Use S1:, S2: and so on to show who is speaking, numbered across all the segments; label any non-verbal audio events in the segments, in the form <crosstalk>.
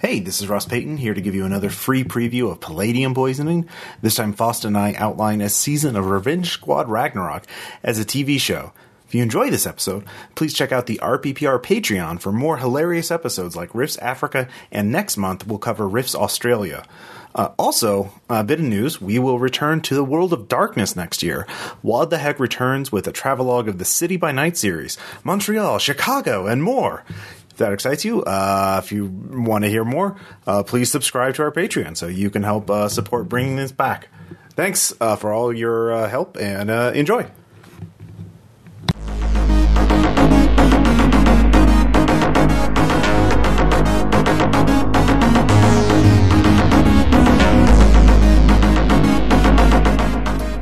S1: Hey, this is Ross Payton here to give you another free preview of Palladium Poisoning. This time, Faust and I outline a season of Revenge Squad Ragnarok as a TV show. If you enjoy this episode, please check out the RPPR Patreon for more hilarious episodes like Riffs Africa, and next month we'll cover Riffs Australia. Uh, also, a bit of news we will return to the world of darkness next year. Wad the Heck returns with a travelogue of the City by Night series, Montreal, Chicago, and more. If that excites you, uh, if you want to hear more, uh, please subscribe to our Patreon so you can help uh, support bringing this back. Thanks uh, for all your uh, help and uh, enjoy.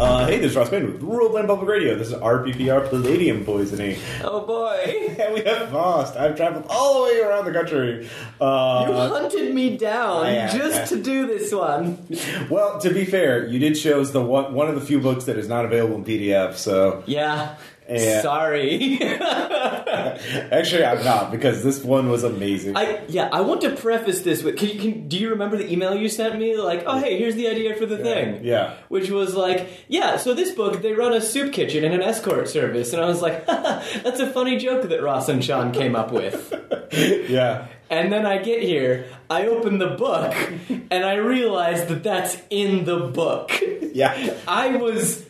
S1: Uh, hey, this is Ross Payne with Rural Land Public Radio. This is RPPR Palladium Poisoning.
S2: Oh boy!
S1: And <laughs> we have lost. I've traveled all the way around the country.
S2: <laughs> You
S1: Uh,
S2: hunted me down
S1: I, uh,
S2: just to do this one.
S1: well, to be fair, you did show us the one, one of the few books that is not available in PDF. So
S2: Yeah.
S1: Yeah.
S2: Sorry. <laughs>
S1: actually, I'm not because this one was amazing.
S2: I yeah. I want to preface this with. Can, you- can do you remember the email you sent me? Like, oh hey, here's the idea for the thing.
S1: yeah.
S2: Which was like, yeah. So this book, they run a soup kitchen and an escort service, and I was like, <laughs> that's a funny joke that Ross and Sean came up with.
S1: <laughs> yeah.
S2: And then I get here, I open the
S1: <laughs>
S2: book, and I realize that that's in the book.
S1: Yeah.
S2: I was.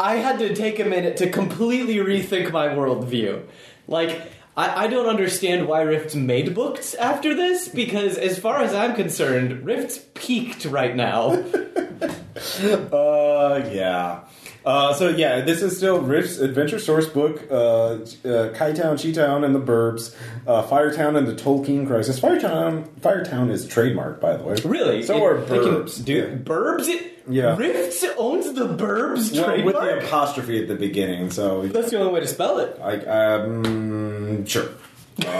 S2: I had to take a minute to completely rethink my worldview. Like, I, I don't understand why Rift's made books after this, because as far as I'm concerned, Rift's peaked
S1: <laughs>
S2: right now.
S1: Uh, yeah. Uh, so yeah, this is still Riff's adventure source book. Uh, uh, Kai Town, Chi Town, and the Burbs, uh, Firetown, and the Tolkien Crisis. Firetown, Firetown is trademarked, by the way.
S2: Really?
S1: So
S2: it-
S1: are
S2: they can
S1: Burbs.
S2: Do, Burbs? It,
S1: Yeah.
S2: Rift owns the Burbs
S1: Well, with
S2: trademark?
S1: the apostrophe at the beginning. So
S2: That's the only way to spell it.
S1: I um sure. Uh,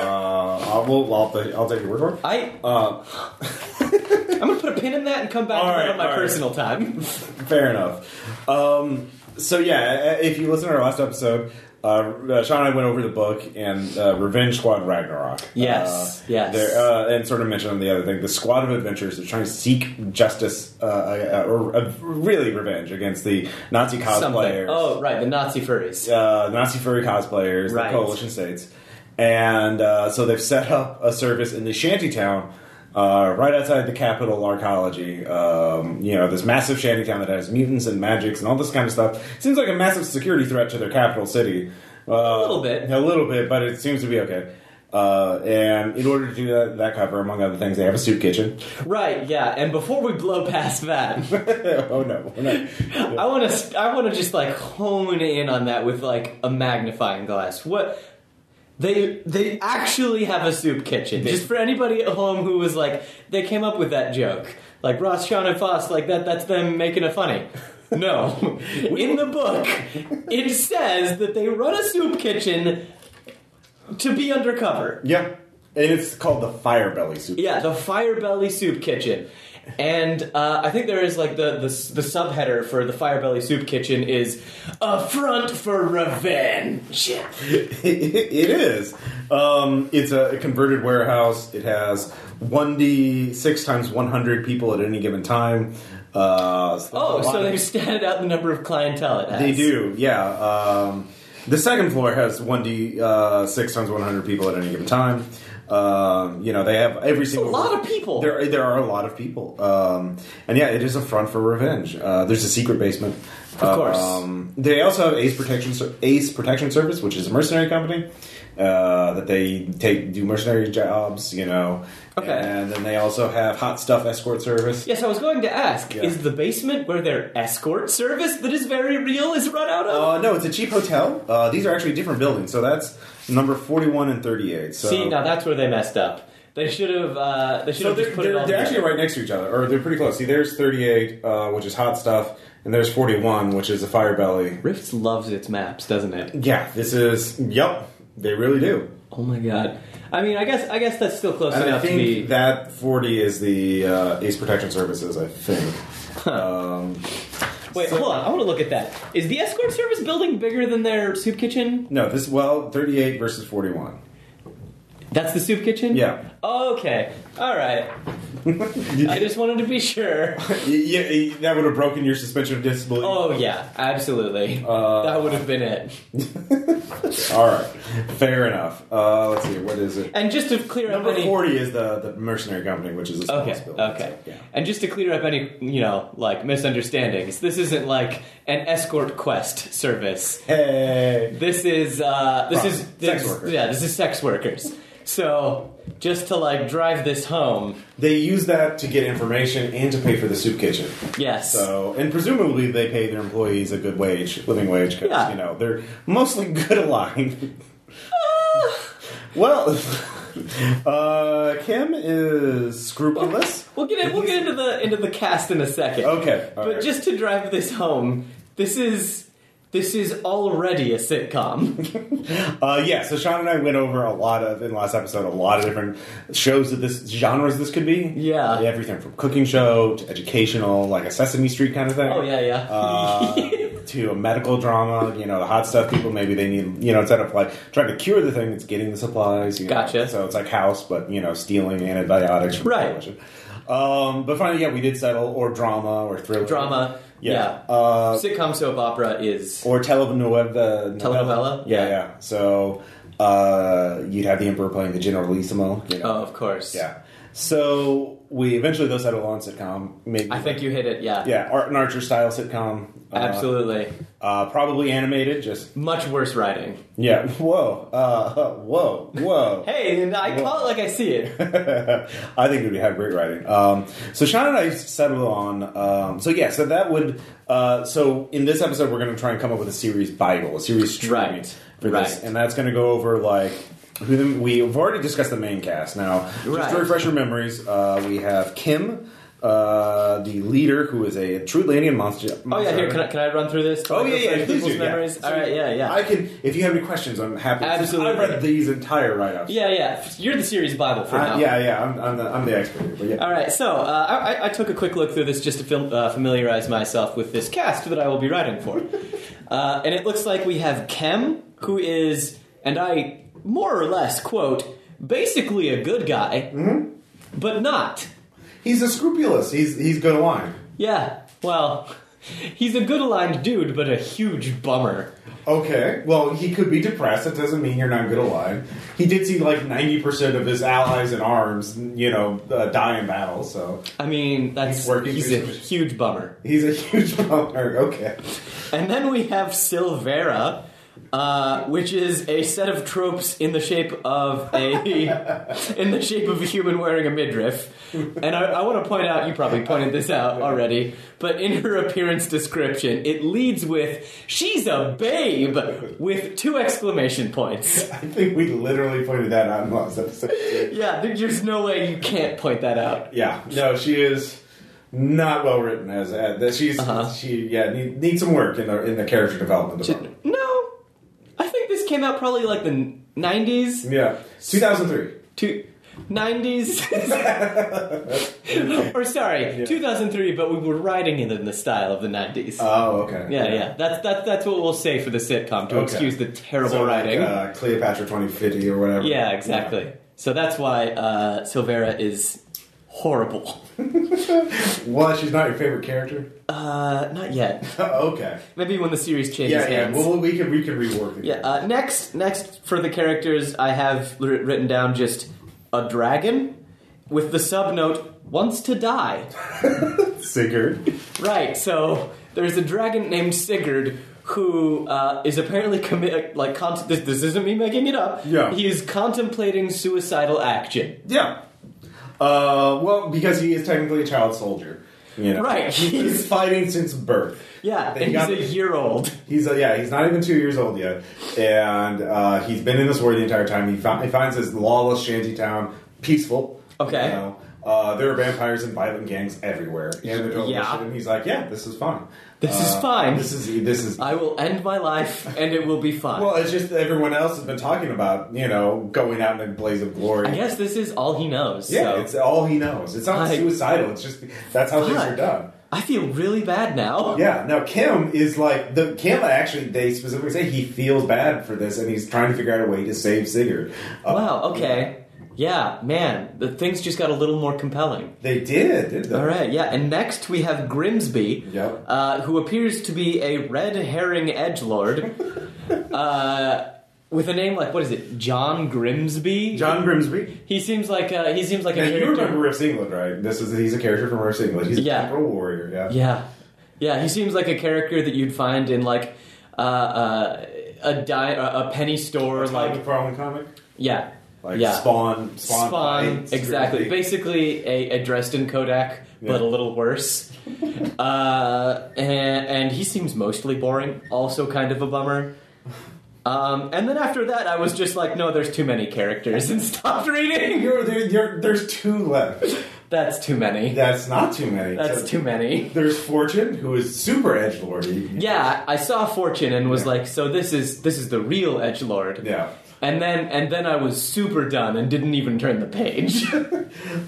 S1: I'll, we'll, I'll, take- I'll take your word for it.
S2: I,
S1: Uh,
S2: <laughs> I'm going to put a pin in that and come back
S1: All
S2: to
S1: right,
S2: that on my
S1: all right.
S2: personal time.
S1: Fair enough. Um, so yeah, uh, if you listen to our last episode, uh, uh, Sean and I went over the book and uh, Revenge Squad Ragnarok.
S2: Yes,
S1: uh,
S2: yes.
S1: there- uh, and sort of mentioned the other thing, the squad of adventurers are trying to seek justice uh, uh, or uh, really revenge against the Nazi
S2: Something.
S1: cosplayers,
S2: Oh, right, the Nazi furries.
S1: uh, Nazi furry cosplayers,
S2: Right.
S1: the coalition states, and uh, so they've set up a service in the shanty town. Uh, right outside the capital arcology, um, you know this massive shanty town that has mutants and magics and all this kind of stuff. Seems like a massive security threat to their capital city. Uh, a
S2: little bit.
S1: a little bit, but it seems to be okay. Uh, and in order to do that, that cover, among other things, they have a soup kitchen. <laughs>
S2: Right, yeah, and before we blow past that.
S1: oh no, we're not.
S2: I want to. I want to just like hone in on that with like a magnifying glass. What they they actually have a soup kitchen. Just for anybody at home who was like, they came up with that joke. Like Ross, Sean, and Foss. Like that. That's them making it funny. No, in the book, it says that they run a soup kitchen to be undercover.
S1: Yeah, and it's called the Firebelly Soup.
S2: Yeah, the Firebelly Soup Kitchen. And uh, I think there is like the, the the subheader for the Firebelly Soup Kitchen is a front for revenge.
S1: <laughs> it is. Um, it's a, converted warehouse. It has 1D, 6 times 100 people at any given time. Uh, so
S2: Oh,
S1: a lot
S2: so
S1: of-
S2: they've statted out the number of clientele it has.
S1: They do, yeah. Um, the second floor has 1D, uh, 6 times 100 people at any given time. Um, you know, they have every single.
S2: lot of people.
S1: There, there are a lot of people. Um, and yeah, it is a front for revenge. Uh, there's a secret basement.
S2: Of course.
S1: Um, they also have Ace Protection Ser- Ace Protection Service, which is a mercenary company uh, that they take do mercenary jobs. You know.
S2: Okay.
S1: And then they also have Hot Stuff Escort Service.
S2: Yes, I was going to ask:
S1: Yeah.
S2: Is the basement where their escort service that is very real is run out of?
S1: Uh, no, it's a cheap hotel. Uh, these are actually different buildings, so that's number forty-one and thirty-eight. So,
S2: See, now that's where they messed up. They should have. Uh, they should
S1: so
S2: have
S1: they're,
S2: just put it
S1: they're,
S2: all
S1: they're
S2: together.
S1: actually right next to each other, or they're pretty close. See, there's thirty-eight, uh, which is hot stuff, and there's forty-one, which is a fire belly.
S2: Rifts loves its maps, doesn't it?
S1: Yeah, this is. Yep, they really do.
S2: Oh my god! I mean, I guess I guess that's still close
S1: And I
S2: enough to be.
S1: think that 40 is the uh, Ace Protection Services, I think. um,
S2: Wait, hold on. I want to look at that. Is the escort service building bigger than their soup kitchen?
S1: no, this, well, 38 versus 41.
S2: That's the soup kitchen?
S3: Yeah.
S2: Okay. All right. <laughs> I just wanted to be
S1: <laughs>
S2: sure.
S1: yeah, yeah, that would have broken your suspension of disbelief.
S2: Oh, yeah, absolutely.
S1: Uh,
S2: that would have been it.
S1: All right, fair enough. Uh, let's see, what is it?
S2: And just to clear up
S1: Number
S2: any.
S1: forty is the the mercenary company, which is a small
S2: Okay.
S1: spill.
S2: Okay.
S1: Yeah.
S2: And just to clear up any, you know, like misunderstandings, this isn't like an escort quest service.
S1: Hey.
S2: This is uh, this is
S1: Prostitutes.
S2: this,
S1: Sex workers.
S2: Yeah, this is sex workers. So just to like drive this home,
S1: They use that to get information and to pay for the soup kitchen.
S2: yes.
S1: So, and presumably they pay their employees a good wage, living wage, because
S2: Yeah.
S1: you know they're mostly <laughs> good
S2: <laughs>
S1: aligned. well, <laughs> uh, Kim is scrupulous.
S2: We'll get in, we'll get into the into the cast in a second.
S1: Okay, all
S2: but
S1: right.
S2: just to drive this home, this is this is already a sitcom.
S1: Uh, yeah, so Sean and I went over a lot of in the last episode a lot of different shows that this genres this could be.
S2: Yeah.
S1: everything from cooking show to educational, like a Sesame Street kind of thing.
S2: Oh yeah, yeah.
S1: Uh, to a medical drama, you know, the hot stuff people maybe they need, you know, instead of like trying to cure the thing, it's getting the supplies. You know?
S2: Gotcha.
S1: So it's like house, but you know, stealing antibiotics from
S2: Right.
S1: television. Um, but finally, yeah, we did settle or drama or thriller.
S2: <laughs> Drama.
S1: Yeah.
S2: Yeah.
S1: Uh,
S2: sitcom soap opera is
S1: or telenovela.
S2: Telenovela?
S1: Yeah, yeah.
S2: Yeah.
S1: So uh, you'd have the emperor playing the generalissimo. You know?
S2: oh, of course.
S1: Yeah. So we eventually though settled on sitcom. Maybe
S2: I think you hit it. Yeah.
S1: yeah, Art and Archer style sitcom. Uh,
S2: Absolutely.
S1: Uh, probably animated, just
S2: Much worse writing.
S1: yeah. <laughs> Whoa, uh, <laughs> whoa, whoa.
S2: Hey, and I call it like I see
S1: <laughs>
S2: it.
S1: I think it would have great writing. Um, so Sean and I settled on. Um, so yeah, so that would. Uh, so in this episode, we're going to try and come up with a series bible, a series tribute
S2: Right.
S1: for this,
S2: Right.
S1: and that's going to go over like. Who the, we've already discussed the main cast. Now, just
S2: Right.
S1: to refresh your memories, uh, we have Kim, uh, the leader, who is a Trutlandian monster.
S2: Oh yeah, here can I, can I run through this?
S1: Oh yeah, yeah,
S2: Refresh
S1: please
S2: people's
S1: do, yeah.
S2: memories.
S1: So
S2: All right, yeah, yeah.
S1: I can. If you have any questions, I'm happy.
S2: Absolutely.
S1: I read these entire write-ups.
S2: yeah, yeah. You're the series bible for now.
S1: I- yeah, yeah. I'm, I'm, the, I'm the expert. here, But yeah.
S2: All right, so uh, I, I- I took a quick look through this just to fil- uh, familiarize myself with this cast that I will be
S1: <laughs>
S2: writing for. uh, and it looks like we have Kem, who is, and I more or less quote, basically a good guy,
S1: Mm-hmm.
S2: but not.
S1: He's a scrupulous. He's he's good aligned.
S2: Yeah, well, <laughs> he's a good aligned dude, but a huge bummer.
S1: Okay. Well, he could be depressed. That doesn't mean you're not good aligned. He did see like ninety percent of his allies in arms, you know, uh, die in battle. So
S2: I mean, that's
S1: He's working
S2: he's
S1: through some-
S2: a huge bummer.
S1: he's a <laughs> huge bummer. Okay.
S2: And then we have Silvera, uh, which is a set of tropes in the shape of a <laughs> in the shape of a human wearing a midriff. And I, I want to point out, you probably pointed this out already, but in her appearance description, it leads with "She's a babe" with two exclamation points.
S1: I think we literally pointed that out in the last episode. too.
S2: Yeah, there- there's no way you can't point that out.
S1: Yeah. No, she is not well written as uh, that. She's
S2: Uh-huh.
S1: she yeah need, needs some work in the in the character development department.
S2: No, I think this came out probably like the '90s.
S1: Yeah. Two thousand three.
S2: two, 90s <laughs> or sorry 2003 but we were writing it in the style of the 90s
S1: Oh, okay.
S2: yeah yeah that's that's that's what we'll say for the sitcom to
S1: Okay.
S2: excuse the terrible
S1: So like,
S2: writing
S1: uh, Cleopatra twenty fifty or whatever.
S2: yeah exactly so that's why uh, silvera is horrible
S1: Well, she's not your favorite character.
S2: uh, not yet
S1: okay.
S2: maybe when the series changes
S1: Yeah, yeah.
S2: hands
S1: Well, we can we can rework it.
S2: yeah uh, next next for the characters i have wr- written down just a dragon with the sub note wants to die
S1: Sigurd.
S2: Right. So there's a dragon named Sigurd who uh, is apparently commit like con- this, this isn't me making it up.
S1: Yeah.
S2: He is contemplating suicidal action.
S1: Yeah. Uh, well, because he is technically a child soldier. You know.
S2: Right.
S1: <laughs> He's fighting since birth.
S2: Yeah,
S1: They
S2: and
S1: got-
S2: he's a year old.
S1: He's uh, yeah. He's not even two years old yet, and uh, he's been in this war the entire time. He, fi- he finds this lawless shanty town peaceful.
S2: Okay.
S1: You know? Uh, there are vampires and violent gangs everywhere. And they're doing
S2: Yeah.
S1: this shit, And he's like, yeah, this is fine.
S2: This is
S1: Uh,
S2: fine.
S1: This is this is
S2: I will end my life, and it will be fine.
S1: Well, it's just that everyone else has been talking about, you know, going out in a blaze of glory.
S2: I guess this is all he knows.
S1: yeah,
S2: so.
S1: it's all he knows. It's not
S2: I-
S1: suicidal. It's just that's how things
S2: Fuck.
S1: are done.
S2: I feel really bad now.
S1: Yeah. Now Kim is like the Kim. Actually, they specifically say he feels bad for this, and he's trying to figure out a way to save Sigurd. Uh,
S2: Wow. Okay. Yeah, man, the things just got a little more compelling.
S1: They did, did they?
S2: All right, yeah, and next we have Grimsby,
S1: Yep.
S2: uh, who appears to be a red herring
S1: <laughs>
S2: edge lord, uh, with a name like what is it, John Grimsby?
S1: John Grimsby.
S2: He seems like uh, he seems like
S1: Now,
S2: a
S1: you
S2: character.
S1: remember Riff's England, right? This is he's a character from Riff's England. He's
S2: Yeah.
S1: a pro warrior. Yeah.
S2: Yeah, yeah. He seems like a character that you'd find in like uh, uh, a di- a a penny store,
S1: Like the
S2: like
S1: Prowling comic,
S2: yeah,
S1: like
S2: yeah.
S1: Spawn, Spawn,
S2: Spawn,
S1: fights, <laughs>
S2: exactly.
S1: really.
S2: Basically, a, a Dresden Kodak, but
S1: Yeah.
S2: a
S1: <laughs>
S2: little worse. uh, and, and he seems mostly boring. Also, kind of a bummer. Um, and then after that, I was just like, no, there's too many characters, and <laughs> stopped reading.
S1: You're, there- you're- there's two left.
S2: That's too many.
S1: That's not too many.
S2: That's too many.
S1: There's Fortune, who is super edge lordy.
S2: Yeah, I saw Fortune and was
S1: Yeah.
S2: like, so this is this is the real Edge Lord.
S1: Yeah.
S2: And then and then I was super done and didn't even turn the page.
S1: <laughs>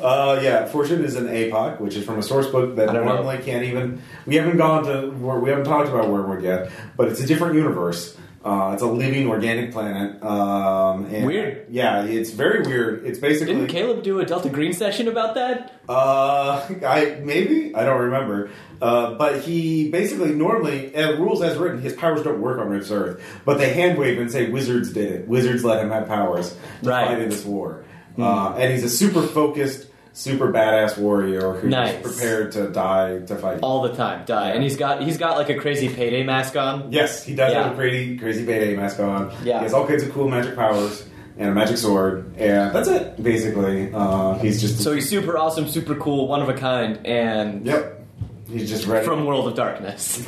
S1: Uh, yeah, Fortune is an APOC, which is from a source book that
S2: I don't know.
S1: normally can't even. We haven't gone to. Wor- We haven't talked about Wormwood yet, but it's a different universe. Uh, it's a living organic planet. Um, and
S2: Weird.
S1: Yeah, it's very weird. It's
S2: Didn't
S1: basically.
S2: Caleb do a Delta Green session about that?
S1: Uh, <laughs> I maybe I don't remember. Uh, but he basically normally uh, rules as written. His powers don't work on Rift's Earth, but they hand wave and say wizards did it. Wizards let him have powers to
S2: Right. Hmm.
S1: fight in this war. Uh, and he's a super focused, super badass warrior who's
S2: Nice.
S1: prepared to die to fight.
S2: All the time, die.
S1: Yeah.
S2: And he's got he's got like a crazy payday mask on.
S1: yes, he does
S2: Yeah.
S1: have a crazy, crazy payday mask on.
S2: Yeah.
S1: he has all kinds of cool magic powers and a magic sword, and that's it. Basically, uh, he's just
S2: So he's super awesome, super cool, one of a kind, and
S1: yep. He's just ready
S2: from World
S1: <laughs>
S2: of Darkness.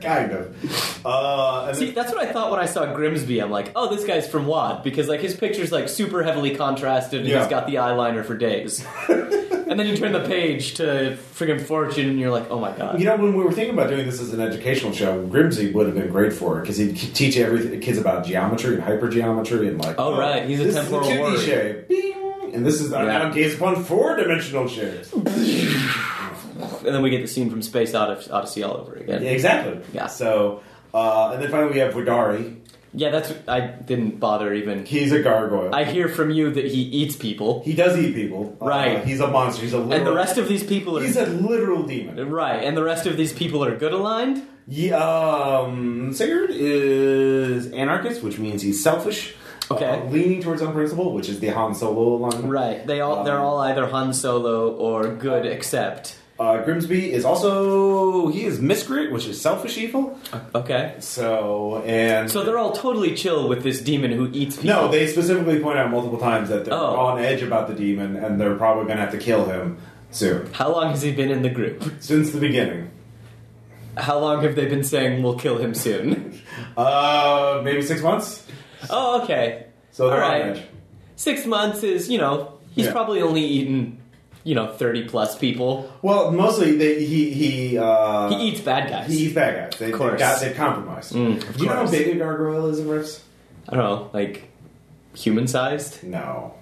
S1: kind of. Uh, and
S2: See,
S1: then,
S2: that's what I thought when I saw Grimsby. I'm like, oh, this guy's from WAD because like his picture's like super heavily contrasted, and
S1: Yeah.
S2: he's got the eyeliner
S1: <laughs>
S2: for days. and then you turn the page to friggin' Fortune, and you're like, oh my god.
S1: you know, when we were thinking about doing this as an educational show, Grimsey would have been great for it because he'd teach every kids about geometry and hypergeometry and like.
S2: Oh, right, he's a
S1: this
S2: temporal
S1: is a 2D
S2: word.
S1: shape. Bing! And this is an
S2: Yeah.
S1: case upon four dimensional shapes.
S2: And then we get the scene from Space Odys- Odyssey all over again.
S1: Yeah,
S2: Yeah,
S1: exactly.
S2: Yeah.
S1: So, uh, and then finally we have Vidari.
S2: that's I didn't bother even.
S1: He's a gargoyle.
S2: I hear from you that he eats people,
S1: he does eat people. Uh,
S2: Right.
S1: he's a monster. He's a literal,
S2: and the rest of these people are
S1: He's a literal demon.
S2: right, and the rest of these people are good aligned.
S1: Yeah, um, Sigurd is anarchist, which means he's selfish.
S2: Okay.
S1: Uh, leaning towards unprincipled, which is the Han Solo alignment.
S2: Right, they all they're all either Han Solo or good except.
S1: Uh, Grimsby is also he is miscreant, which is selfish evil.
S2: Okay.
S1: So and
S2: So they're all totally chill with this demon who eats people.
S1: no, they specifically point out multiple times that they're
S2: Oh.
S1: on edge about the demon, and they're probably going to have to kill him soon.
S2: How long has he been in the group?
S1: Since the beginning,
S2: How long have they been saying we'll kill him soon?
S1: uh, maybe six months.
S2: oh, okay.
S1: So they're
S2: All
S1: on
S2: right.
S1: edge.
S2: Six months is, you know, he's
S1: Yeah.
S2: probably only eaten, you know, 30 plus people.
S1: Well, mostly they, he he uh,
S2: He eats bad guys.
S1: He eats bad guys. They,
S2: Of
S1: have
S2: course. Mm,
S1: got, they've compromised.
S2: of
S1: Do you know how
S2: course.
S1: big a gargoyle is in Riffs?
S2: I don't know, like human sized?
S1: No.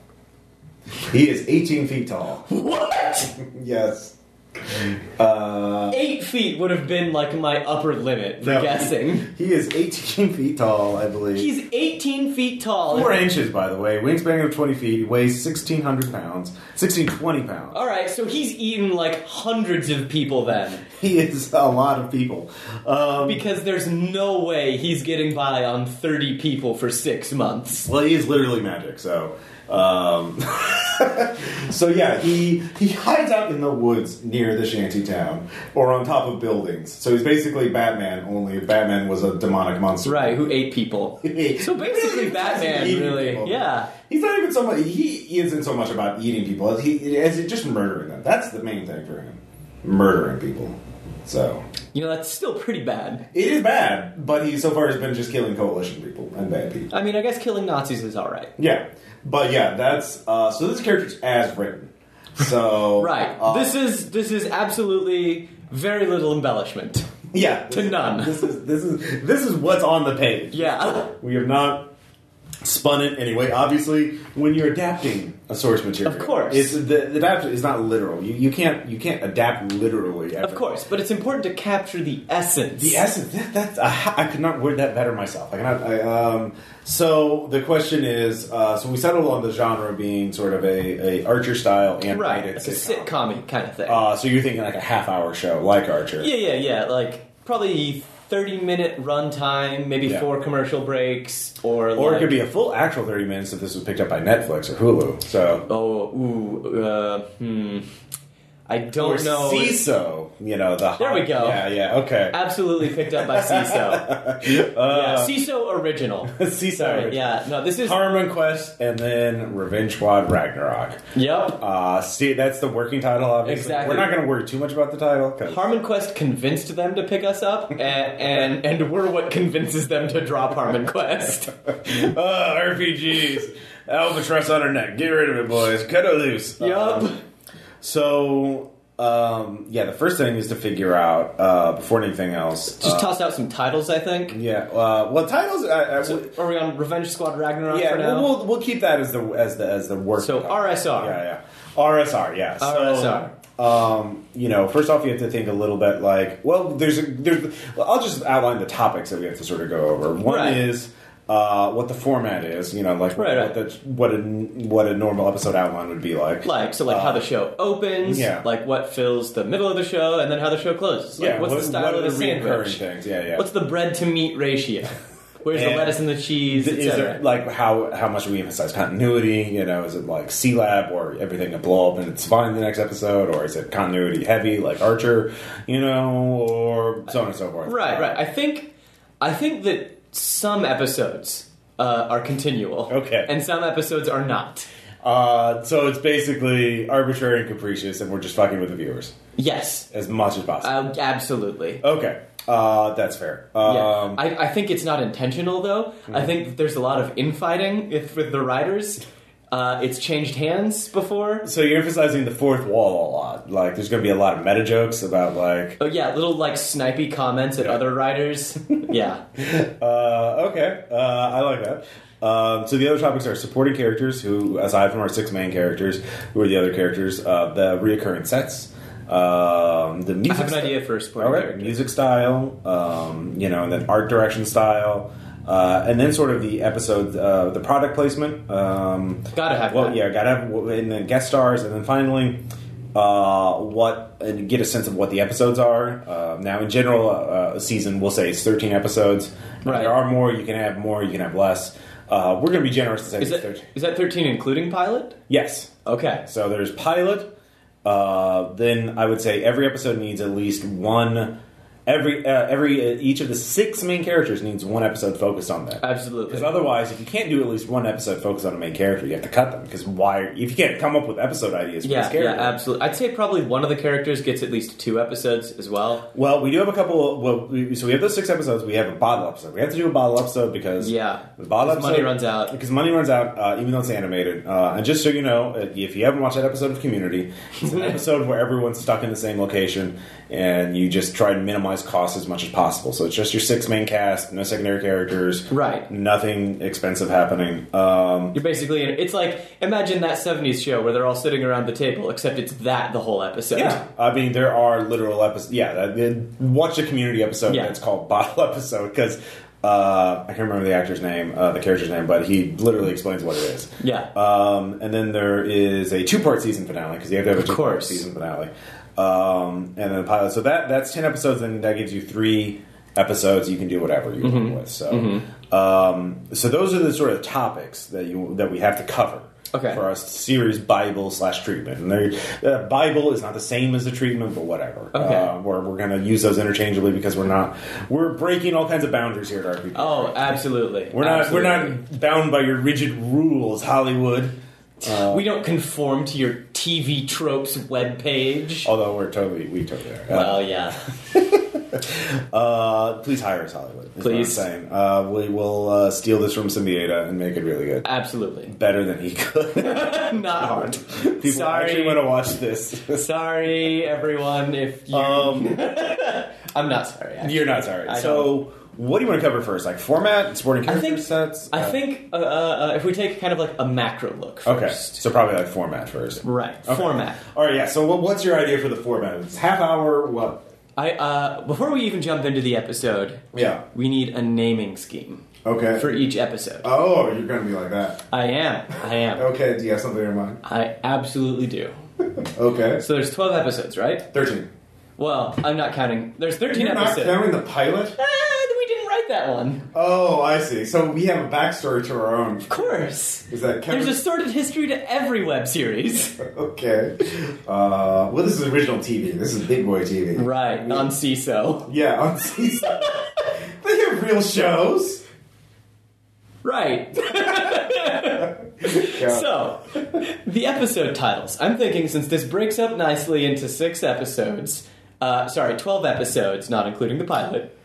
S1: He is 18 feet tall.
S2: What?
S1: yes. Uh,
S2: Eight feet would have been like my upper limit for
S1: no.
S2: guessing.
S1: He is 18 feet tall, I believe.
S2: He's 18 feet tall.
S1: Four inches, by the way. Wingspan of 20 feet. He weighs 1,600 pounds. 1,620 pounds.
S2: All right, so he's eaten like hundreds of people then.
S1: He is a lot of people. Um,
S2: Because there's no way he's getting by on 30 people for six months.
S1: Well, he is literally magic, so. Um, <laughs> so yeah, he he hides out in the woods near the shanty town or on top of buildings. So he's basically Batman, only Batman was a demonic monster. <laughs>
S2: Right, who ate people. So basically, Batman,
S1: Eating
S2: really.
S1: people.
S2: Yeah.
S1: He's not even so much. He isn't so much about eating people as he as just murdering them. That's the main thing for him, murdering people. So
S2: You know, that's still pretty bad.
S1: it is bad, but he so far has been just killing coalition people and bad people.
S2: I mean, I guess killing Nazis is alright.
S1: Yeah, but yeah, that's uh, so. This character's as written. So
S2: <laughs> Right.
S1: uh,
S2: this is this is absolutely very little embellishment.
S1: yeah
S2: to none.
S1: This is this is this is what's on the page.
S2: Yeah. <laughs>
S1: we have not spun it anyway. Obviously, when you're adapting a source material,
S2: Of course.
S1: it's, the, the adapt is not literal. You, you can't you can't adapt literally.
S2: Of course, but it's important to capture the essence.
S1: The essence. That, that's I, I could not word that better myself. I cannot. I, um, so the question is. Uh, so we settled on the genre being sort of a, a Archer style animated
S2: Right, like a
S1: sitcom.
S2: sitcom kind of thing.
S1: Uh, so you're thinking like a half hour show, like Archer.
S2: yeah, yeah, yeah. Like probably thirty minute runtime, maybe
S1: Yeah.
S2: four commercial breaks,
S1: Or
S2: or
S1: it
S2: like-
S1: could be a full actual thirty minutes if this was picked up by Netflix or Hulu. So
S2: Oh, ooh, uh, hmm. I
S1: or
S2: don't know.
S1: CISO, you know the.
S2: Oh, There we go.
S1: Yeah, yeah. Okay.
S2: Absolutely picked up by CISO. yeah,
S1: <laughs> Uh, <laughs>
S2: CISO original.
S1: CISO.
S2: Sorry, yeah. No, this is.
S1: Harmon Quest and then Revenge Squad Ragnarok.
S2: Yep.
S1: Uh, see, that's the working title, obviously.
S2: Exactly.
S1: We're not going to worry too much about the title. 'cause-
S2: Harmon Quest convinced them to pick us up, and, and and we're what convinces them to drop
S1: <laughs>
S2: Harmon Quest.
S1: oh, RPGs. Albatross on her neck. Get rid of it, boys. Cut her loose.
S2: Yup.
S1: Um, so, um, yeah, the first thing is to figure out, uh, before anything else.
S2: Just
S1: uh,
S2: toss out some titles, I think.
S1: Yeah, uh, well, titles. I, I,
S2: Are we on Revenge Squad Ragnarok
S1: yeah,
S2: for now?
S1: we'll, we'll, we'll keep that as the as the as the work.
S2: so RSR.
S1: Yeah, yeah. RSR, yeah. So,
S2: RSR.
S1: um, you know, first off, you have to think a little bit like, well, there's, a, there's. well, I'll just outline the topics that we have to sort of go over. One
S2: Right.
S1: is uh, what the format is, you know, like
S2: Right, right.
S1: what the, what a what a normal episode outline would be like.
S2: Like so, like how the show opens,
S1: Uh, yeah.
S2: like what fills the middle of the show, and then how the show closes. Like,
S1: yeah,
S2: what's
S1: what,
S2: the style
S1: what
S2: of
S1: are
S2: the
S1: reoccurring
S2: sandwich?
S1: things? Yeah, yeah.
S2: What's the bread to
S1: <laughs>
S2: meat ratio? Where's the
S1: And
S2: lettuce and the cheese,
S1: is
S2: etc.
S1: it like how how much we emphasize continuity? You know, is it like C Lab or everything a blow up and it's fine the next episode, or is it continuity heavy like Archer? You know, or so on and so forth.
S2: Right, right. I think, I think that some episodes uh, are continual,
S1: Okay.
S2: and some episodes are not.
S1: Uh, so it's basically arbitrary and capricious, and we're just fucking with the viewers
S2: Yes,
S1: as much as possible.
S2: uh, absolutely.
S1: okay, uh, that's fair. Um,
S2: Yeah. I, I think it's not intentional though. I think that there's a lot of infighting if, with the writers. Uh, it's changed hands before.
S1: so you're emphasizing the fourth wall a lot. Like, there's going to be a lot of meta jokes about like,
S2: Oh yeah, little like snipey comments at
S1: <laughs>
S2: other writers. yeah,
S1: uh, okay, uh, I like that. Um, so the other topics are supporting characters, who aside from our six main characters, who are the other characters, uh, the reoccurring sets, um, the
S2: I
S1: music.
S2: have an
S1: st-
S2: idea for a supporting
S1: All right,
S2: character.
S1: music style, um, you know, and then art direction style, uh, and then sort of the episode, uh, the product placement. Um,
S2: Gotta have
S1: well,
S2: that.
S1: yeah, gotta have, and then guest stars, and then finally, uh, what and get a sense of what the episodes are. Uh, now, in general, uh, uh, a season we'll say it's thirteen episodes.
S2: Right.
S1: There are more. You can have more. You can have less. Uh, we're gonna be generous to say
S2: Is
S1: it's
S2: that
S1: thirteen.
S2: is that thirteen including pilot?
S1: Yes.
S2: Okay.
S1: So there's pilot. Uh, then I would say every episode needs at least one. Every uh, every uh, each of the six main characters needs one episode focused on that.
S2: Absolutely.
S1: Because otherwise, if you can't do at least one episode focused on a main character, you have to cut them. Because why? If you can't come up with episode ideas for
S2: Yeah,
S1: this
S2: yeah,
S1: character,
S2: absolutely. I'd say probably one of the characters gets at least two episodes as well.
S1: Well, we do have a couple. Well, we, so we have those six episodes. We have a bottle episode. We have to do a bottle episode because
S2: Yeah.
S1: the bottle
S2: Because
S1: episode,
S2: money runs out.
S1: Because money runs out, uh, even though it's animated. Uh, and just so you know, if- if you haven't watched that episode of Community, it's
S2: <laughs>
S1: an episode where everyone's stuck in the same location, and you just try to minimize costs as much as possible. So it's just your six main cast, no secondary characters,
S2: Right.
S1: Nothing expensive happening. Um,
S2: You're basically in, it's like imagine that '70s show where they're all sitting around the table, except it's that the whole episode.
S1: Yeah, I mean there are literal episodes. Yeah, that- that- watch the community episode
S2: Yeah.
S1: that's called <laughs> bottle episode because uh, I can't remember the actor's name, uh, the character's name, but he literally explains what it is.
S2: Yeah.
S1: Um, and then there is a two-part season finale because you have to have a
S2: Of
S1: two-part
S2: course.
S1: season finale. Um, and then the pilot. So that that's ten episodes, and that gives you three episodes. You can do whatever you
S2: Mm-hmm.
S1: want with. So, um, so those are the sort of topics that you that we have to cover.
S2: Okay.
S1: For our series Bible slash treatment, and there, uh, Bible is not the same as the treatment, but whatever.
S2: Okay.
S1: Uh, we're we're gonna use those interchangeably because we're not we're breaking all kinds of boundaries here at RPG.
S2: Oh, absolutely.
S1: We're not
S2: Absolutely.
S1: we're not bound by your rigid rules, Hollywood.
S2: We don't conform to your TV tropes webpage.
S1: Although we're totally we totally are.
S2: Well, yeah.
S1: Uh, please hire us, Hollywood. is what I'm
S2: Please.
S1: saying. Uh, we will uh, steal this from Symbieta and make it really good,
S2: Absolutely. <laughs>
S1: better than he could. <laughs>
S2: Not hard.
S1: People
S2: Sorry.
S1: actually want to watch
S2: <laughs>
S1: this.
S2: Sorry, everyone, if you.
S1: Um,
S2: I'm not sorry. actually.
S1: You're not sorry.
S2: I
S1: so What do you want to cover first? Like format, sporting
S2: I
S1: character
S2: think
S1: sets.
S2: I
S1: Uh,
S2: think uh, uh, if we take kind of like a macro look
S1: Okay,
S2: first,
S1: so probably like format first.
S2: right?
S1: Okay.
S2: Format.
S1: All right, yeah. So what, what's your idea for the format? It's half hour. What?
S2: I uh, before we even jump into the episode,
S1: Yeah.
S2: we need a naming scheme
S1: Okay.
S2: for e- each episode.
S1: oh, you're gonna be like that.
S2: I am. I am.
S1: Okay. Do you have something in mind?
S2: I absolutely do.
S1: Okay.
S2: So there's 12 episodes, right?
S1: Thirteen.
S2: Well, I'm not counting. There's 13
S1: You're not
S2: episodes.
S1: counting the pilot.
S2: Ah, we didn't write that one.
S1: Oh, I see. So we have a backstory to our own.
S2: Of course.
S1: Is that Kevin?
S2: There's a sordid history to every web series.
S1: <laughs> okay. Uh, well, this is original TV. This is big boy TV.
S2: right,
S1: We-
S2: on CISO.
S1: yeah, on season. they have real shows.
S2: Right. <laughs>
S1: Yeah.
S2: so, <laughs> the episode titles. I'm thinking since this breaks up nicely into six episodes, uh, sorry, 12 episodes, not including the pilot,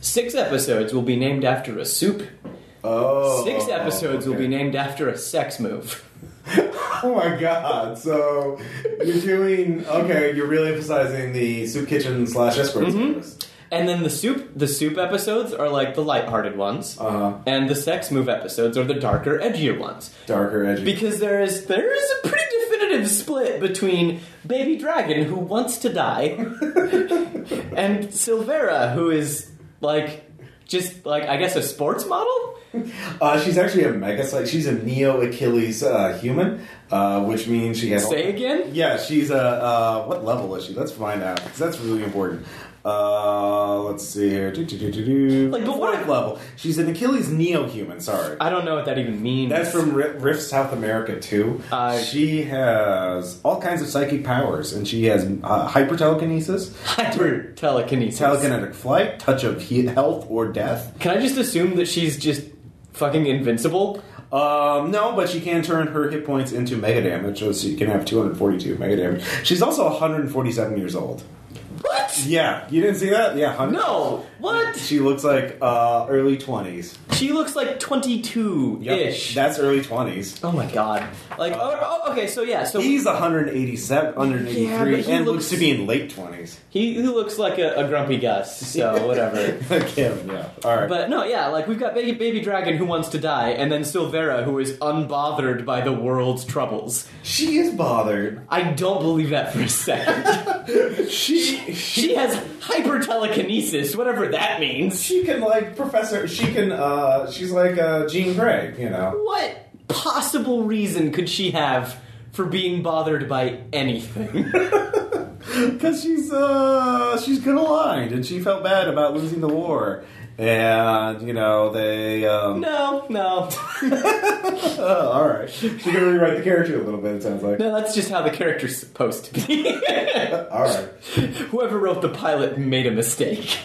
S2: six episodes will be named after a soup,
S1: oh,
S2: six episodes will
S1: okay.
S2: be named after a sex move.
S1: Oh my god! So you're doing okay. You're really emphasizing the soup kitchen slash escort
S2: Mm-hmm.
S1: service.
S2: And then the soup the soup episodes are like the lighthearted ones.
S1: Uh-huh.
S2: And the sex move episodes are the darker, edgier ones.
S1: Darker, edgy.
S2: Because there is there is a pretty definitive split between Baby Dragon, who wants to die, and Silvera, who is like just like I guess a sports model?
S1: uh, she's actually a mega. She's a Neo Achilles uh, human, uh, which means she has.
S2: Say again?
S1: Yeah, she's a. Uh, what level is she? Let's find out 'cause that's really important. Uh, let's see here. Do, do, do, do, do.
S2: Like, but what-
S1: Fourth level? She's an Achilles Neo human. Sorry.
S2: I don't know what that even means.
S1: That's
S2: <laughs>
S1: from Ri- Rift South America too.
S2: Uh,
S1: she has all kinds of psychic powers, and she has uh, hyper telekinesis,
S2: hyper telekinesis.
S1: telekinetic flight, touch of he- health or death.
S2: Can I just assume that she's just fucking invincible?
S1: Um, no, but she can turn her hit points into mega damage, so she can have 242 mega damage. She's also 147 years old.
S2: What?
S1: Yeah, you didn't see that? Yeah, 100.
S2: No. What?
S1: She looks like uh, early 20s.
S2: She looks like 22
S1: Yep,
S2: ish.
S1: That's early 20s.
S2: oh my god. Like, oh, oh, okay, so yeah, so he,
S1: He's 187, 183,
S2: Yeah, but he
S1: and
S2: looks-
S1: looks to be in late 20s. <laughs>
S2: he looks like a, a grumpy Gus, so whatever.
S1: Kevin, yeah. All right.
S2: But no, yeah, like we've got baby, baby Dragon who wants to die, and then Silvera who is unbothered by the world's troubles.
S1: she is bothered.
S2: I don't believe that for a second.
S1: She she
S2: she has hyper telekinesis, whatever that means.
S1: she can like Professor. She can. uh She's like uh Jean Grey. You know.
S2: What possible reason could she have for being bothered by anything? <laughs>
S1: Because she's uh she's good aligned, and she felt bad about losing the war, and you know they. um
S2: no, no.
S1: oh, All right. She's gonna rewrite the character a little bit. It sounds like.
S2: No, that's just how the character's supposed to be. <laughs>
S1: All right.
S2: Whoever wrote the pilot made a mistake.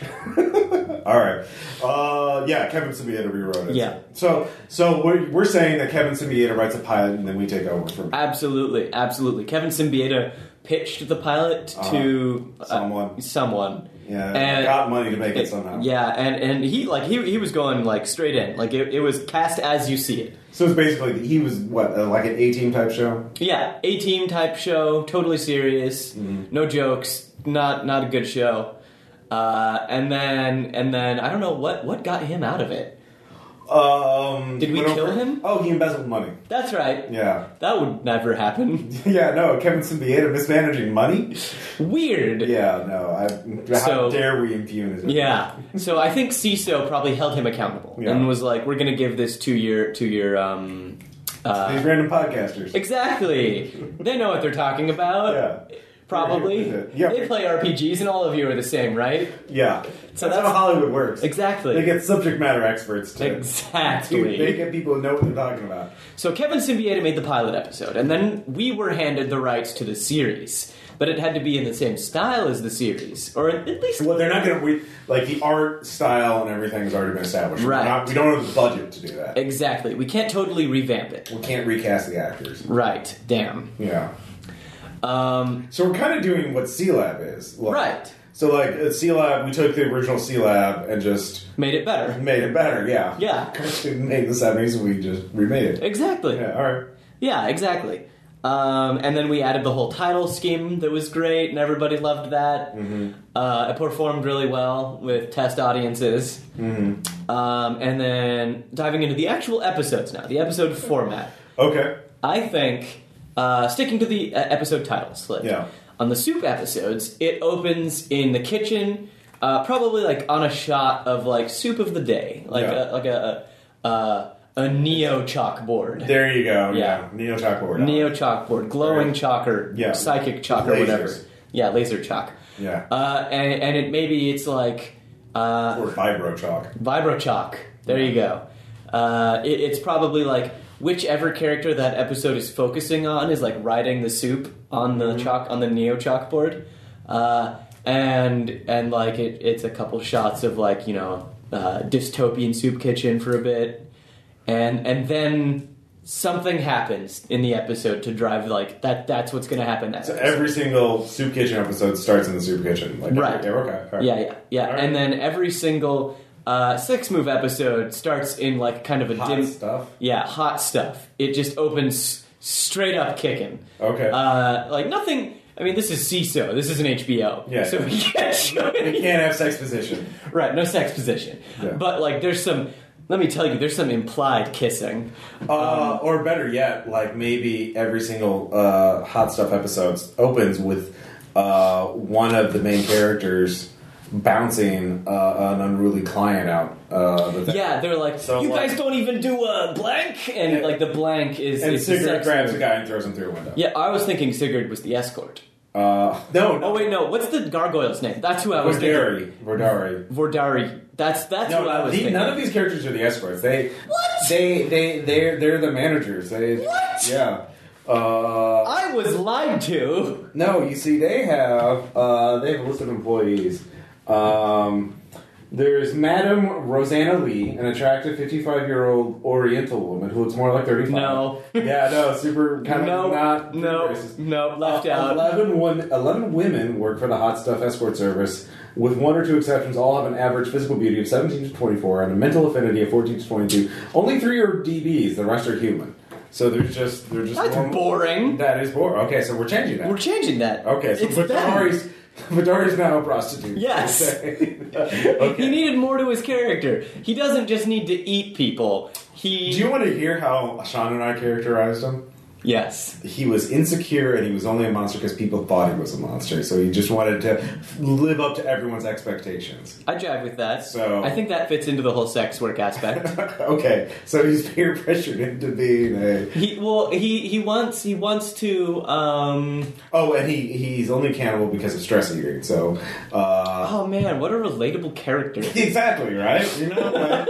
S1: All right. Uh, yeah, Kevin Simieta rewrote it.
S2: Yeah.
S1: So, so we're, we're saying that Kevin Simieta writes a pilot, and then we take over from
S2: Absolutely, absolutely. Kevin Symbieta pitched the pilot to
S1: Uh-huh.
S2: uh,
S1: Someone.
S2: someone.
S1: yeah.
S2: and-
S1: got money to make it somehow.
S2: Yeah, and, and he like he, he was going like straight in, like it, it was cast as you see it.
S1: So it's basically he was what uh, like an A team type show.
S2: Yeah, a team type show, totally serious,
S1: Mm-hmm.
S2: no jokes, not not a good show. Uh, and then and then I don't know what what got him out of it.
S1: Um,
S2: Did we
S1: went
S2: kill him?
S1: Oh, he embezzled money.
S2: That's right.
S1: Yeah, <laughs>
S2: That would never happen.
S1: yeah. No, Kevin Symbieta mismanaging
S2: <laughs>
S1: money.
S2: Weird.
S1: Yeah, no. I, how
S2: So-
S1: dare we impugn his?
S2: Yeah. So I think CISO probably held him accountable
S1: Yeah.
S2: and was like, "We're going to give this two year, two year." Um, uh,
S1: These random podcasters. <laughs>
S2: exactly. They know what they're talking about.
S1: Yeah.
S2: Probably.
S1: Yeah.
S2: They play RPGs, and all of you are the same, right?
S1: Yeah.
S2: So
S1: that's,
S2: that's-
S1: how Hollywood works.
S2: Exactly.
S1: They get subject matter experts to
S2: Exactly.
S1: They get people who know what they're talking about.
S2: So Kevin Symbieta made the pilot episode, and then we were handed the rights to the series, but it had to be in the same style as the series, or at least
S1: Well, they're not going to we like the art style and everything has already been established. We're
S2: Right.
S1: not- we don't have the budget to do that.
S2: exactly. We can't totally revamp it.
S1: We can't recast the actors.
S2: Right. Damn.
S1: Yeah.
S2: Um,
S1: So we're kind of doing what C Lab is, like-
S2: Right.
S1: So like at C Lab, we took the original C Lab and just
S2: made it better.
S1: made it better. Yeah, <laughs>
S2: Yeah.
S1: We made the seventies, we just remade it.
S2: Exactly.
S1: Yeah, all right.
S2: Yeah, exactly. Um, and then we added the whole title scheme that was great, and everybody loved that.
S1: Mm-hmm.
S2: Uh, it performed really well with test audiences.
S1: Mm-hmm.
S2: Um, and then diving into the actual episodes now, the episode format.
S1: Okay.
S2: I think uh, sticking to the uh, episode titles. Like,
S1: Yeah.
S2: On the soup episodes, it opens in the kitchen, uh, probably like on a shot of like soup of the day, like
S1: Yeah.
S2: a, like a uh, a neo chalkboard,
S1: There you go.
S2: Yeah.
S1: Yeah. Neo chalkboard.
S2: neo chalkboard, glowing
S1: Right.
S2: chalk or
S1: Yeah.
S2: psychic chalk or
S1: Laser.
S2: whatever. Yeah, laser chalk.
S1: Yeah.
S2: Uh, and, and it maybe it's like uh,
S1: or vibro chalk.
S2: Vibrochalk. There you go. Uh, it, it's probably like whichever character that episode is focusing on is like riding the soup on the
S1: Mm-hmm.
S2: chalk on the neo chalkboard, uh, and and like it, it's a couple shots of like you know uh, dystopian soup kitchen for a bit, and and then something happens in the episode to drive like that. That's what's gonna happen. That
S1: So
S2: episode.
S1: every single soup kitchen episode starts in the soup kitchen. Like,
S2: Right.
S1: Yeah, okay. all right.
S2: Yeah, yeah, yeah.
S1: Alright.
S2: And then every single uh, six move episode starts in like kind of a
S1: Hot
S2: dim,
S1: stuff.
S2: yeah, hot stuff. It just opens straight up kicking.
S1: Okay.
S2: Uh, like nothing. I mean, this is CISO. This isn't HBO.
S1: Yeah.
S2: So we can't show
S1: you
S2: any.
S1: can't have sex position.
S2: Right. No sex position.
S1: Yeah.
S2: But like, there's some. Let me tell you, there's some implied kissing.
S1: Uh, or better yet, like maybe every single uh, hot stuff episode opens with uh, one of the main characters bouncing uh, an unruly client out. Uh, the thing.
S2: Yeah, they're like,
S1: So,
S2: you
S1: like-
S2: guys don't even do a blank, and
S1: Yeah.
S2: like the blank is
S1: And
S2: is the
S1: Sigurd
S2: sex
S1: grabs
S2: move.
S1: a guy and throws him through a window.
S2: Yeah, I was thinking Sigurd was the escort.
S1: Uh, no,
S2: Oh
S1: no.
S2: wait, no. What's the gargoyle's name? That's who I was thinking.
S1: Vordari. Vordari.
S2: Vordari. That's that's
S1: No,
S2: who I was
S1: the-
S2: thinking.
S1: none of these characters are the escorts. They They they they're they're the managers. They
S2: What?
S1: Yeah. Uh,
S2: I was lied to.
S1: No, you see, they have uh, they have a list of employees. Um, there's Madam Rosanna Lee, an attractive 55 year old Oriental woman who looks more like 35.
S2: No.
S1: yeah, no, super kind of
S2: no,
S1: not
S2: no,
S1: racist.
S2: no, left
S1: Uh,
S2: out.
S1: 11, women, 11 women work for the Hot Stuff Escort Service, with one or two exceptions. All have an average physical beauty of 17 to 24 and a mental affinity of 14 to 22. Only three are DBs; the rest are human. So they're just they're just
S2: That's
S1: normal-
S2: boring.
S1: That is boring. Okay, so we're changing that.
S2: We're changing that.
S1: Okay, so
S2: it's them.
S1: Vidari's Vidari's now a prostitute.
S2: Yes.
S1: <laughs>
S2: He
S1: okay.
S2: needed more to his character. He doesn't just need to eat people. He
S1: Do you want to hear how Sean and I characterized him?
S2: yes.
S1: He was insecure and he was only a monster because people thought he was a monster, so he just wanted to live up to everyone's expectations. <laughs>
S2: I jive with that.
S1: So-
S2: I think that fits into the whole sex work aspect.
S1: <laughs> okay, so he's peer pressured into being a.
S2: he well, he he wants he wants to um
S1: Oh, and he he's only cannibal because of stress eating. So, uh,
S2: oh man, what a relatable character.
S1: exactly right. You know,
S2: <laughs>
S1: like,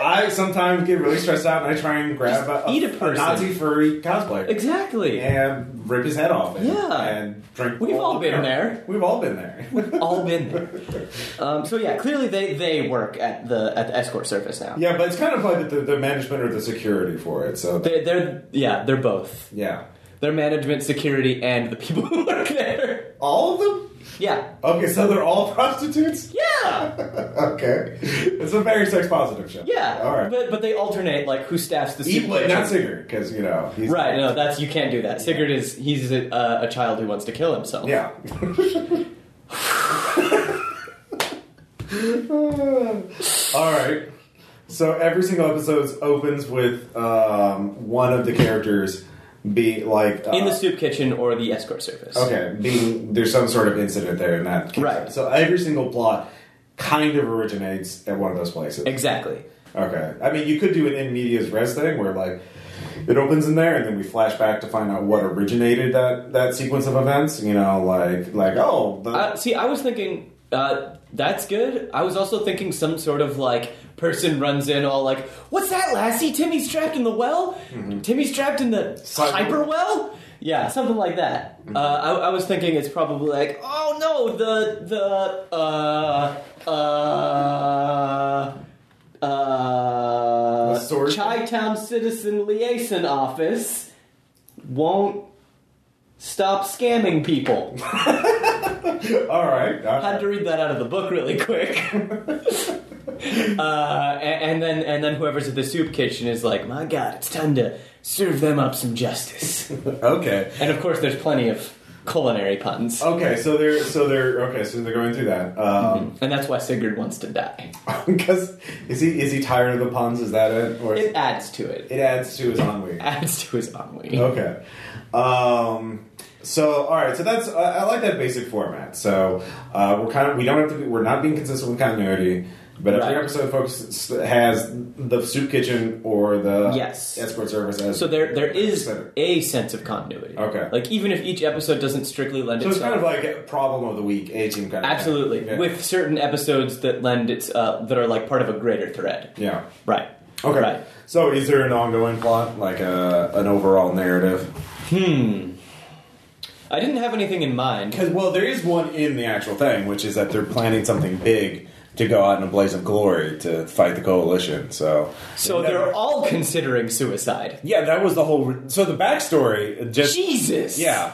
S1: I sometimes get really stressed out and I try and grab
S2: Just
S1: a,
S2: eat a
S1: a
S2: person.
S1: Nazi furry cosplayer.
S2: Exactly.
S1: and rip his head off. And,
S2: Yeah.
S1: and drink.
S2: We've all
S1: the beer.
S2: been there.
S1: We've all been there. <laughs>
S2: all been there. Um, so yeah, clearly they, they work at the at the escort service now.
S1: yeah, but it's kind of like the, the management or the security for it. So
S2: They're, they're yeah they're both
S1: yeah,
S2: they're management, security, and the people who work there.
S1: all of them.
S2: Yeah,
S1: Okay, so they're all <laughs> prostitutes.
S2: yeah,
S1: okay, it's a very sex positive show.
S2: yeah.
S1: all right.
S2: But but they alternate like who staffs the
S1: Eat
S2: soup
S1: Blade,
S2: kitchen.
S1: not Sigurd, because you know he's
S2: Right, no, that's you can't do that. Sigurd is he's a, uh, a child who wants to kill himself.
S1: Yeah. <laughs> All right. So every single episode opens with um, one of the characters be like uh,
S2: In the soup kitchen or the escort service.
S1: Okay, being there's some sort of incident there in that. case.
S2: Right.
S1: So every single plot kind of originates at one of those places.
S2: Exactly.
S1: Okay. I mean, you could do an in medias res thing where like it opens in there, and then we flash back to find out what originated that that sequence of events. You know, like like oh, the,
S2: Uh, see, I was thinking uh, that's good. I was also thinking some sort of like person runs in all like, "What's that, Lassie? Timmy's trapped in the well.
S1: Mm-hmm.
S2: Timmy's trapped in the
S1: Cyber-
S2: hyper well." Yeah, something like that.
S1: Mm-hmm.
S2: Uh, I, I was thinking it's probably like, "Oh no, the the uh uh." Uh,
S1: The sword-
S2: Chi Town Citizen Liaison Office won't stop scamming
S1: <laughs>
S2: people.
S1: all right.
S2: I had to read that out of the book really quick. <laughs> Uh, and, and then and then whoever's at the soup kitchen is like, my God, it's time to serve them up some
S1: <laughs>
S2: justice.
S1: Okay.
S2: and of course, there's plenty of culinary puns,
S1: Okay, so they're so they're okay, so they're going through that. <laughs> Um
S2: and that's why Sigurd wants to die.
S1: because is he is he tired of the puns? Is that it? Or is,
S2: It adds to it.
S1: it adds to his ennui.
S2: Adds to his ennui.
S1: Okay. Um, so, all right. So that's I, I like that basic format. So uh, we're kind of we don't have to be, we're not being consistent with continuity. But every
S2: Right.
S1: episode focuses has the soup kitchen or the
S2: Yes.
S1: escort service. As
S2: So there there is
S1: center.
S2: a sense of continuity.
S1: Okay.
S2: Like even if each episode doesn't strictly lend
S1: So it's
S2: itself
S1: kind of like a problem of the week, a team kind of
S2: absolutely
S1: thing. Yeah.
S2: with certain episodes that lend its uh, that are like part of a greater thread.
S1: yeah.
S2: Right.
S1: Okay.
S2: Right.
S1: So is there an ongoing plot, like a an overall narrative?
S2: I didn't have anything in mind.
S1: Because well, there is one in the actual thing, which is that they're planning something big to go out in a blaze of glory to fight the coalition. So,
S2: So
S1: That-
S2: they're all considering suicide.
S1: yeah, that was the whole. Re- so the backstory, uh, just
S2: Jesus.
S1: yeah.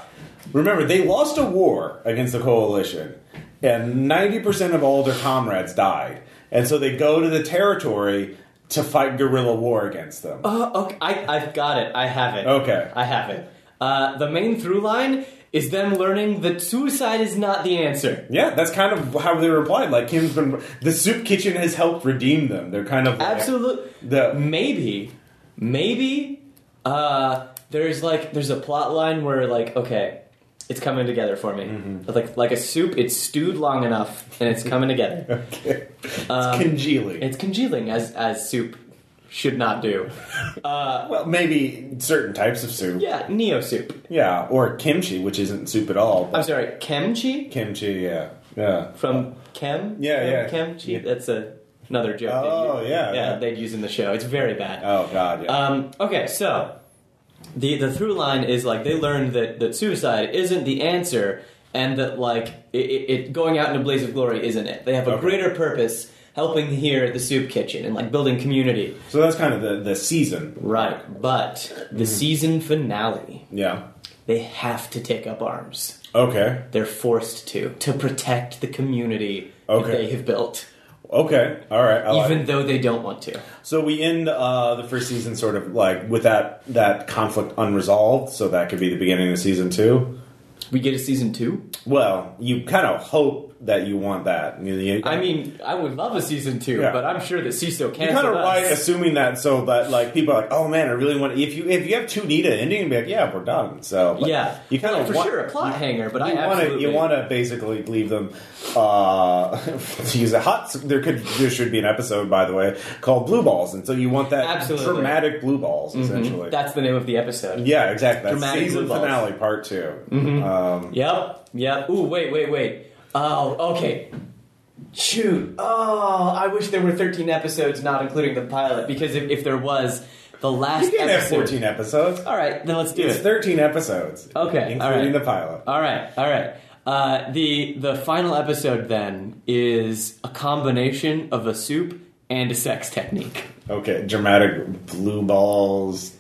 S1: Remember, they lost a war against the coalition, and ninety percent of all their comrades died, and so they go to the territory to fight guerrilla war against them.
S2: Uh, okay, I, I've got it. I have it.
S1: Okay.
S2: I have it. Uh, the main through line is them learning that suicide is not the answer.
S1: Yeah, that's kind of how they replied. Like Kim's been, the soup kitchen has helped redeem them. They're kind of like,
S2: Absolutely. <laughs>
S1: the
S2: maybe maybe uh there's like there's a plot line where like okay it's coming together for me like like a soup it's stewed long enough and it's
S1: <laughs>
S2: coming together
S1: it's
S2: Um,
S1: congealing.
S2: it's congealing as as soup should not do
S1: Well, maybe certain types of soup.
S2: yeah neo soup
S1: Yeah, or kimchi, which isn't soup at all. but
S2: i'm sorry kimchi
S1: kimchi, yeah, yeah.
S2: from kem
S1: Yeah,
S2: From
S1: yeah.
S2: kimchi
S1: Yeah.
S2: that's a another joke
S1: Oh,
S2: they'd,
S1: yeah,
S2: yeah
S1: yeah.
S2: they'd use in the show it's very bad
S1: Oh God, yeah.
S2: Um, okay, so the the through line is like they learned that that suicide isn't the answer, and that like it, it, it going out in a blaze of glory isn't it. They have a
S1: Okay.
S2: greater purpose, helping here at the soup kitchen and like building community.
S1: so that's kind of the the season.
S2: Right, but
S1: Mm-hmm.
S2: the season finale,
S1: Yeah.
S2: they have to take up arms.
S1: Okay.
S2: They're forced to to protect the community
S1: Okay.
S2: that they have built,
S1: Okay. All right. I like
S2: even
S1: it.
S2: though they don't want to.
S1: so we end uh, the first season sort of like with that that conflict unresolved. So that could be the beginning of season two.
S2: We get a season two.
S1: Well, you kind of hope that you want that. You- you-
S2: I mean, I would love a season two,
S1: Yeah.
S2: but I'm sure that CISO
S1: You're
S2: can't.
S1: kind of right, assuming that so that like people are like, oh man, I really want. If you if you have two Nita ending, you'd be like, yeah, we're done. So but
S2: yeah,
S1: you kind
S2: Like,
S1: of
S2: for sure a plot hanger, but I
S1: You want to
S2: absolutely
S1: you want to basically leave them. Uh, <laughs> to use a hot. There could there should be an episode by the way called Blue Balls, and so you want that
S2: Absolutely.
S1: dramatic Blue Balls essentially.
S2: That's the name of the episode.
S1: yeah, exactly. That's
S2: Dramatic
S1: season
S2: Blue Balls.
S1: finale
S2: Mm-hmm.
S1: part 2 Um,
S2: Yep. Yep. Ooh, wait, wait, wait. Oh, okay. Shoot. Oh, I wish there were 13 episodes, not including the pilot, because if, if there was, the last
S1: you can't have
S2: episode.
S1: fourteen episodes.
S2: All right, then let's do
S1: It's
S2: it.
S1: thirteen episodes.
S2: Okay,
S1: including
S2: all right.
S1: the pilot.
S2: All right, all right. Uh, the the final episode then is a combination of a soup and a sex technique.
S1: Okay, dramatic blue balls.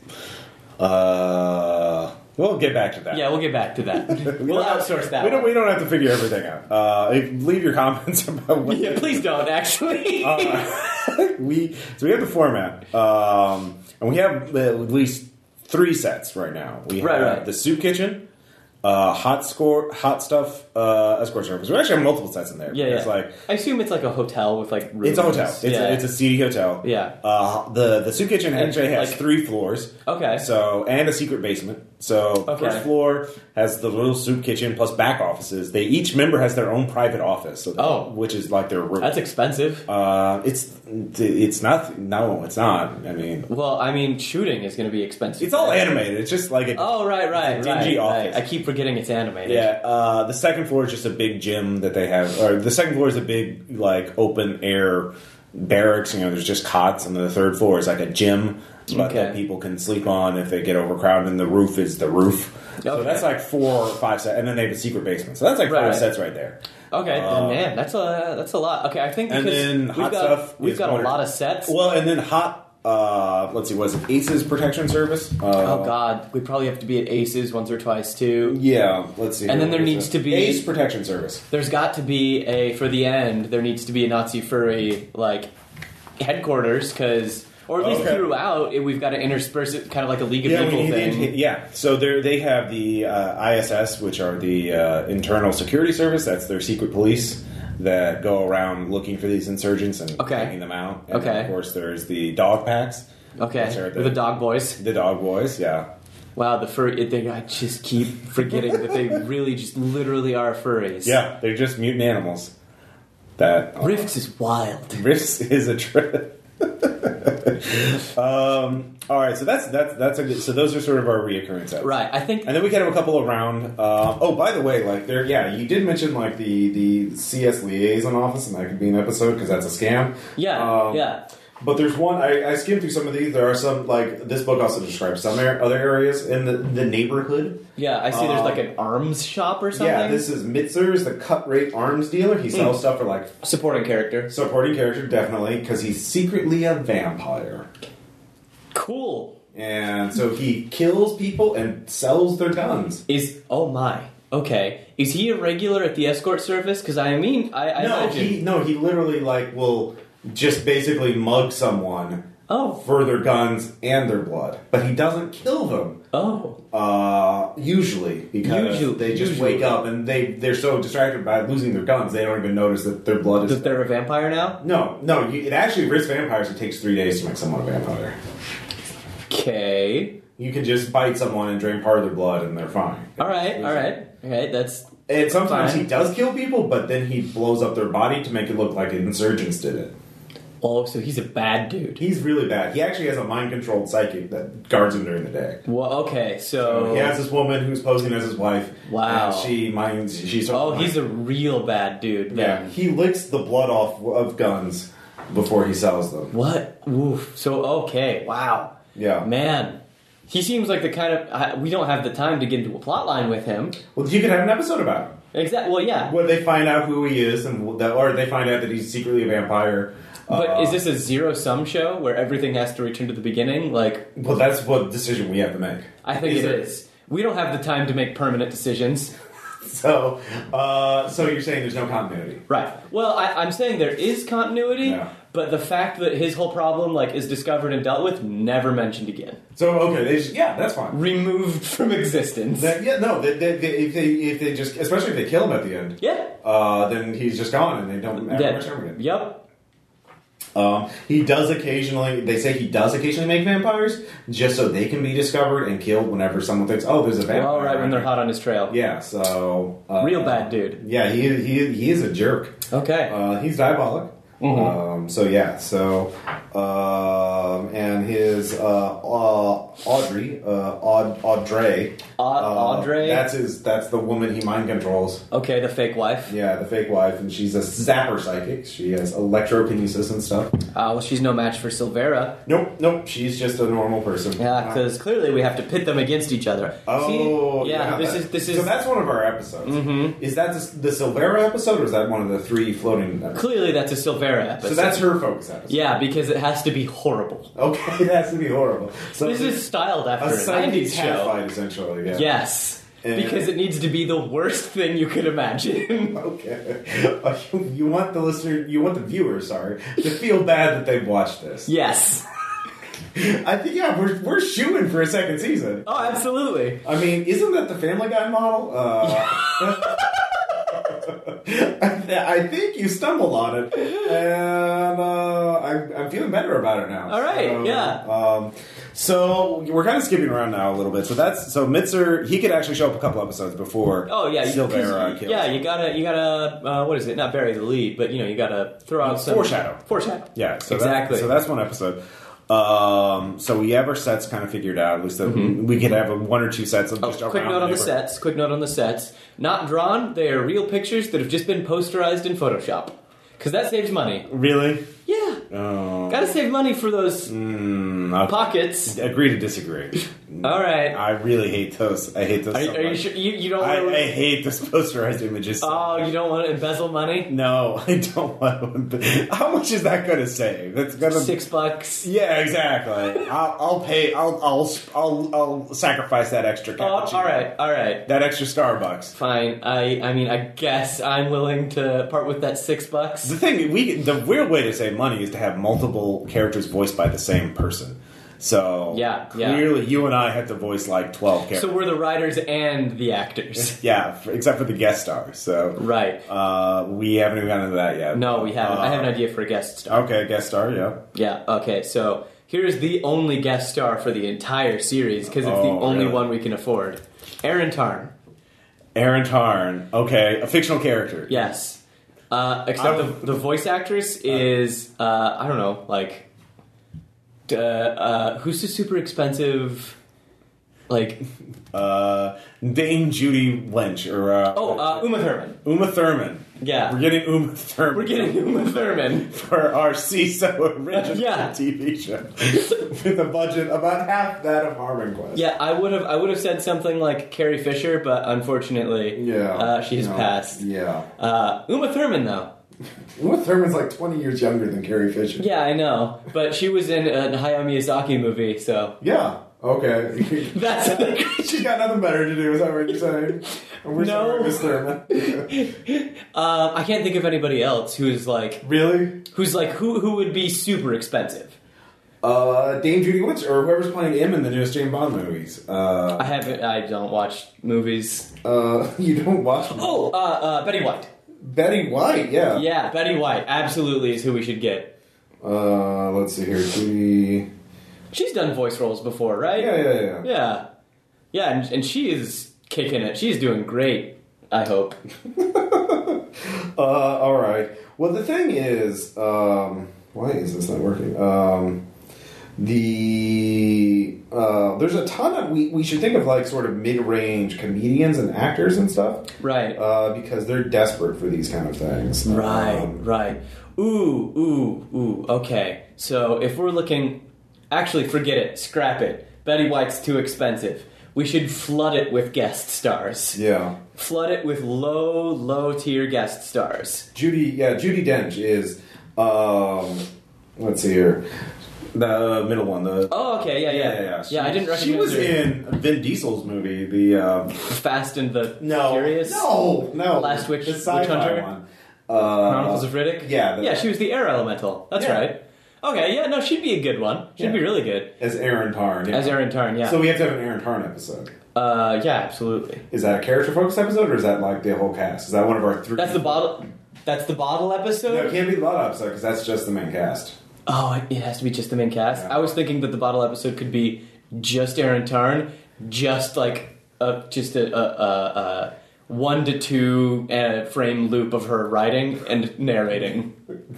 S1: Uh, we'll get back to that.
S2: Yeah, we'll get back to
S1: <laughs>
S2: that.
S1: We
S2: we'll
S1: don't-
S2: outsource that.
S1: We don't.
S2: one.
S1: We don't have to figure everything out. Uh, if- leave your comments <laughs> about what.
S2: Yeah, please
S1: <laughs>
S2: don't. Actually,
S1: Uh, we so we have the format, um, and we have at least three sets right now. We have
S2: Right, right.
S1: the soup kitchen, uh, hot score, hot stuff, uh, escort service. We actually have multiple sets in there.
S2: yeah, yeah.
S1: it's like
S2: I assume it's like a hotel with like rooms.
S1: it's a hotel. It's,
S2: yeah.
S1: a, it's a seedy hotel.
S2: Yeah.
S1: Uh, the the soup kitchen actually has
S2: like-
S1: three floors.
S2: Okay.
S1: So and a secret basement. So
S2: Okay.
S1: first floor has the little soup kitchen plus back offices. They each member has their own private office. So
S2: Oh.
S1: which is like their room.
S2: That's expensive.
S1: uh, it's it's not no, it's not. I mean,
S2: well, I mean, shooting is going to be expensive.
S1: it's all animated. It's just like a
S2: Oh right, right,
S1: It's a dingy
S2: right, right.
S1: office.
S2: I keep forgetting it's animated.
S1: Yeah, uh, the second floor is just a big gym that they have, or the second floor is a big like open air barracks. You know, there's just cots, and then the third floor is like a gym but
S2: Okay.
S1: that people can sleep on if they get overcrowded. And the roof is the roof, so
S2: Okay.
S1: that's like four or five sets, and then they have a secret basement. So that's like
S2: Right.
S1: five sets right there.
S2: Okay,
S1: Uh,
S2: man, that's a that's a lot. Okay, I think
S1: and
S2: because
S1: then
S2: we've
S1: hot
S2: got
S1: stuff
S2: we've
S1: is
S2: got a
S1: one-
S2: lot of sets.
S1: Well, and then hot uh, let's see, was it Ace's Protection Service? Uh,
S2: Oh God, we probably have to be at Aces once or twice too.
S1: Yeah, let's see.
S2: And then there
S1: What is
S2: needs
S1: it?
S2: to be-
S1: Ace Protection Service.
S2: There's got to be a for the end. There needs to be a Nazi furry like headquarters because, or at least
S1: Okay.
S2: throughout, it, we've got to intersperse it kind of like a League of
S1: Yeah, we
S2: Evil
S1: need the
S2: thing.
S1: <laughs> in- yeah. So there, they have the uh, ISS, which are the uh, Internal Security Service. That's their secret police that go around looking for these insurgents and
S2: Okay.
S1: taking them out. And
S2: Okay.
S1: Of course, there's the dog packs. Those
S2: okay,
S1: are
S2: with the dog boys.
S1: The dog boys. Yeah.
S2: Wow, the furry. They, I just keep forgetting that
S1: <laughs>
S2: they really just literally are furries.
S1: Yeah. They're just mutant animals. That
S2: Rifts is wild.
S1: Riffs <laughs> is a trip. um, all right, so that's that's that's a good. So those are sort of our reoccurring sets,
S2: Right, I think.
S1: And then we can have a couple around. Uh, oh, by the way, like there, yeah, you did mention like the the CS liaison office, and that could be an episode because that's a scam.
S2: Yeah,
S1: Um,
S2: yeah.
S1: But there's one I, I skimmed through some of these. There are some like this book also describes some ar- other areas in the the neighborhood.
S2: Yeah, I see there's
S1: Um,
S2: like an arms shop or something.
S1: Yeah, this is Mitzer's, the cut rate arms dealer. He
S2: Hmm.
S1: sells stuff for like
S2: supporting character.
S1: supporting character definitely because he's secretly a vampire.
S2: Cool.
S1: And so he kills people and sells their guns.
S2: Is oh my. Okay. Is he a regular at the escort service? Because I mean, I, I
S1: no,
S2: imagine.
S1: he no, he literally like will just basically mug someone
S2: Oh.
S1: for their guns and their blood, but he doesn't kill them.
S2: Oh.
S1: Uh, usually because
S2: Usually-
S1: they just
S2: usually.
S1: wake up and they they're so distracted by losing their guns they don't even notice that their blood is.
S2: That they're a vampire now.
S1: no, no, you, it actually risks vampires. It takes three days to make someone a vampire.
S2: Okay.
S1: You can just bite someone and drain part of their blood, and they're fine.
S2: All right. All right. All right. That's
S1: And sometimes
S2: Uh, Fine.
S1: he does kill people, but then he blows up their body to make it look like insurgents did it.
S2: oh. So he's a bad dude.
S1: He's really bad. He actually has a mind controlled psychic that guards him during the day.
S2: Well. Okay. So.
S1: He has this woman who's posing as his wife.
S2: Oh. Wow.
S1: And she minds. She's
S2: Oh, he's a real bad dude.
S1: yeah.
S2: Then.
S1: He licks the blood off of guns before he sells them.
S2: What? Oof. So okay. Wow.
S1: Yeah.
S2: Man. He seems like the kind of I, we don't have the time to get into a plot line with him.
S1: Well, you could have an episode about him
S2: Exactly. Well, yeah.
S1: where they find out who he is, and that, or they find out that he's secretly a vampire.
S2: But
S1: Uh,
S2: is this a zero sum show where everything has to return to the beginning? Like,
S1: Well, that's what decision we have to make. <laughs>
S2: I think it
S1: Either-
S2: is. We don't have the time to make permanent decisions.
S1: So, uh, so you're saying there's no continuity.
S2: Right. Well, I, I'm saying there is continuity,
S1: Yeah.
S2: but the fact that his whole problem like is discovered and dealt with, never mentioned again,
S1: So okay, they just, yeah, that's fine.
S2: removed from existence.
S1: That, yeah, no, they, they, they, if they if they just especially if they kill him at the end,
S2: yeah.
S1: uh, then he's just gone and they don't ever
S2: Dead.
S1: return him.
S2: Yep.
S1: Um, he does occasionally. They say he does occasionally make vampires just so they can be discovered and killed whenever someone thinks, oh, there's a vampire.
S2: All right. When they're hot on his trail.
S1: Yeah. So uh,
S2: Real bad dude.
S1: Yeah, he he he is a jerk.
S2: Okay.
S1: Uh, he's diabolic.
S2: Mm-hmm.
S1: Um, so yeah, so um, and his uh, uh, Audrey, uh, Aud- Audrey,
S2: Aud-
S1: uh,
S2: Audrey?
S1: That's his. That's the woman he mind controls.
S2: okay. The fake wife.
S1: Yeah, the fake wife, and she's a zapper psychic. She has electrokinesis and stuff.
S2: Uh, well, she's no match for Silvera.
S1: Nope, nope. She's just a normal person.
S2: Yeah, because clearly we have to pit them against each other.
S1: Uh, Oh
S2: See? yeah. This
S1: that-
S2: is this
S1: so
S2: is Mm-hmm.
S1: that's one of our episodes. Is that the, the Silvera episode, or is that one of the three floating? Episodes?
S2: Clearly, that's a Silvera episode.
S1: So that's her focus episode.
S2: yeah, because it has to be horrible.
S1: Okay, <laughs> that's gonna be horrible. So
S2: This is styled
S1: a
S2: after a
S1: psychic
S2: nineties
S1: cat
S2: show.
S1: fight, essentially. Yeah.
S2: Yes,
S1: And-
S2: because it needs to be the worst thing you could
S1: <laughs>
S2: imagine. <laughs>
S1: Okay. Uh, you want the listener, you want the viewer, sorry, to feel bad that they've watched this.
S2: yes.
S1: I think yeah, we're we're shooting for a second season.
S2: Oh, absolutely.
S1: I mean, isn't that the Family Guy model?
S2: <laughs>
S1: Uh, I, th- I think you stumbled on it, and uh, I'm, I'm feeling better about it now.
S2: All right,
S1: So,
S2: yeah.
S1: Um, so we're kind of skipping around now a little bit. So that's so Mitzer. He could actually show up a couple episodes before.
S2: Oh yeah, you, 'cause
S1: Silvera
S2: you-
S1: kills.
S2: yeah. You gotta, you gotta. Uh, what is it? Not bury the lead, but you know, you gotta throw out some
S1: Foreshadow.
S2: Foreshadow.
S1: Yeah, so that-
S2: exactly.
S1: so that's one episode. Um, so we have our sets kind of figured out. At least that we could have one or two sets of
S2: Mm-hmm. Oh,
S1: just
S2: quick
S1: around
S2: note on the
S1: neighborhood.
S2: sets. Quick note on the sets. Not drawn. They are real pictures that have just been posterized in Photoshop. Because that saves money.
S1: Really?
S2: Yeah.
S1: Oh.
S2: Gotta save money for those
S1: Mm, okay.
S2: pockets.
S1: Agree to disagree.
S2: All right.
S1: I really hate those. I hate those.
S2: Are,
S1: so
S2: are you
S1: much.
S2: sure you, you don't
S1: I,
S2: want
S1: I
S2: to?
S1: hate those <laughs> posterized images. so
S2: Oh, you don't want to embezzle money?
S1: No, I don't want to. How much is that going to save? That's going to
S2: Six bucks.
S1: Yeah, exactly. I'll, I'll pay. I'll, I'll I'll I'll sacrifice that extra.
S2: Oh,
S1: Cappuccino.
S2: all right, all right,
S1: That extra Starbucks.
S2: fine. I I mean, I guess I'm willing to part with that six bucks.
S1: The thing we the weird way to save money is to have multiple characters voiced by the same person. So
S2: Yeah, yeah.
S1: clearly you and I have to voice like twelve characters.
S2: So we're the writers and
S1: <laughs>
S2: the actors.
S1: yeah, for, except for the guest stars. So
S2: Right.
S1: uh, we haven't even gotten into that yet. Uh,
S2: No, we haven't. I have an idea for a guest star.
S1: Okay, guest star. Yeah.
S2: Yeah, okay, so here's the only guest star for the entire series because it's the
S1: Oh,
S2: only
S1: really?
S2: one we can afford. Aaron Tarn,
S1: Aaron Tarn. Okay, a fictional character.
S2: yes. Uh, except
S1: I'm-
S2: the, the voice actress is, uh, I don't know, like. d- Uh, uh, who's the super expensive. Like.
S1: Uh, Dame Judy Lynch or uh,
S2: Oh, uh, Uma Thurman.
S1: Uma Thurman.
S2: Yeah.
S1: We're getting Uma Thurman.
S2: We're getting <laughs> Uma
S1: <laughs>
S2: Thurman.
S1: for our CISO original
S2: Yeah.
S1: TV show with a budget about half that of Harmon Quest.
S2: Yeah, I would have I would have said something like Carrie Fisher, but unfortunately,
S1: Yeah.
S2: uh, she has
S1: No.
S2: passed.
S1: Yeah.
S2: Uh, Uma Thurman, though,
S1: Uma Thurman's like 20 years younger than Carrie Fisher.
S2: Yeah, I know, but she was in a Hayao Miyazaki movie, so
S1: Yeah. Okay. <laughs>
S2: that's <laughs>
S1: She's got nothing better to do, is that what you're saying? I wish I
S2: No.
S1: were Miss Thurman.
S2: Uh, I can't think of anybody else who's like
S1: really?
S2: who's like who who would be super expensive.
S1: Uh, Dame Judy Lynch, or whoever's playing M in the newest James Bond movies. Uh,
S2: I haven't. I don't watch movies.
S1: uh, <laughs> you don't watch them.
S2: Oh, uh, uh, Betty White.
S1: Betty White, yeah.
S2: Yeah, Betty White absolutely is who we should get.
S1: Uh, let's see here. Judy.
S2: She's done voice roles before, right?
S1: Yeah, yeah, yeah.
S2: Yeah, yeah, and, and she is kicking it. She's doing great. I hope.
S1: Uh, all right. Well, the thing is, um, why is this not working? Um, the uh, there's a ton of we, we should think of like sort of mid range comedians and actors and stuff
S2: Right.
S1: uh, because they're desperate for these kind of things.
S2: Right,
S1: Um,
S2: right. Ooh, ooh, ooh. Okay. So if we're looking, actually, forget it. Scrap it. Betty White's too expensive. We should flood it with guest stars.
S1: yeah.
S2: Flood it with low, low tier guest stars.
S1: Judy. Yeah. Judy Dench is. Um, let's see here. The uh, middle one. The
S2: Oh, okay. Yeah, yeah, I didn't recognize
S1: She was
S2: her.
S1: in Vin Diesel's movie. The um,
S2: Fast and the
S1: No.
S2: Furious.
S1: No. No.
S2: Last Witch-
S1: The sci-fi
S2: Witch Hunter?
S1: One. Uh,
S2: Chronicles of Riddick.
S1: yeah, the-
S2: yeah. She was the air elemental. That's
S1: Yeah.
S2: right. Okay. Yeah. No, she'd be a good one. She'd
S1: Yeah.
S2: be really good
S1: As Aaron Tarn. yeah.
S2: as Aaron Tarn. Yeah.
S1: So we have to have an Aaron Tarn episode.
S2: uh, yeah. Absolutely.
S1: Is that a character focused episode or is that like the whole cast? Is that one of our three?
S2: That's the bottle. That's the bottle episode.
S1: No, it can't be the lot episode because that's just the main cast.
S2: Oh, it- it has to be just the main cast.
S1: Yeah.
S2: I was thinking that the bottle episode could be just Aaron Tarn, just like a just a, a, a, a one to two uh, frame loop of her writing and narrating.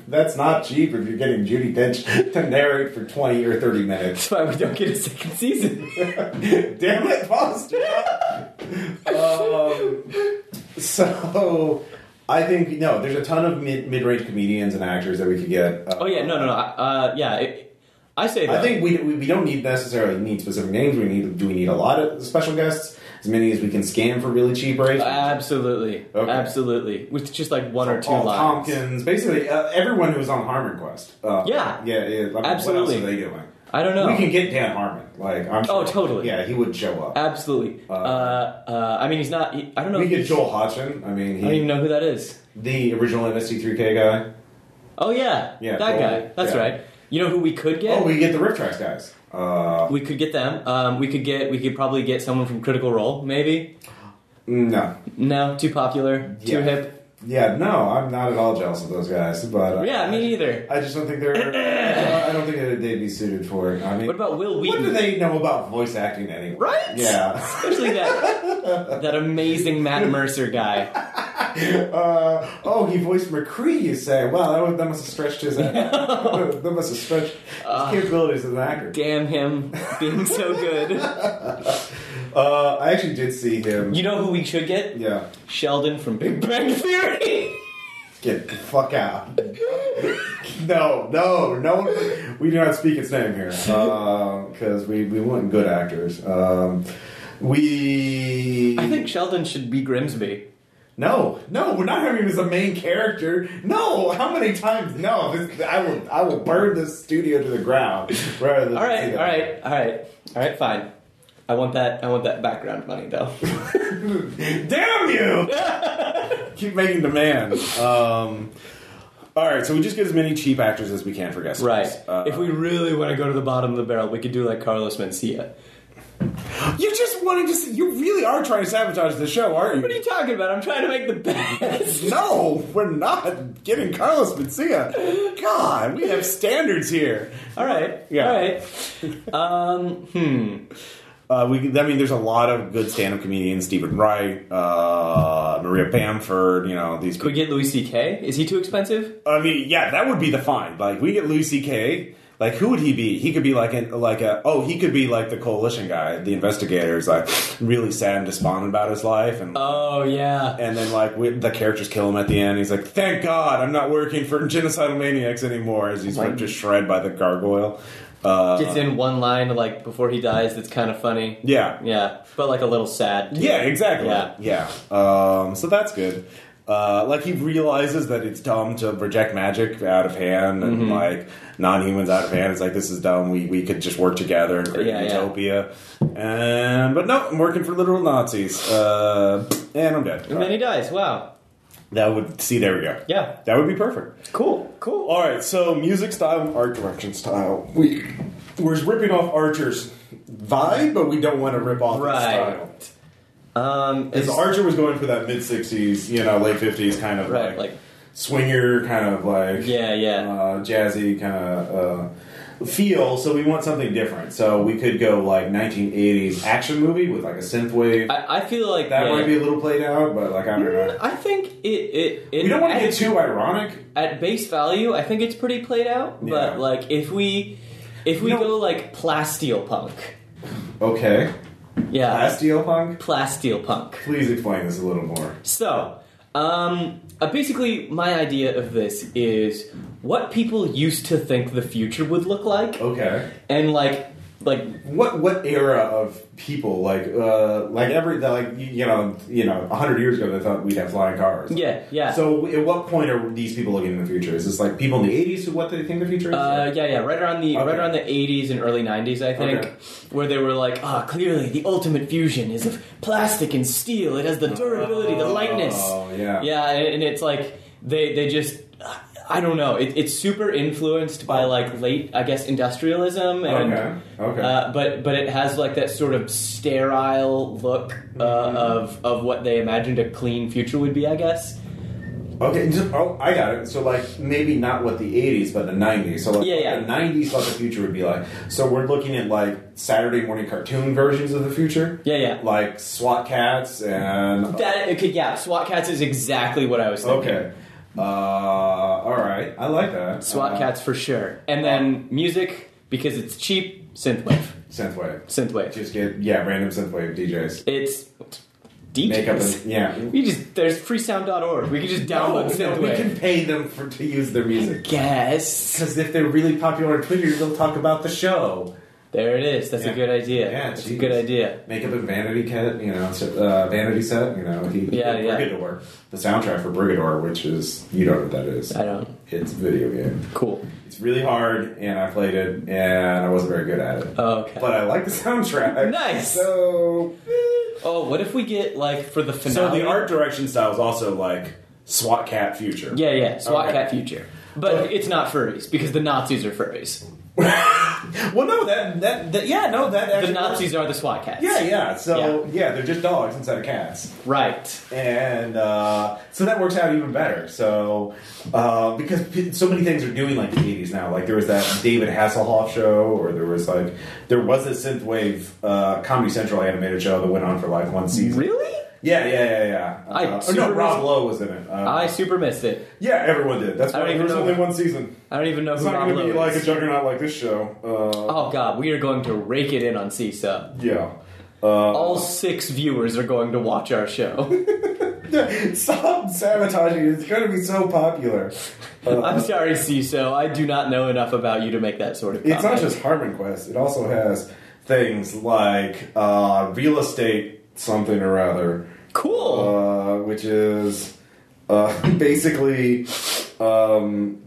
S1: That's not cheap if you're getting Judy Dench <laughs> to narrate for 20 or 30 minutes. <laughs>
S2: That's why we don't get a second season. <laughs>
S1: Damn it, Foster! um, so, I think, no, there's a ton of mid- mid-range comedians and actors that we could get. Uh,
S2: oh yeah, no, no, no. Uh, yeah, it, I say that.
S1: I think we, we, we don't need necessarily need specific names. We need do we need a lot of special guests? As many as we can scan for really cheap rates.
S2: Uh, absolutely,
S1: Okay.
S2: absolutely, with just like one or two
S1: Paul
S2: lines.
S1: Tompkins, basically uh, everyone who was on Harmon Quest. Uh,
S2: Yeah.
S1: yeah, yeah. I mean,
S2: Absolutely.
S1: What else are they doing?
S2: I don't know.
S1: We can get Dan Harmon. Like, I'm
S2: Oh,
S1: sure-
S2: totally.
S1: Yeah, he would show up.
S2: Absolutely. Uh, uh, I mean, he's not. He, I don't know.
S1: we
S2: if
S1: get
S2: he's-
S1: Joel Hodgson. I mean,
S2: I don't even
S1: he,
S2: know who that is.
S1: the original MST3K guy.
S2: Oh yeah,
S1: Yeah, Joel.
S2: that guy. That's
S1: Yeah.
S2: right. You know who we could get?
S1: Oh, we get the Rift Tracks guys. Uh,
S2: We could get them. Um, we could get. We could probably get someone from Critical Role. Maybe
S1: mm, no.
S2: no, too popular,
S1: Yeah.
S2: too hip.
S1: Yeah, no, I'm not at all jealous of those guys. But uh,
S2: Yeah, me neither.
S1: I just don't think
S2: <laughs>
S1: they're. I don't think that they'd be suited for it. I mean,
S2: What about Will
S1: what
S2: Wheaton?
S1: do they know about voice acting anyway?
S2: Right?
S1: Yeah.
S2: Especially that that amazing Matt Mercer guy.
S1: Uh, oh, he voiced McCree. You say? Wow, that, was- that must have stretched
S2: <laughs>
S1: his. <laughs> that must have stretched his
S2: Uh,
S1: capabilities as an actor.
S2: Damn him being so good.
S1: Uh, I actually did see him.
S2: You know who we should get?
S1: yeah.
S2: Sheldon from Big Bang Theory.
S1: Get the fuck out. <laughs> no, no, no one. We do not speak its name
S2: <laughs>
S1: here because we, we want good actors. Um, we.
S2: I think Sheldon should be Grimsby.
S1: No, no, we're not having him as a main character. No, how many times? No, this, I will, I will burn this studio to the ground. Rather than
S2: All right, all right, all right, all right. Fine. I want that. I want that background money
S1: <laughs>
S2: though.
S1: Damn you!
S2: <laughs>
S1: Keep making demands. Um, all right, so we just get as many cheap actors as we can for guest
S2: right.
S1: stars. Uh,
S2: if we really want to go to the bottom of the barrel, we could do like Carlos Mencia.
S1: you just wanted to, see, you really are trying to sabotage the show, aren't you?
S2: What are you talking about? I'm trying to make the best. <laughs>
S1: no, we're not getting Carlos Mencia. God, we have standards here.
S2: all right.
S1: Yeah.
S2: All right. Um. Hmm.
S1: Uh, we, I mean, there's a lot of good stand-up comedians: Stephen Wright, uh, Maria Bamford. You know, these.
S2: Could we get Louis C.K.? Is he
S1: <laughs>
S2: too expensive?
S1: I mean, yeah, that would be the find. Like, we get Louis C.K. Like, who would he be? He could be like an like a oh, he could be like the coalition guy, the investigator is like really sad and despondent about his life, and
S2: Oh yeah.
S1: and then like we, the characters kill him at the end. He's like, thank God, I'm not working for genocidal maniacs anymore, as he's
S2: Oh my-
S1: ripped to shred by the gargoyle. Uh,
S2: Gets in one line like before he dies. That's kind of funny.
S1: yeah,
S2: Yeah, but like a little sad. too.
S1: Yeah, exactly. Yeah. Um, so that's good. Uh, like he realizes that it's dumb to reject magic out of hand and
S2: Mm-hmm.
S1: like non-humans out of hand. It's like this is dumb. We we could just work together and create
S2: Yeah, yeah.
S1: utopia. And but no, I'm working for literal Nazis. Uh, and I'm dead.
S2: And then he dies. Wow.
S1: that would see. There we go.
S2: Yeah.
S1: That would be perfect.
S2: Cool. Cool.
S1: All right, so music style and art direction style. We we're ripping off Archer's vibe, but we don't want to rip off
S2: Right.
S1: his style.
S2: Um,
S1: Because
S2: is-
S1: Archer was going for that mid '60s, you know, late '50s kind of
S2: right,
S1: like,
S2: like
S1: swinger, kind of like
S2: yeah, yeah,
S1: uh, jazzy kind of uh, feel. So we want something different. So we could go like 1980s action movie with like a synth wave.
S2: I, I feel like
S1: that
S2: yeah. Mm-hmm.
S1: might be a little played out, but like I don't know.
S2: I think it it, it
S1: We don't want to
S2: at,
S1: get too ironic.
S2: at base value. I think it's pretty played out,
S1: Yeah.
S2: but like if we if we
S1: You know-
S2: go like plasteel punk, Uh,
S1: Okay,
S2: yeah,
S1: Pasteel punk.
S2: plasteel punk.
S1: Please explain this a little more.
S2: So, um, uh, basically, my idea of this is what people used to think the future would look like,
S1: Okay.
S2: and like like
S1: What what era of people like uh like every like you, you know you know hundred years ago they thought we'd have flying cars
S2: yeah yeah.
S1: So, at what point are these people looking in the future? Is this like people in the '80s who what they think the future is?
S2: Uh, yeah, yeah, right around the
S1: Okay.
S2: right around the 80s and early 90s, I think,
S1: Okay.
S2: where they were like, ah, clearly the ultimate fusion is of plastic and steel. It has the durability, the lightness.
S1: Oh, yeah.
S2: yeah, and, and it's like they they just. I don't know. It, it's super influenced by like late, I guess, industrialism, and
S1: Okay, okay.
S2: Uh, but but it has like that sort of sterile look uh,
S1: Mm-hmm.
S2: of of what they imagined a clean future would be, I guess.
S1: Okay. so- oh, I got it. So, like maybe not what the '80s, but the '90s. So, like
S2: Yeah,
S1: what
S2: yeah.
S1: the '90s, what the future would be like. So, we're looking at like Saturday morning cartoon versions of the future.
S2: Yeah, yeah.
S1: Like SWAT cats and
S2: That okay, yeah, SWAT cats is exactly what I was thinking.
S1: okay. Uh, all right, I like that.
S2: SWAT
S1: uh,
S2: cats for sure. And then music because it's cheap synthwave.
S1: synthwave.
S2: Synthwave.
S1: Just get yeah, random synthwave DJs.
S2: It's
S1: Makeup
S2: DJs.
S1: and yeah.
S2: We just there's freesound.org. We can just download
S1: No, no, we can
S2: synthwave.
S1: pay them for to use their music.
S2: Guess
S1: Because if they're really popular on Twitter, they'll talk about the show.
S2: there it is. That's
S1: Yeah.
S2: a good idea.
S1: Yeah,
S2: That's a
S1: geez.
S2: good idea.
S1: Make up a vanity cat, you know, so- uh, vanity set, you know. He,
S2: Yeah, yeah.
S1: Brigador, the soundtrack for Brigador, which is you know what that is.
S2: I don't.
S1: It's a video game.
S2: Cool.
S1: It's really hard, and I played it, and I wasn't very good at it.
S2: Oh, okay.
S1: But I like the soundtrack.
S2: Nice.
S1: So, eh.
S2: oh, what if we get like for the
S1: so
S2: finale?
S1: the art direction style is also like SWAT cat future.
S2: Yeah, yeah. SWAT
S1: Okay.
S2: cat future. But it's not furries because the Nazis are furries.
S1: Well, no, that that, that yeah, no, that
S2: The
S1: actually
S2: Nazis are the SWAT cats.
S1: Yeah, yeah. So yeah, they're just dogs inside of cats.
S2: Right.
S1: and uh, so that works out even better. So uh, because p- so many things are doing like the '80s now, like there was that David Hasselhoff show, or there was like there was a synthwave uh, Comedy Central animated show that went on for like one season.
S2: Really?
S1: Yeah, yeah, yeah, yeah. Uh,
S2: I
S1: or no,
S2: super-
S1: Rob Lowe was in it. Uh,
S2: I super missed it.
S1: yeah, everyone did. That's
S2: I don't
S1: why there
S2: even
S1: was
S2: know
S1: only
S2: that.
S1: one season.
S2: I don't even know
S1: It's
S2: who
S1: not
S2: Rob
S1: going to be
S2: Lowe
S1: like
S2: is.
S1: a juggernaut like this show. Uh,
S2: Oh god, we are going to rake it in on CISA.
S1: Yeah. Uh,
S2: All six viewers are going to watch our show.
S1: <laughs>
S2: <laughs>
S1: Stop sabotaging it. It's going to be so popular. <laughs> Uh,
S2: I'm sorry, CISO. I do not know enough about you to make that sort of comment.
S1: It's not just Harmon Quest. It also has things like uh, real estate something or other,
S2: cool.
S1: uh, which is uh, <laughs> basically um,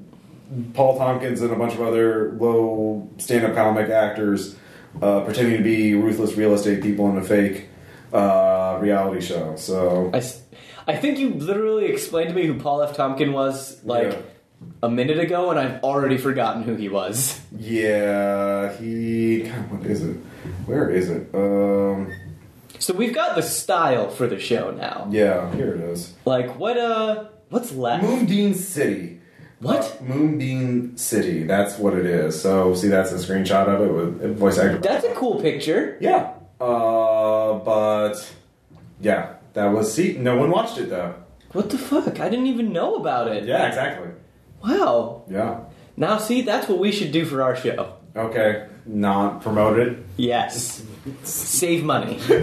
S1: Paul Tompkins and a bunch of other low stand-up comic actors uh, pretending to be ruthless real estate people in a fake uh, reality show. So
S2: I, s- I think you literally explained to me who Paul F. Tompkin was like
S1: Yeah.
S2: a minute ago, and I've already forgotten who he was.
S1: yeah, he. God, what is it? Where is it? Um,
S2: So we've got the style for the show now.
S1: yeah, here it is.
S2: Like what? Uh, what's left?
S1: Moonbeam City.
S2: What?
S1: Uh, Moonbeam City. That's what it is. So see, that's a screenshot of it with a voice actor.
S2: That's a cool picture.
S1: yeah. Uh, but yeah, that was see. No one watched it though.
S2: What the fuck? I didn't even know about it.
S1: Yeah, exactly.
S2: Wow.
S1: Yeah.
S2: Now see, that's what we should do for our show.
S1: Okay. Not promoted.
S2: Yes. Save money.
S1: <laughs> so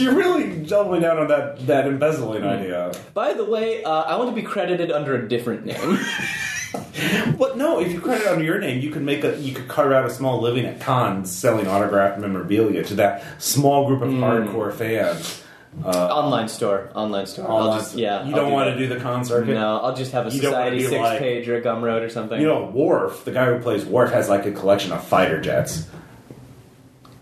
S1: you're really doubling down on that that embezzling idea.
S2: By the way, uh, I want to be credited under a
S1: <laughs>
S2: different name.
S1: But no, if you credit under your name, you could make a you could carve out a small living at cons selling autographed memorabilia to that small group of hardcore fans.
S2: online store. Online store. I'll
S1: Online-
S2: just- yeah.
S1: you
S2: I'll
S1: don't
S2: do
S1: want
S2: that.
S1: to do the con circuit.
S2: No, I'll just have a
S1: You don't wanna
S2: Society
S1: be
S2: six
S1: like-
S2: page or a Gumroad or something.
S1: You know, Worf, the guy who plays Worf, has like a collection of fighter jets.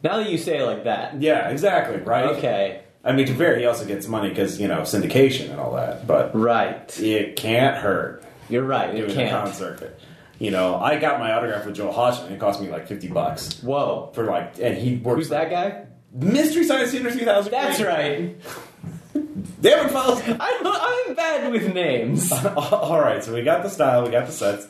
S2: now that you say it like that.
S1: Yeah, exactly. Right.
S2: Okay.
S1: I mean, to be fair, he also gets money because you know syndication and all that. But
S2: Right.
S1: it can't hurt
S2: You're right. It
S1: doing the con
S2: can't.
S1: circuit. You know, I got my autograph with Joel Hodgson. and It cost me like fifty bucks
S2: Whoa.
S1: for like, and he works.
S2: Who's that guy?
S1: Mystery Science Theater 2000.
S2: That's right.
S1: David Files.
S2: I'm, I'm bad with names.
S1: <laughs> All right, so we got the style, we got the sets,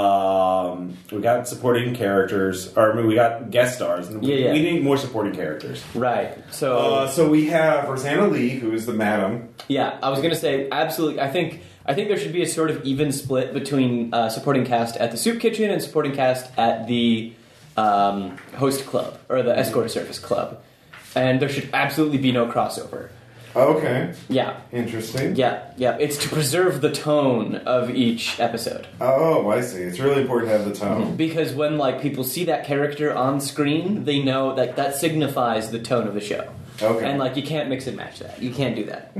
S1: um, we got supporting characters, or I mean, we got guest stars. And
S2: Yeah, yeah.
S1: We need more supporting characters.
S2: Right. So
S1: Uh, so we have Rosanna Lee, who is the madam.
S2: yeah, I was gonna say absolutely. I think I think there should be a sort of even split between uh, supporting cast at the soup kitchen and supporting cast at the um, host club or the escort service club, and there should absolutely be no crossover.
S1: Okay,
S2: Yeah.
S1: interesting.
S2: Yeah, yeah. It's to preserve the tone of each episode.
S1: Oh, I see. It's really important to have the tone.
S2: Because when like people see that character on screen, they know that that signifies the tone of the show.
S1: Okay.
S2: And like you can't mix and match that. You can't do that.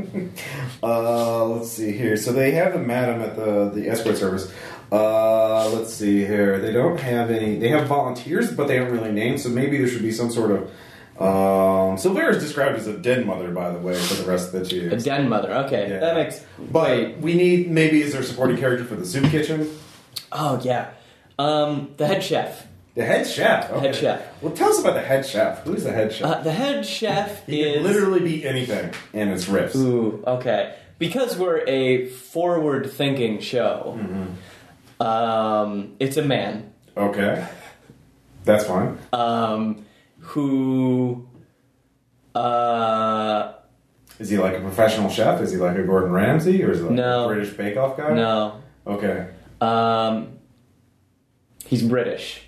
S1: Uh, let's see here. So they have the madam at the the escort service. Uh, let's see here. They don't have any. They have volunteers, but they don't really name. So maybe there should be some sort of. Um, Silvera is described as a dead mother, by the way, for the rest that she
S2: A
S1: is.
S2: den mother. Okay,
S1: Yeah.
S2: that makes.
S1: But
S2: wait.
S1: we need maybe is there a supporting character for the soup kitchen?
S2: Oh yeah. Um, the head chef.
S1: The head chef. Okay.
S2: Head chef.
S1: Well, tell us about the head chef. Who's the head chef?
S2: Uh, the head
S1: <laughs>
S2: chef
S1: he
S2: is
S1: can literally be anything, and it's riffs.
S2: Ooh, okay. Because we're a forward-thinking show,
S1: Mm-hmm.
S2: um, it's a man.
S1: Okay, that's fine.
S2: um, who uh,
S1: Is he like a professional chef? Is he like a Gordon Ramsay or is he like
S2: No.
S1: a British Bake Off guy?
S2: no
S1: Okay.
S2: um, he's british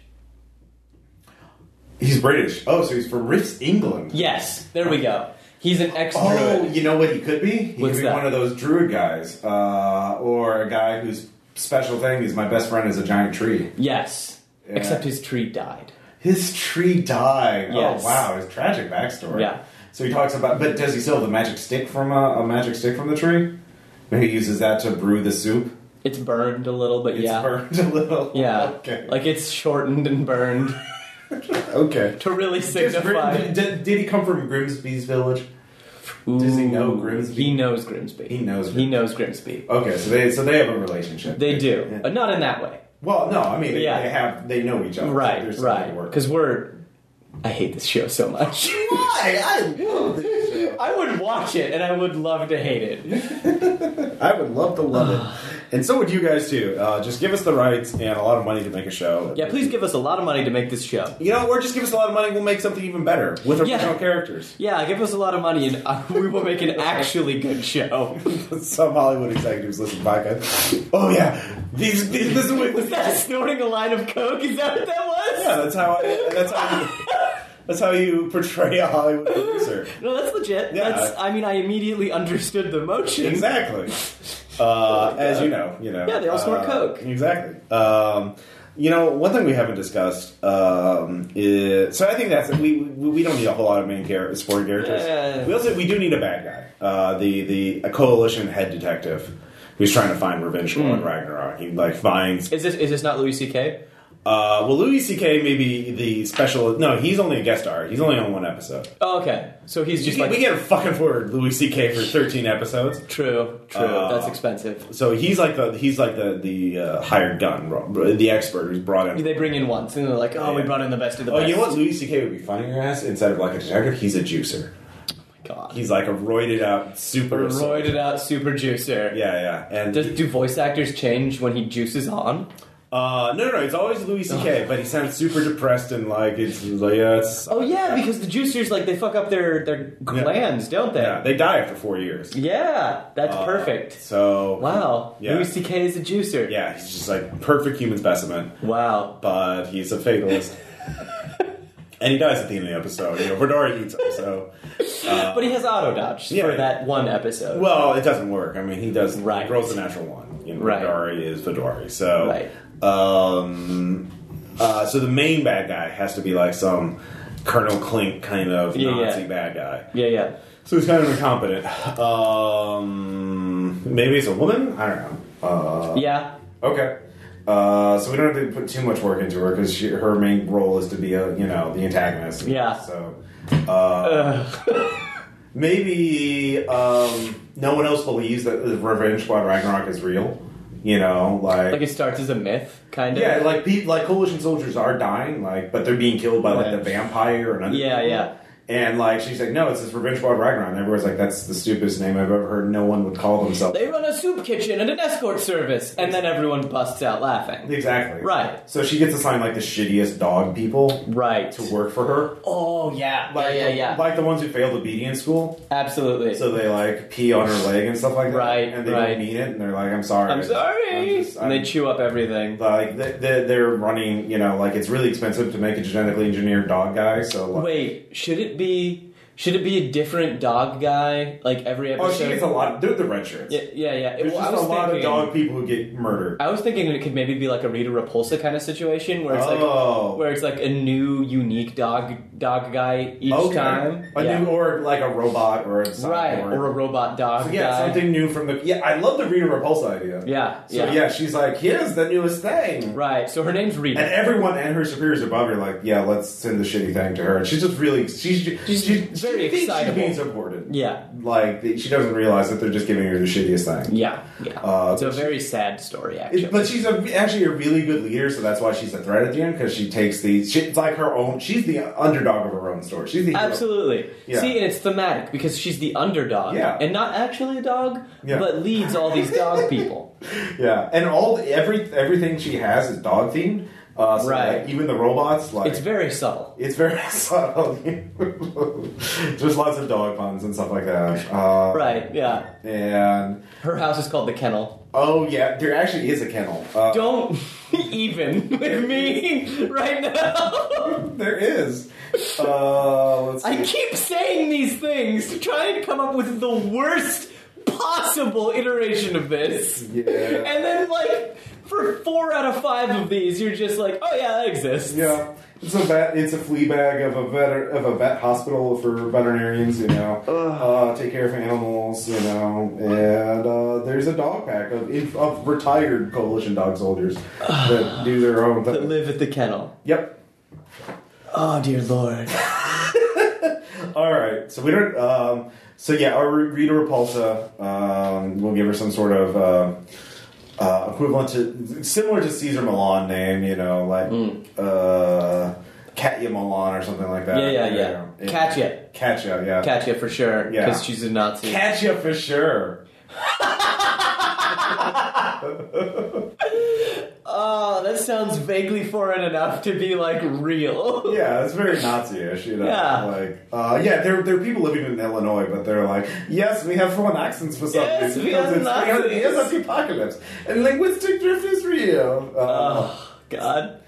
S1: He's British. Oh, so he's from Riffs, England.
S2: yes there we go he's an
S1: Oh,
S2: ex-druid
S1: you know what he could be? He
S2: What's
S1: could be
S2: that?
S1: one of those druid guys, uh, or a guy whose special thing is my best friend is a giant tree.
S2: yes
S1: Yeah.
S2: except his tree died
S1: His tree died.
S2: Yes.
S1: Oh wow, his tragic backstory.
S2: Yeah.
S1: So he talks about, but does he still have the magic stick from uh, a, a magic stick from the tree? And he uses that to brew the soup.
S2: it's burned a little but
S1: It's
S2: yeah
S1: burned <laughs> a little.
S2: yeah
S1: Okay.
S2: like it's shortened and burned
S1: okay.
S2: to really
S1: Just Grim-
S2: signify
S1: did, did, did he come from Grimsby's village? does he know
S2: Ooh,
S1: Grimsby?
S2: he knows grimsby
S1: He knows
S2: he knows grimsby
S1: Okay, so they so they have a relationship.
S2: they do
S1: Yeah.
S2: but not in that way
S1: Well, no, I mean they,
S2: Yeah.
S1: they have they know each other.
S2: right
S1: There's something
S2: right
S1: to work.
S2: because we're i hate this show so much <laughs>
S1: why I love this show.
S2: I would watch it and I would love to hate it.
S1: I would love to love
S2: <sighs>
S1: it, and so would you guys too. Uh, just give us the rights and a lot of money to make a show.
S2: Yeah, please give us a lot of money to make this show.
S1: You know, or just give us a lot of money. We'll make something even better with
S2: Yeah.
S1: original characters. <laughs>
S2: Yeah, give us a lot of money and uh, <laughs> we will make an actually good show. <laughs>
S1: Some Hollywood executives listen to podcasts. Oh yeah, these, these this is what
S2: Was that snorting a line of coke? Is that what that was?
S1: Yeah, that's how I. That's how. I, That's how you portray a Hollywood producer.
S2: No, that's legit.
S1: Yeah.
S2: That's. I mean, I immediately understood the motion.
S1: Exactly. Uh, as you know, you know.
S2: Yeah, they all snort
S1: uh,
S2: coke.
S1: Exactly. Um, you know, one thing we haven't discussed um, is so I think that's we we we don't need a whole lot of main char- supporting characters.
S2: Yeah.
S1: We also we do need a bad guy. Uh, the the a coalition head detective who's trying to find revenge for
S2: Hmm.
S1: Ragnarok. He like finds
S2: Is this is this not Louis C.K.?
S1: uh, well Louis C.K. may be the special. No, he's only a guest star. He's only on one episode.
S2: Oh, okay. So he's just
S1: we,
S2: like
S1: we get a fucking forward Louis C.K. for thirteen episodes.
S2: true, true.
S1: Uh,
S2: that's expensive.
S1: So he's like the he's like the the uh, hired gun, bro- the expert who's brought in.
S2: They bring in once, and they're like, "Oh, we brought in the best of the
S1: Oh,
S2: best."
S1: you know what? Louis C.K. would be funny your ass instead of like a detective. He's a juicer.
S2: God,
S1: He's like a roided out super
S2: roided out super juicer.
S1: Yeah, yeah. And
S2: Does, do voice actors change when he juices on?
S1: uh, no, no, no. It's always Louis C.K. but he sounds super depressed and like it's like yeah, it's,
S2: Oh yeah, because the juicers like they fuck up their their glands, don't they?
S1: yeah. They die after four years.
S2: Yeah, that's
S1: Uh,
S2: perfect.
S1: So
S2: Wow,
S1: Yeah.
S2: Louis C.K. is a juicer.
S1: Yeah, he's just like perfect human specimen.
S2: Wow.
S1: but he's a
S2: <laughs>
S1: fatalist. and he dies at the end of the episode. You know, Verdara eats him, so.
S2: But he has auto dodge
S1: Uh, Yeah.
S2: for that one episode.
S1: Well, it doesn't work. I mean, he does.
S2: Right.
S1: He rolls the natural one. You know,
S2: Right.
S1: Vidari is Vidari. So.
S2: Right.
S1: Um, uh, so the main bad guy has to be like some Colonel Clink kind of
S2: Yeah, yeah.
S1: Nazi bad guy.
S2: yeah, yeah.
S1: So he's kind of incompetent. Um, maybe it's a woman? I don't know. Uh,
S2: Yeah.
S1: Okay. Uh, so we don't have to put too much work into her because her main role is to be a you know the antagonist.
S2: Yeah.
S1: So uh, <laughs> maybe um, no one else believes that the Revenge Squad Ragnarok is real. You know, like,
S2: Like it starts as a myth, kind of.
S1: yeah, like pe- like coalition soldiers are dying, like but they're being killed by like the
S2: Right.
S1: vampire and other
S2: Yeah,
S1: people.
S2: yeah.
S1: And like she's like, no, it's this Revenge Squad Ragnarok. And everyone's like, that's the stupidest name I've ever heard. No one would call themselves.
S2: They run a soup kitchen and an escort service, and then everyone busts out laughing.
S1: Exactly.
S2: Right.
S1: So she gets assigned like the shittiest dog people.
S2: Right.
S1: to work for her.
S2: Oh yeah.
S1: Like,
S2: yeah, yeah, yeah.
S1: Like the ones who failed obedience school,
S2: Absolutely.
S1: so they like pee on her leg and stuff like that.
S2: Right,
S1: and they
S2: right.
S1: don't mean it, and they're like, "I'm sorry,
S2: I'm sorry.
S1: I'm just-
S2: and they
S1: I'm-
S2: chew up everything.
S1: like they, they, they're running, you know, like it's really expensive to make a genetically engineered dog guy. So like,
S2: Wait, should it be? Should it be a different dog guy like every episode?
S1: oh, she gets a lot. Of, they're the red shirts.
S2: Yeah, yeah, yeah.
S1: There's
S2: Well, I
S1: just
S2: was
S1: a lot
S2: thinking,
S1: of dog people who get murdered.
S2: I was thinking it could maybe be like a Rita Repulsa kind of situation where it's
S1: Oh.
S2: like where it's like a new unique dog dog guy each
S1: oh, Okay.
S2: time.
S1: a
S2: yeah.
S1: new or like a robot or a
S2: right,
S1: cyborg.
S2: or a robot dog
S1: So, yeah,
S2: guy.
S1: something new from the yeah. I love the Rita Repulsa idea.
S2: Yeah,
S1: So
S2: yeah.
S1: yeah, she's like, here's the newest thing.
S2: Right. So her name's Rita.
S1: And everyone and her superiors above her are like, yeah, let's send the shitty thing to her. And she's just really, she's, she's,
S2: She's very
S1: she thinks
S2: excitable.
S1: She's being supported.
S2: yeah.
S1: Like, th- she doesn't realize that they're just giving her the shittiest thing.
S2: Yeah. Yeah.
S1: Uh,
S2: it's a very sad story, actually.
S1: It- but she's a, actually a really good leader, so that's why she's a threat at the end, because she takes the, she, it's like her own, she's the underdog of her own story. She's the hero.
S2: Absolutely.
S1: Yeah.
S2: See, and it's thematic because she's the underdog,
S1: Yeah.
S2: and not actually a dog,
S1: Yeah.
S2: but leads all
S1: <laughs>
S2: these dog people.
S1: Yeah. And all, the- every everything she has is dog themed. Uh, so
S2: Right.
S1: like, even the robots, like.
S2: It's very subtle.
S1: it's very <laughs> subtle. There's lots of dog puns and stuff like that. Uh,
S2: Right? Yeah.
S1: And
S2: Her house is called the kennel.
S1: Oh yeah, there actually is a kennel. Uh,
S2: Don't <laughs> even with me right now. <laughs>
S1: there is. Uh, let's see.
S2: I keep saying these things to try and come up with the worst possible iteration of this.
S1: Yeah.
S2: And then, like, for four out of five of these, you're just like, oh, yeah, that exists.
S1: yeah, it's a vet. It's a flea bag of a vet of a vet hospital for veterinarians. You know, uh, take care of animals. You know, and uh, there's a dog pack of, inf- of retired coalition dog soldiers that do their own
S2: That
S1: thing.
S2: live at the kennel.
S1: Yep.
S2: Oh, dear lord.
S1: All right. So we don't. Um, so yeah, our Re- Rita Repulsa. Um, we'll give her some sort of uh, uh, equivalent to similar to Caesar Milan name. You know, like
S2: Hmm.
S1: uh, Katya Milan or something like that.
S2: Yeah, yeah, yeah.
S1: It-
S2: Katya.
S1: Katya. Yeah.
S2: Katya for sure, because
S1: Yeah.
S2: she's a Nazi.
S1: Katya for sure.
S2: oh, that sounds vaguely foreign enough to be, like, real. <laughs>
S1: Yeah, it's very Nazi-ish, you know.
S2: Yeah.
S1: Like, uh, yeah, there, there are people living in Illinois, but they're like, yes, we have foreign accents for some
S2: Yes,
S1: reason
S2: we are
S1: because it's 300 years
S2: Nazis."
S1: of the apocalypse, and linguistic drift is real. Uh,
S2: Oh, God.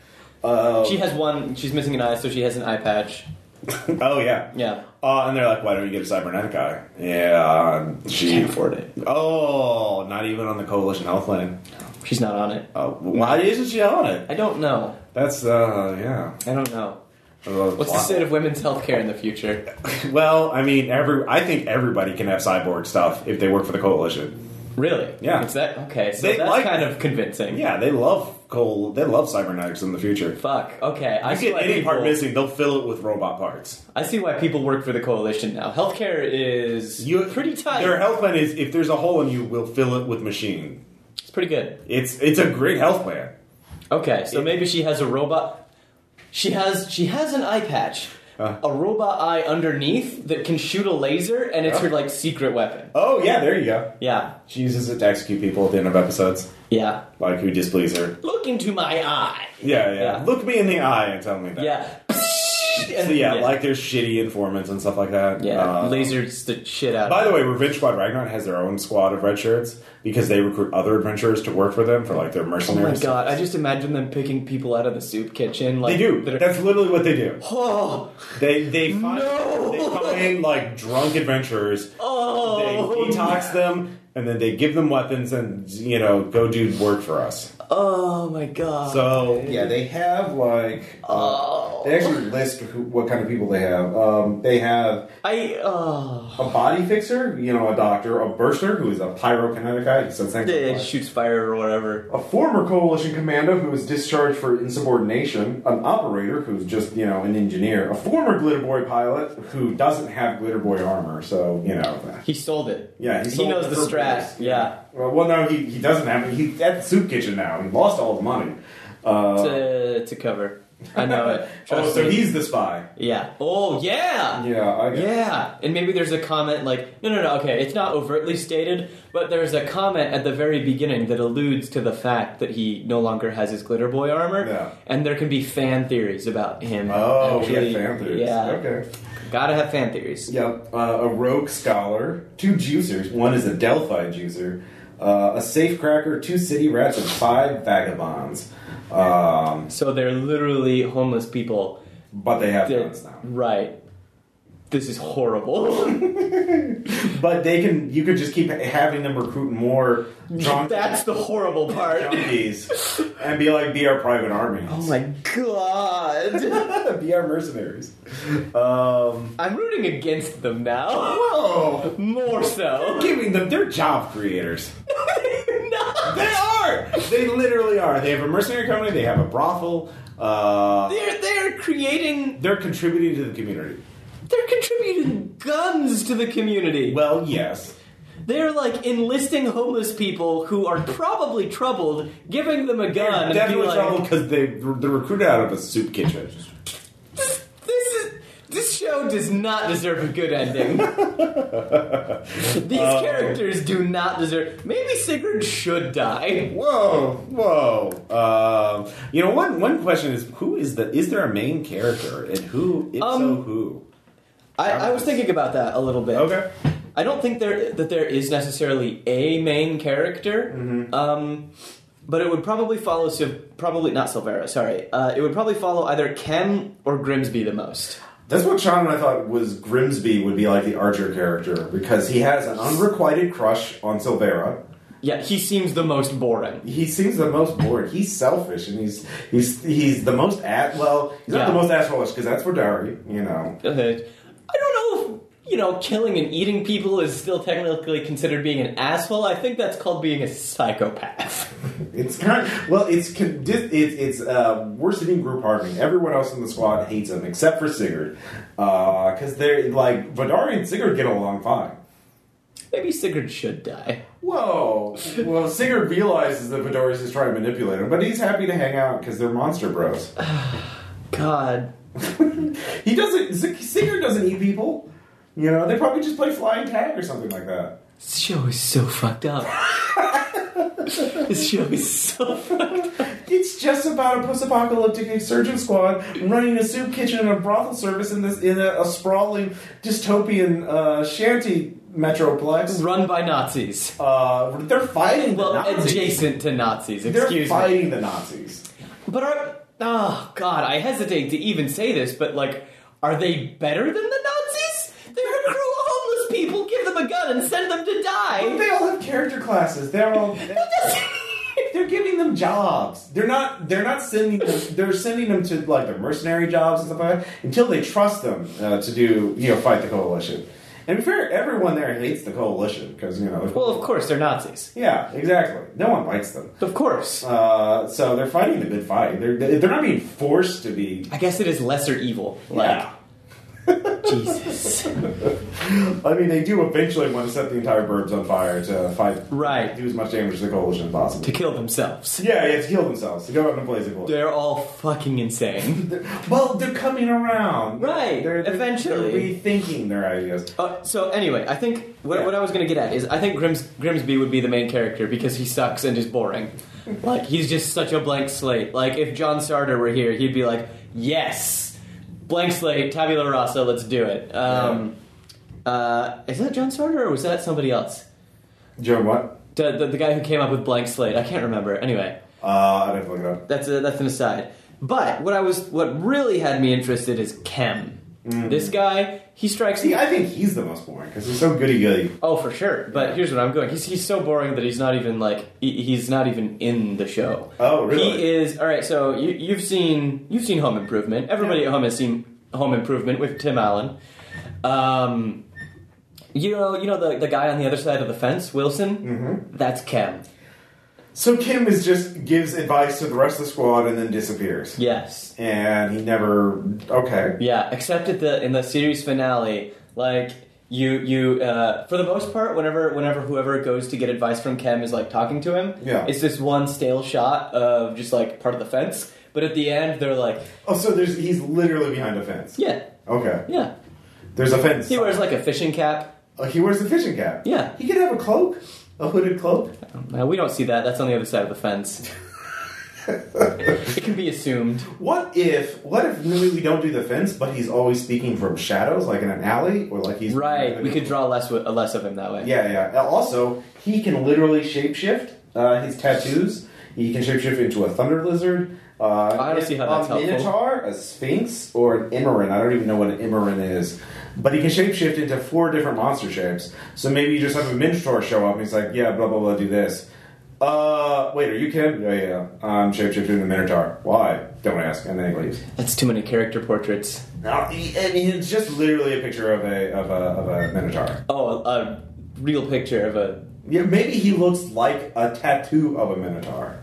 S1: uh,
S2: She has one, she's missing an eye, so she has an eye patch.
S1: <laughs> oh yeah.
S2: Yeah.
S1: Uh, and they're like, why don't you get a cybernetic eye? Yeah, um, she
S2: Can't afford it.
S1: <laughs> Oh, not even on the coalition health plan.
S2: She's not on it.
S1: Uh, why isn't she on it?
S2: I don't know.
S1: That's uh, yeah.
S2: I don't know.
S1: Uh,
S2: What's the
S1: wow.
S2: state of women's healthcare in the future?
S1: <laughs> Well, I mean, every I think everybody can have cyborg stuff if they work for the coalition.
S2: Really?
S1: Yeah.
S2: It's that okay? So
S1: They
S2: that's
S1: like-
S2: kind of convincing.
S1: Yeah, they love coal. They love cybernetics in the future.
S2: Fuck. Okay. I
S1: If
S2: see
S1: you get
S2: why
S1: any
S2: people,
S1: part missing, they'll fill it with robot parts.
S2: I see why people work for the coalition now. Healthcare is
S1: You
S2: pretty tight.
S1: Their health plan is if there's a hole in you, we'll fill it with machine.
S2: it's pretty good.
S1: It's it's a great health plan.
S2: Okay. So maybe she has a robot. She has she has an eye patch,
S1: Uh.
S2: a robot eye underneath that can shoot a laser, and it's
S1: Yeah.
S2: her like secret weapon.
S1: Oh yeah, there you go.
S2: Yeah.
S1: She uses it to execute people at the end of episodes,
S2: Yeah.
S1: like who displease her.
S2: Look into my eye.
S1: Yeah, yeah.
S2: Yeah.
S1: Look me in the eye and tell me that. <laughs>
S2: Yeah.
S1: So yeah, like there's shitty informants and stuff like that.
S2: yeah,
S1: Uh,
S2: lasers the shit out.
S1: By
S2: of
S1: the way, Revenge Squad Ragnarok has their own squad of red shirts because they recruit other adventurers to work for them for like their
S2: Oh my
S1: mercenaries.
S2: god! I just imagine them picking people out of the soup kitchen. Like
S1: They do.
S2: that are-
S1: That's literally what they do.
S2: oh,
S1: They they find,
S2: No!
S1: they find like drunk adventurers.
S2: oh,
S1: They detox them and then they give them weapons and you know go do work for us.
S2: oh my god!
S1: So
S4: Yeah, they have like uh,
S2: Oh.
S4: they actually list who, what kind of people they have. Um, they have
S2: I oh,
S4: a body fixer, you know, a doctor, a burster who is a pyrokinetic guy, he says things
S2: it
S4: like-
S2: shoots fire or whatever.
S4: a former coalition commando who was discharged for insubordination, an operator who's just you know an engineer, a former glitter boy pilot who doesn't have glitter boy armor, so you know.
S2: He sold it.
S4: Yeah,
S2: he,
S4: sold
S2: knows
S4: it
S2: the
S4: for
S2: strat.
S4: purpose.
S2: Yeah,
S4: Well, well, no, he, he doesn't have. He's at the soup kitchen now. He lost all the money. Uh,
S2: to to cover. I know it.
S4: <laughs> oh,
S2: Trust
S4: so
S2: me.
S4: he's the spy.
S2: yeah. Oh yeah.
S4: Yeah, I guess.
S2: Yeah, and maybe there's a comment like, no, no, no, okay, it's not overtly stated, but there's a comment at the very beginning that alludes to the fact that he no longer has his glitter boy armor,
S4: Yeah.
S2: and there can be fan theories about him.
S4: Oh, yeah,
S2: actually-
S4: fan theories.
S2: Yeah,
S4: Okay.
S2: gotta have fan theories.
S4: Yep. Uh, a rogue scholar, two juicers. One is a Delphi juicer, uh, a safecracker, two city rats, and five vagabonds. Um,
S2: So they're literally homeless people.
S4: but they have
S2: that-
S4: guns now. <laughs>
S2: right. This is horrible.
S4: But they can. You could just keep having them recruit
S2: <laughs>
S4: more drunk
S2: That's the horrible part.
S4: junkies and be like, be our private army.
S2: Oh my
S4: <laughs>
S2: god.
S4: be our mercenaries. Um,
S2: I'm rooting against them now. <laughs>
S4: whoa!
S2: More <laughs> so.
S1: giving them they're job creators.
S2: no.
S1: They are. They literally are. They have a mercenary company. They have a brothel. Uh,
S2: They're, they're creating
S1: they're contributing to the community.
S2: They're contributing guns to the community.
S1: Well, yes.
S2: They're like enlisting homeless people who are probably troubled, giving them a gun. Uh, and
S1: Definitely
S2: be like,
S1: trouble because they they're recruited out of a soup kitchen.
S2: This, this is. This show does not deserve a good <laughs> ending. These characters do not deserve. Maybe Sigurd should die.
S1: Whoa, whoa. Um, you know, one one question is who is the is there a main character and who if so
S2: Um,
S1: who?
S2: I, I was thinking about that a little bit.
S1: Okay.
S2: I don't think there that there is necessarily a main character. Um, but it would probably follow Sil- probably not Silvera, sorry. Uh, it would probably follow either Kem or Grimsby the most.
S4: That's what Sean and I thought was Grimsby would be like the Archer character because he has an unrequited crush on Silvera.
S2: Yeah, he seems the most boring.
S4: He seems the most bored. He's selfish and he's he's he's the most at well. He's not
S2: Yeah.
S4: the most asshole because that's for Dari, you know.
S2: Uh, I don't know if you know killing and eating people is still technically considered being an asshole. I think that's called being a psychopath. <laughs>
S4: It's kind well. It's con- dis- it's it's uh, worsening group harmony. Everyone else in the squad hates him except for Sigurd because they're like Vidari and Sigurd get along fine.
S2: Maybe Sigurd should die.
S4: Whoa! Well, Sigurd realizes that Vidarius is trying to manipulate him, but he's happy to hang out because they're monster bros. <laughs>
S2: God.
S4: he doesn't. Sig- Sigurd doesn't eat people. You know, they probably just play flying tag or something like that.
S2: This show is so fucked up. <laughs> this show is so fucked up.
S4: It's just about a post-apocalyptic insurgent squad running a soup kitchen and a brothel service in this in a, a sprawling dystopian uh, shanty metroplex.
S2: Run by Nazis.
S4: Uh, they're fighting the
S2: Well,
S4: Nazis.
S2: adjacent to Nazis,
S4: they're
S2: excuse me.
S4: fighting the Nazis.
S2: But are. Oh, God, I hesitate to even say this, but like, Are they better than the Nazis? They're a crew of homeless people. Give them a gun and send them to die.
S1: They all have character classes. They're all they're giving them jobs. They're not they're not sending them. They're sending them to like the mercenary jobs and stuff like that until they trust them uh, to do you know fight the coalition. And to be fair, everyone there hates the coalition because you know.
S2: <laughs> well, of course they're Nazis.
S1: yeah, exactly. No one likes them.
S2: Of course.
S1: Uh, so they're fighting the good fight. They're they're not being forced to be.
S2: I guess it is lesser evil. Like
S1: Yeah.
S2: Jesus.
S1: I mean, they do eventually want to set the entire burbs on fire to fight.
S2: Right.
S1: Do as much damage to the coalition as possible.
S2: to kill themselves.
S1: yeah, they have to heal themselves to go out and blaze a bullet.
S2: They're all fucking insane.
S1: Well, they're coming around.
S2: Right,
S1: They're, they're-
S2: eventually.
S1: They're rethinking their ideas.
S2: Uh, so anyway, I think what,
S1: Yeah.
S2: what I was gonna get at is I think Grims, Grimsby would be the main character because he sucks and is boring. like he's just such a blank slate. Like if John Sarter were here, he'd be like, "Yes, blank slate, tabula rasa, let's do it." Um, uh, is that John Sarter or was that somebody else?
S1: Joe, what?
S2: The, the, the guy who came up with blank slate, I can't remember. Anyway,
S1: Uh, I'd have to look it up.
S2: that's a, that's an aside. But what I was what really had me interested is Kem. This guy, he strikes
S1: See,
S2: me.
S1: I think he's the most boring because he's so goody goody.
S2: Oh, for sure. But here's what I'm going. He's he's so boring that he's not even like he, he's not even in the show.
S1: Oh, really?
S2: He is. All right. So you, you've seen you've seen Home Improvement. Everybody at home has seen Home Improvement with Tim Allen. Um, you know you know the the guy on the other side of the fence, Wilson. Mm-hmm. That's Kem.
S1: So Kim is just gives advice to the rest of the squad and then disappears.
S2: Yes.
S1: And he never. Okay.
S2: Yeah, except at the in the series finale, like you you uh, for the most part, whenever whenever whoever goes to get advice from Kem is like talking to him,
S1: Yeah.
S2: it's this one stale shot of just like part of the fence. But at the end, they're like,
S1: Oh, so there's he's literally behind a fence.
S2: yeah,
S1: Okay.
S2: yeah.
S1: There's a fence.
S2: He wears like a fishing cap.
S1: Uh, he wears a fishing cap.
S2: Yeah.
S1: He could have a cloak, a hooded cloak.
S2: Uh, we don't see that. That's on the other side of the fence. it can be assumed.
S1: What if? What if really we don't do the fence, but he's always speaking from shadows, like in an alley, or like he's
S2: Right, we could draw less wi- uh, less of him that way.
S1: Yeah, yeah. Uh, Also, he can literally shapeshift uh, his tattoos. He can shapeshift into a thunder lizard. Uh,
S2: I don't see how
S1: a
S2: that's helpful.
S1: minotaur, a sphinx, or an imarin. I don't even know what an imarin is. But he can shapeshift into four different monster shapes. So maybe you just have a minotaur show up and he's like, yeah, blah, blah, blah, do this. Uh, wait, are you Kim? Yeah, yeah. I'm shapeshifting the minotaur. Why? Don't ask. And then he leaves.
S2: That's too many character portraits.
S1: Now, he- I mean, it's just literally a picture of a, of a, of a minotaur.
S2: Oh, a, a real picture of a
S1: Yeah, maybe he looks like a tattoo of a minotaur.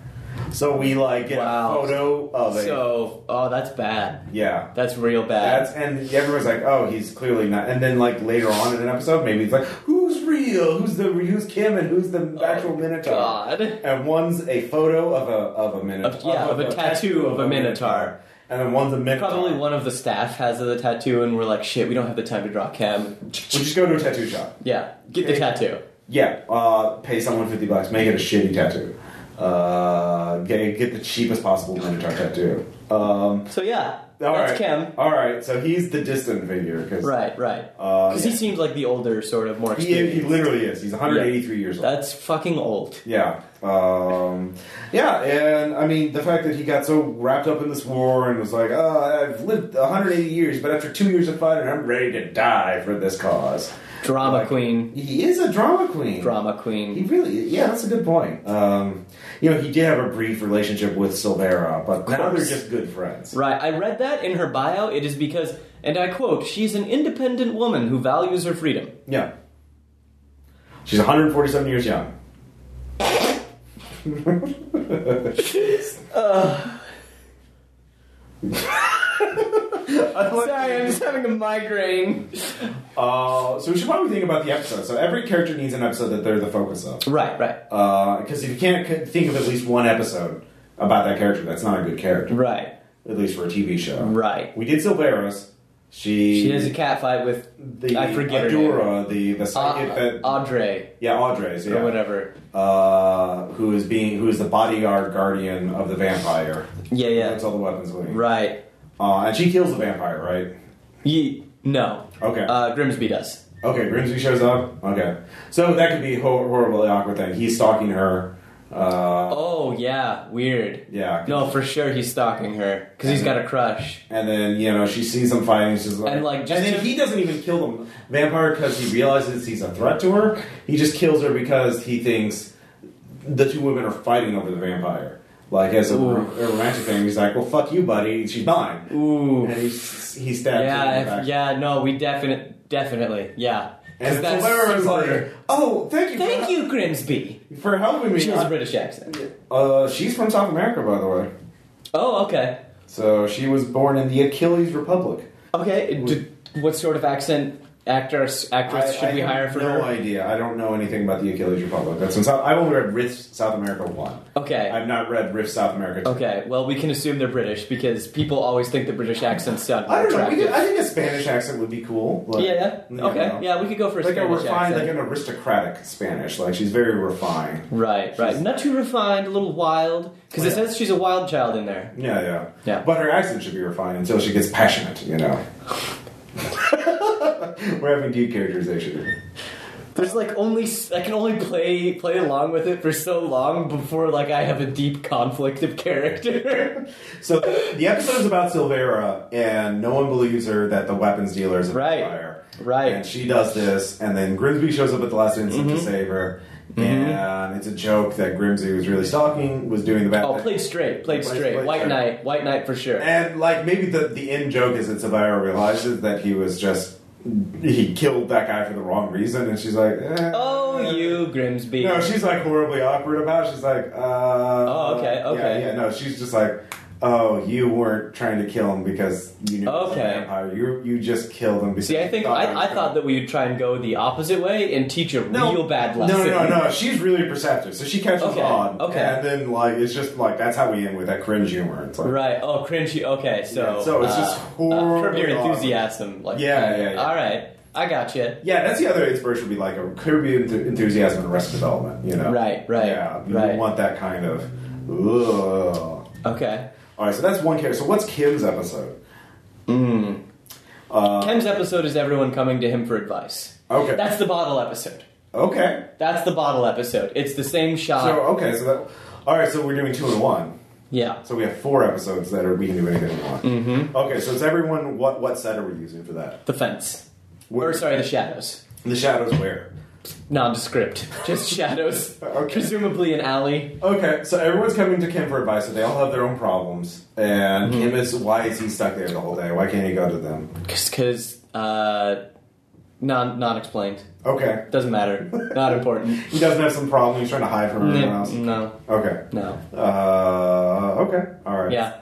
S1: So we like get
S2: Wow.
S1: a photo of it.
S2: so. Oh, that's bad.
S1: yeah.
S2: That's real bad.
S1: That's and everyone's like, oh, he's clearly not. And then like later on in an episode, maybe it's like, who's real? Who's the who's Kim and who's the actual minotaur?
S2: Oh God.
S1: And one's a photo of a of a minotaur.
S2: Of- yeah, of a tattoo of a minotaur.
S1: And then one's a minotaur.
S2: Probably one of the staff has the tattoo, and we're like, shit, we don't have the time to draw Cam. <laughs>
S1: We just go to a tattoo shop.
S2: Yeah, get the
S1: Okay.
S2: tattoo.
S1: Yeah, uh, pay someone fifty bucks, make it a shitty tattoo. Uh, get get the cheapest possible minotaur tattoo. Um,
S2: So yeah,
S1: All
S2: that's
S1: right.
S2: Cam.
S1: All right, so he's the distant figure because
S2: Right, right.
S1: Uh,
S2: Because
S1: yeah.
S2: he seems like the older, sort of more
S1: he, he
S2: experienced.
S1: literally is. He's 183 years old.
S2: That's fucking old.
S1: Yeah, um, yeah, and I mean the fact that he got so wrapped up in this war and was like, oh, "I've lived 180 years, but after two years of fighting, I'm ready to die for this cause."
S2: Drama
S1: Like-
S2: queen.
S1: He is a drama queen.
S2: Drama
S1: He
S2: queen.
S1: really, yeah, that's a good point. Um, you know, he did have a brief relationship with Silvera, but now they're
S2: course.
S1: just good friends.
S2: Right, I read that in her bio. It is because, and I quote, she's an independent woman who values her freedom.
S1: Yeah. She's 147 years young. <laughs>
S2: Sorry, I'm just having a migraine.
S1: Uh, so we should probably think about the episode. So every character needs an episode that they're the focus of.
S2: Right, right.
S1: Because if you can't c- think of at least one episode about that character, that's not a good character.
S2: Right,
S1: At least for a TV show.
S2: right.
S1: We did Silvera's. She.
S2: She has a cat fight with
S1: The
S2: I forget her
S1: Adora, the the
S2: uh,
S1: psychic that
S2: Audrey
S1: yeah Audrey's yeah
S2: or whatever.
S1: uh, who is being who is the bodyguard guardian of the vampire.
S2: Yeah, yeah.
S1: That's all the weapons with him.
S2: Right.
S1: Uh, and she kills the vampire, right?
S2: Ye- no.
S1: Okay.
S2: Uh, Grimsby does.
S1: Okay, Grimsby shows up. Okay, so that could be a hor- horribly awkward thing. He's stalking her. Uh,
S2: Oh yeah, weird.
S1: yeah.
S2: No, for sure he's stalking her because he's got a crush.
S1: And then you know she sees him fighting. She's like,
S2: And, like, just
S1: and then
S2: to-
S1: he doesn't even kill the vampire because he realizes he's a threat to her. He just kills her because he thinks the two women are fighting over the vampire. Like as a,
S2: Ooh.
S1: ro- a romantic thing, he's like, "Well, fuck you, buddy. She's mine."
S2: Ooh.
S1: And he s- he stabs her. in the
S2: Yeah,
S1: back.
S2: if, yeah. No, we definitely, definitely, yeah. 'Cause
S1: And
S2: that's
S1: Valera's
S2: super-
S1: <laughs> like, "Oh, thank you,
S2: Thank you, Grimsby.
S1: for, for helping me."
S2: She has a British accent.
S1: uh, she's from South America, by the way.
S2: Oh, okay.
S1: So she was born in the Achilles Republic.
S2: Okay. d- what sort of accent actress actress should
S1: I
S2: we
S1: have
S2: hire for
S1: no
S2: her?
S1: idea. I don't know anything about the Achilles Republic. That's in South, I've only read Rift South America one.
S2: Okay.
S1: I've not read Rift South America. two.
S2: okay. Well, we can assume they're British because people always think the British accents sound more
S1: I don't know. We
S2: attractive.
S1: could, I think a Spanish accent would be cool. Like,
S2: yeah.
S1: you
S2: Okay.
S1: know.
S2: Yeah, we could go for a
S1: Like a
S2: Spanish
S1: refined,
S2: accent.
S1: like an aristocratic Spanish. Like she's very refined.
S2: Right, right. Not too refined, a little wild. Because it
S1: Yeah.
S2: says she's a wild child in there.
S1: Yeah, yeah,
S2: Yeah.
S1: But her accent should be refined until she gets passionate. You
S2: <laughs>
S1: know. We're having deep characterization.
S2: There's like only s- I can only play play along with it for so long before like I have a deep conflict of character. <laughs>
S1: So the episode's about Silvera, and no one believes her that the weapons dealer is a
S2: Right.
S1: vampire.
S2: Right. Mm-hmm.
S1: And she does this, and then Grimsby shows up at the last instant to save her. And it's a joke that Grimsby was really stalking, was doing the bad
S2: oh,
S1: thing.
S2: played straight, played
S1: Played-
S2: straight.
S1: played
S2: White
S1: straight.
S2: Knight, White Knight for sure.
S1: And like maybe the the end joke is that Silvera realizes that he was just he killed that guy for the wrong reason, and she's like, eh.
S2: Oh, you Grimsby.
S1: No, she's like horribly awkward about. it. She's like, uh, oh,
S2: okay, okay.
S1: yeah, yeah. No, she's just like, oh, you weren't trying to kill him because you knew he was a
S2: Okay.
S1: vampire. You you just killed him because.
S2: See, I think
S1: you he
S2: I,
S1: was
S2: I thought
S1: gonna-"
S2: that we would try and go the opposite way and teach a real bad lesson.
S1: No, no, no, no. She's really perceptive, so she catches
S2: Okay,
S1: on.
S2: okay.
S1: And then like it's just like that's how we end with that cringe humor. It's like
S2: Right. Oh, cringy. Okay, so
S1: Yeah, so it's
S2: uh,
S1: just
S2: uh, curb
S1: horribly
S2: your
S1: awkward.
S2: enthusiasm. Like,
S1: Yeah, yeah, yeah.
S2: All right, I got you.
S1: Yeah, that's the other inspiration would be like a Kirby enthu- enthusiasm and rest development, you know?
S2: Right, right,
S1: Yeah, you
S2: right.
S1: want that kind of. Ugh.
S2: Okay.
S1: All right, so that's one character. So what's Kim's episode? Uh,
S2: Ken's episode is everyone coming to him for advice.
S1: Okay.
S2: That's the bottle episode.
S1: okay.
S2: That's the bottle episode. It's the same shot.
S1: So okay, so that. All right, so we're doing two and one.
S2: yeah.
S1: So we have four episodes that are we can do anything we want. Mm-hmm. Okay, so it's everyone. What what set are we using for that?
S2: The fence.
S1: Where-
S2: Or sorry, the shadows.
S1: The shadows where? <laughs>
S2: Nondescript. Just shadows.
S1: Okay.
S2: Presumably an alley.
S1: Okay, so everyone's coming to Kim for advice, so they all have their own problems. And Kim is why is he stuck there the whole day? Why can't he go to them?
S2: Because uh, non non explained.
S1: Okay,
S2: Doesn't matter. Not
S1: <laughs>
S2: important.
S1: he doesn't have some problem. He's trying to hide from everyone else.
S2: no.
S1: Okay.
S2: No.
S1: Uh, okay. All right.
S2: Yeah.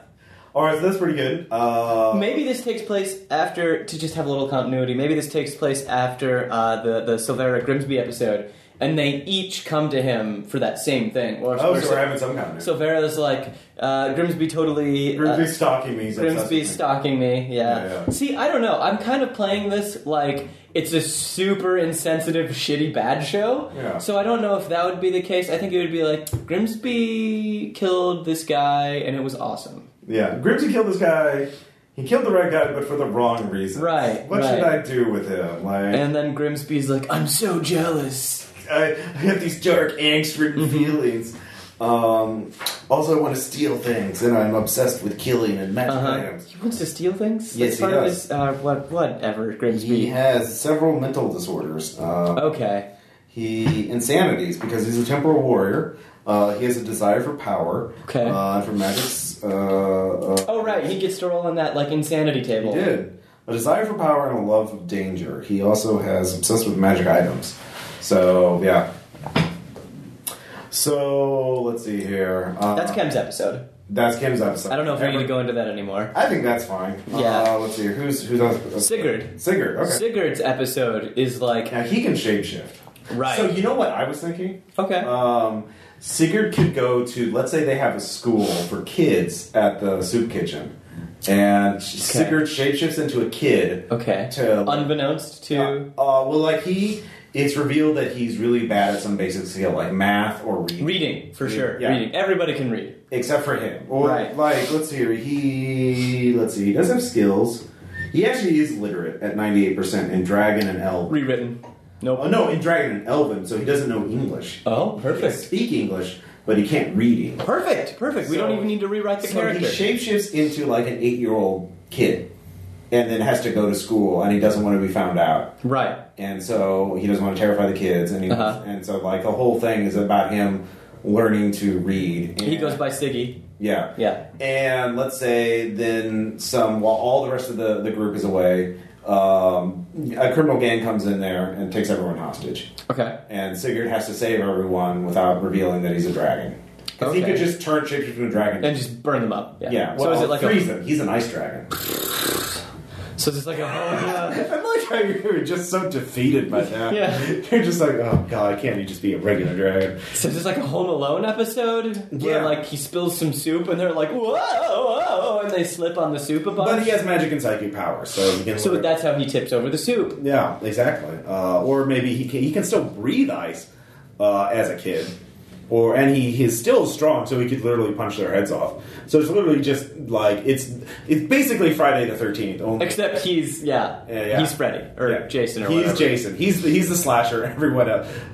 S1: All right. So that's pretty good. Uh,
S2: Maybe this takes place after to just have a little continuity. Maybe this takes place after uh, the the Silvera Grimsby episode, and they each come to him for that same thing. Or
S1: oh,
S2: or
S1: so we're having some kind of.
S2: Silvera's like uh, Grimsby totally.
S1: Grimsby's
S2: uh,
S1: stalking me. He's obsessed with me.
S2: Grimsby's stalking me, yeah.
S1: Yeah, yeah.
S2: See, I don't know. I'm kind of playing this like it's a super insensitive, shitty, bad show.
S1: Yeah.
S2: So I don't know if that would be the case. I think it would be like Grimsby killed this guy, and it was awesome.
S1: Yeah. Grimsby killed this guy. He killed the right guy, but for the wrong reason.
S2: Right,
S1: What should I
S2: right.
S1: do with him? Like,
S2: And then Grimsby's like, I'm so jealous.
S1: I, I have these dark, angst-ridden
S2: Mm-hmm.
S1: feelings. Um, also, I want to steal things, and I'm obsessed with killing and magic
S2: Uh-huh.
S1: items.
S2: He wants to steal things?
S1: Yes,
S2: That's
S1: he
S2: part of
S1: does.
S2: his, uh, what, whatever, Grimsby.
S1: He has several mental disorders. Uh,
S2: Okay.
S1: He insanities because he's a temporal warrior. Uh, he has a desire for power.
S2: Okay.
S1: Uh, and for magic. Uh, uh,
S2: Oh, right, he gets to roll on that, like, insanity
S1: He
S2: table.
S1: did. A desire for power and a love of danger. He also has obsessed with magic items. So yeah. So let's see here. Uh,
S2: That's Kem's episode.
S1: that's Kim's episode.
S2: I don't know if we need
S1: Every-
S2: to go into that anymore.
S1: I think that's fine.
S2: Yeah.
S1: Uh, let's see. Who's who's on-
S2: Sigurd.
S1: Sigurd. Okay.
S2: Sigurd's episode is like,
S1: now he can shapeshift.
S2: right.
S1: So you know what I was thinking?
S2: okay.
S1: Um, Sigurd could go to, let's say they have a school for kids at the soup kitchen, and Sigurd shapeshifts into a kid.
S2: okay.
S1: to-
S2: Unbeknownst to.
S1: Uh, well, like he, it's revealed that he's really bad at some basic skill, like math or reading.
S2: Reading, for sure.
S1: Yeah.
S2: Reading. Everybody can read.
S1: Except for him. Or,
S2: Right.
S1: Like, let's see here. He, let's see, he does have skills. He actually is literate at 98% in Dragon and Elven.
S2: Rewritten. Nope.
S1: Oh, no, in Dragon and Elven, so he doesn't know English.
S2: Oh,
S1: He can
S2: perfect.
S1: speak English,
S5: but he can't read English.
S2: Perfect, perfect. we
S5: So-
S2: don't even need to rewrite the
S5: So
S2: character.
S5: he shapeshifts into like an eight-year-old kid, and then has to go to school, and he doesn't want to be found out,
S2: right.
S5: and so he doesn't want to terrify the kids, and he,
S2: Uh-huh.
S5: and so like the whole thing is about him learning to read.
S2: He
S5: and-
S2: goes by Siggy.
S5: yeah,
S2: Yeah.
S5: and let's say then some while all the rest of the the group is away. Um, a criminal gang comes in there and takes everyone hostage,
S2: Okay.
S5: and Sigurd has to save everyone without revealing that he's a dragon. Because he
S2: Okay.
S5: could just turn shapeshift into a dragon
S2: And just burn them up. Yeah.
S5: yeah.
S2: so
S5: well,
S2: is it like
S5: freeze
S2: a
S5: him. He's an ice dragon.
S2: so it's like a <laughs> whole
S1: <laughs>
S2: uh,
S1: I like how you're just so defeated by that.
S2: Yeah.
S1: You're just like, oh god, can't he just be a regular dragon?
S2: so it's like a Home Alone episode where
S5: Yeah.
S2: like he spills some soup and they're like whoa whoa and they slip on the soup a bunch.
S1: But he has magic and psychic powers, so he can.
S2: so
S1: learn-
S2: that's how he tips over the soup.
S1: yeah, exactly. Uh, or maybe he can, he can still breathe ice uh, as a kid, or and he, he is still strong, so he could literally punch their heads off. So it's literally just like it's it's basically Friday the Thirteenth. Only
S2: Except he's yeah,
S1: Yeah, yeah.
S2: he's Freddy or
S1: Yeah.
S2: Jason or
S1: he's
S2: whatever.
S1: Jason. He's the, he's the slasher. <laughs> Everyone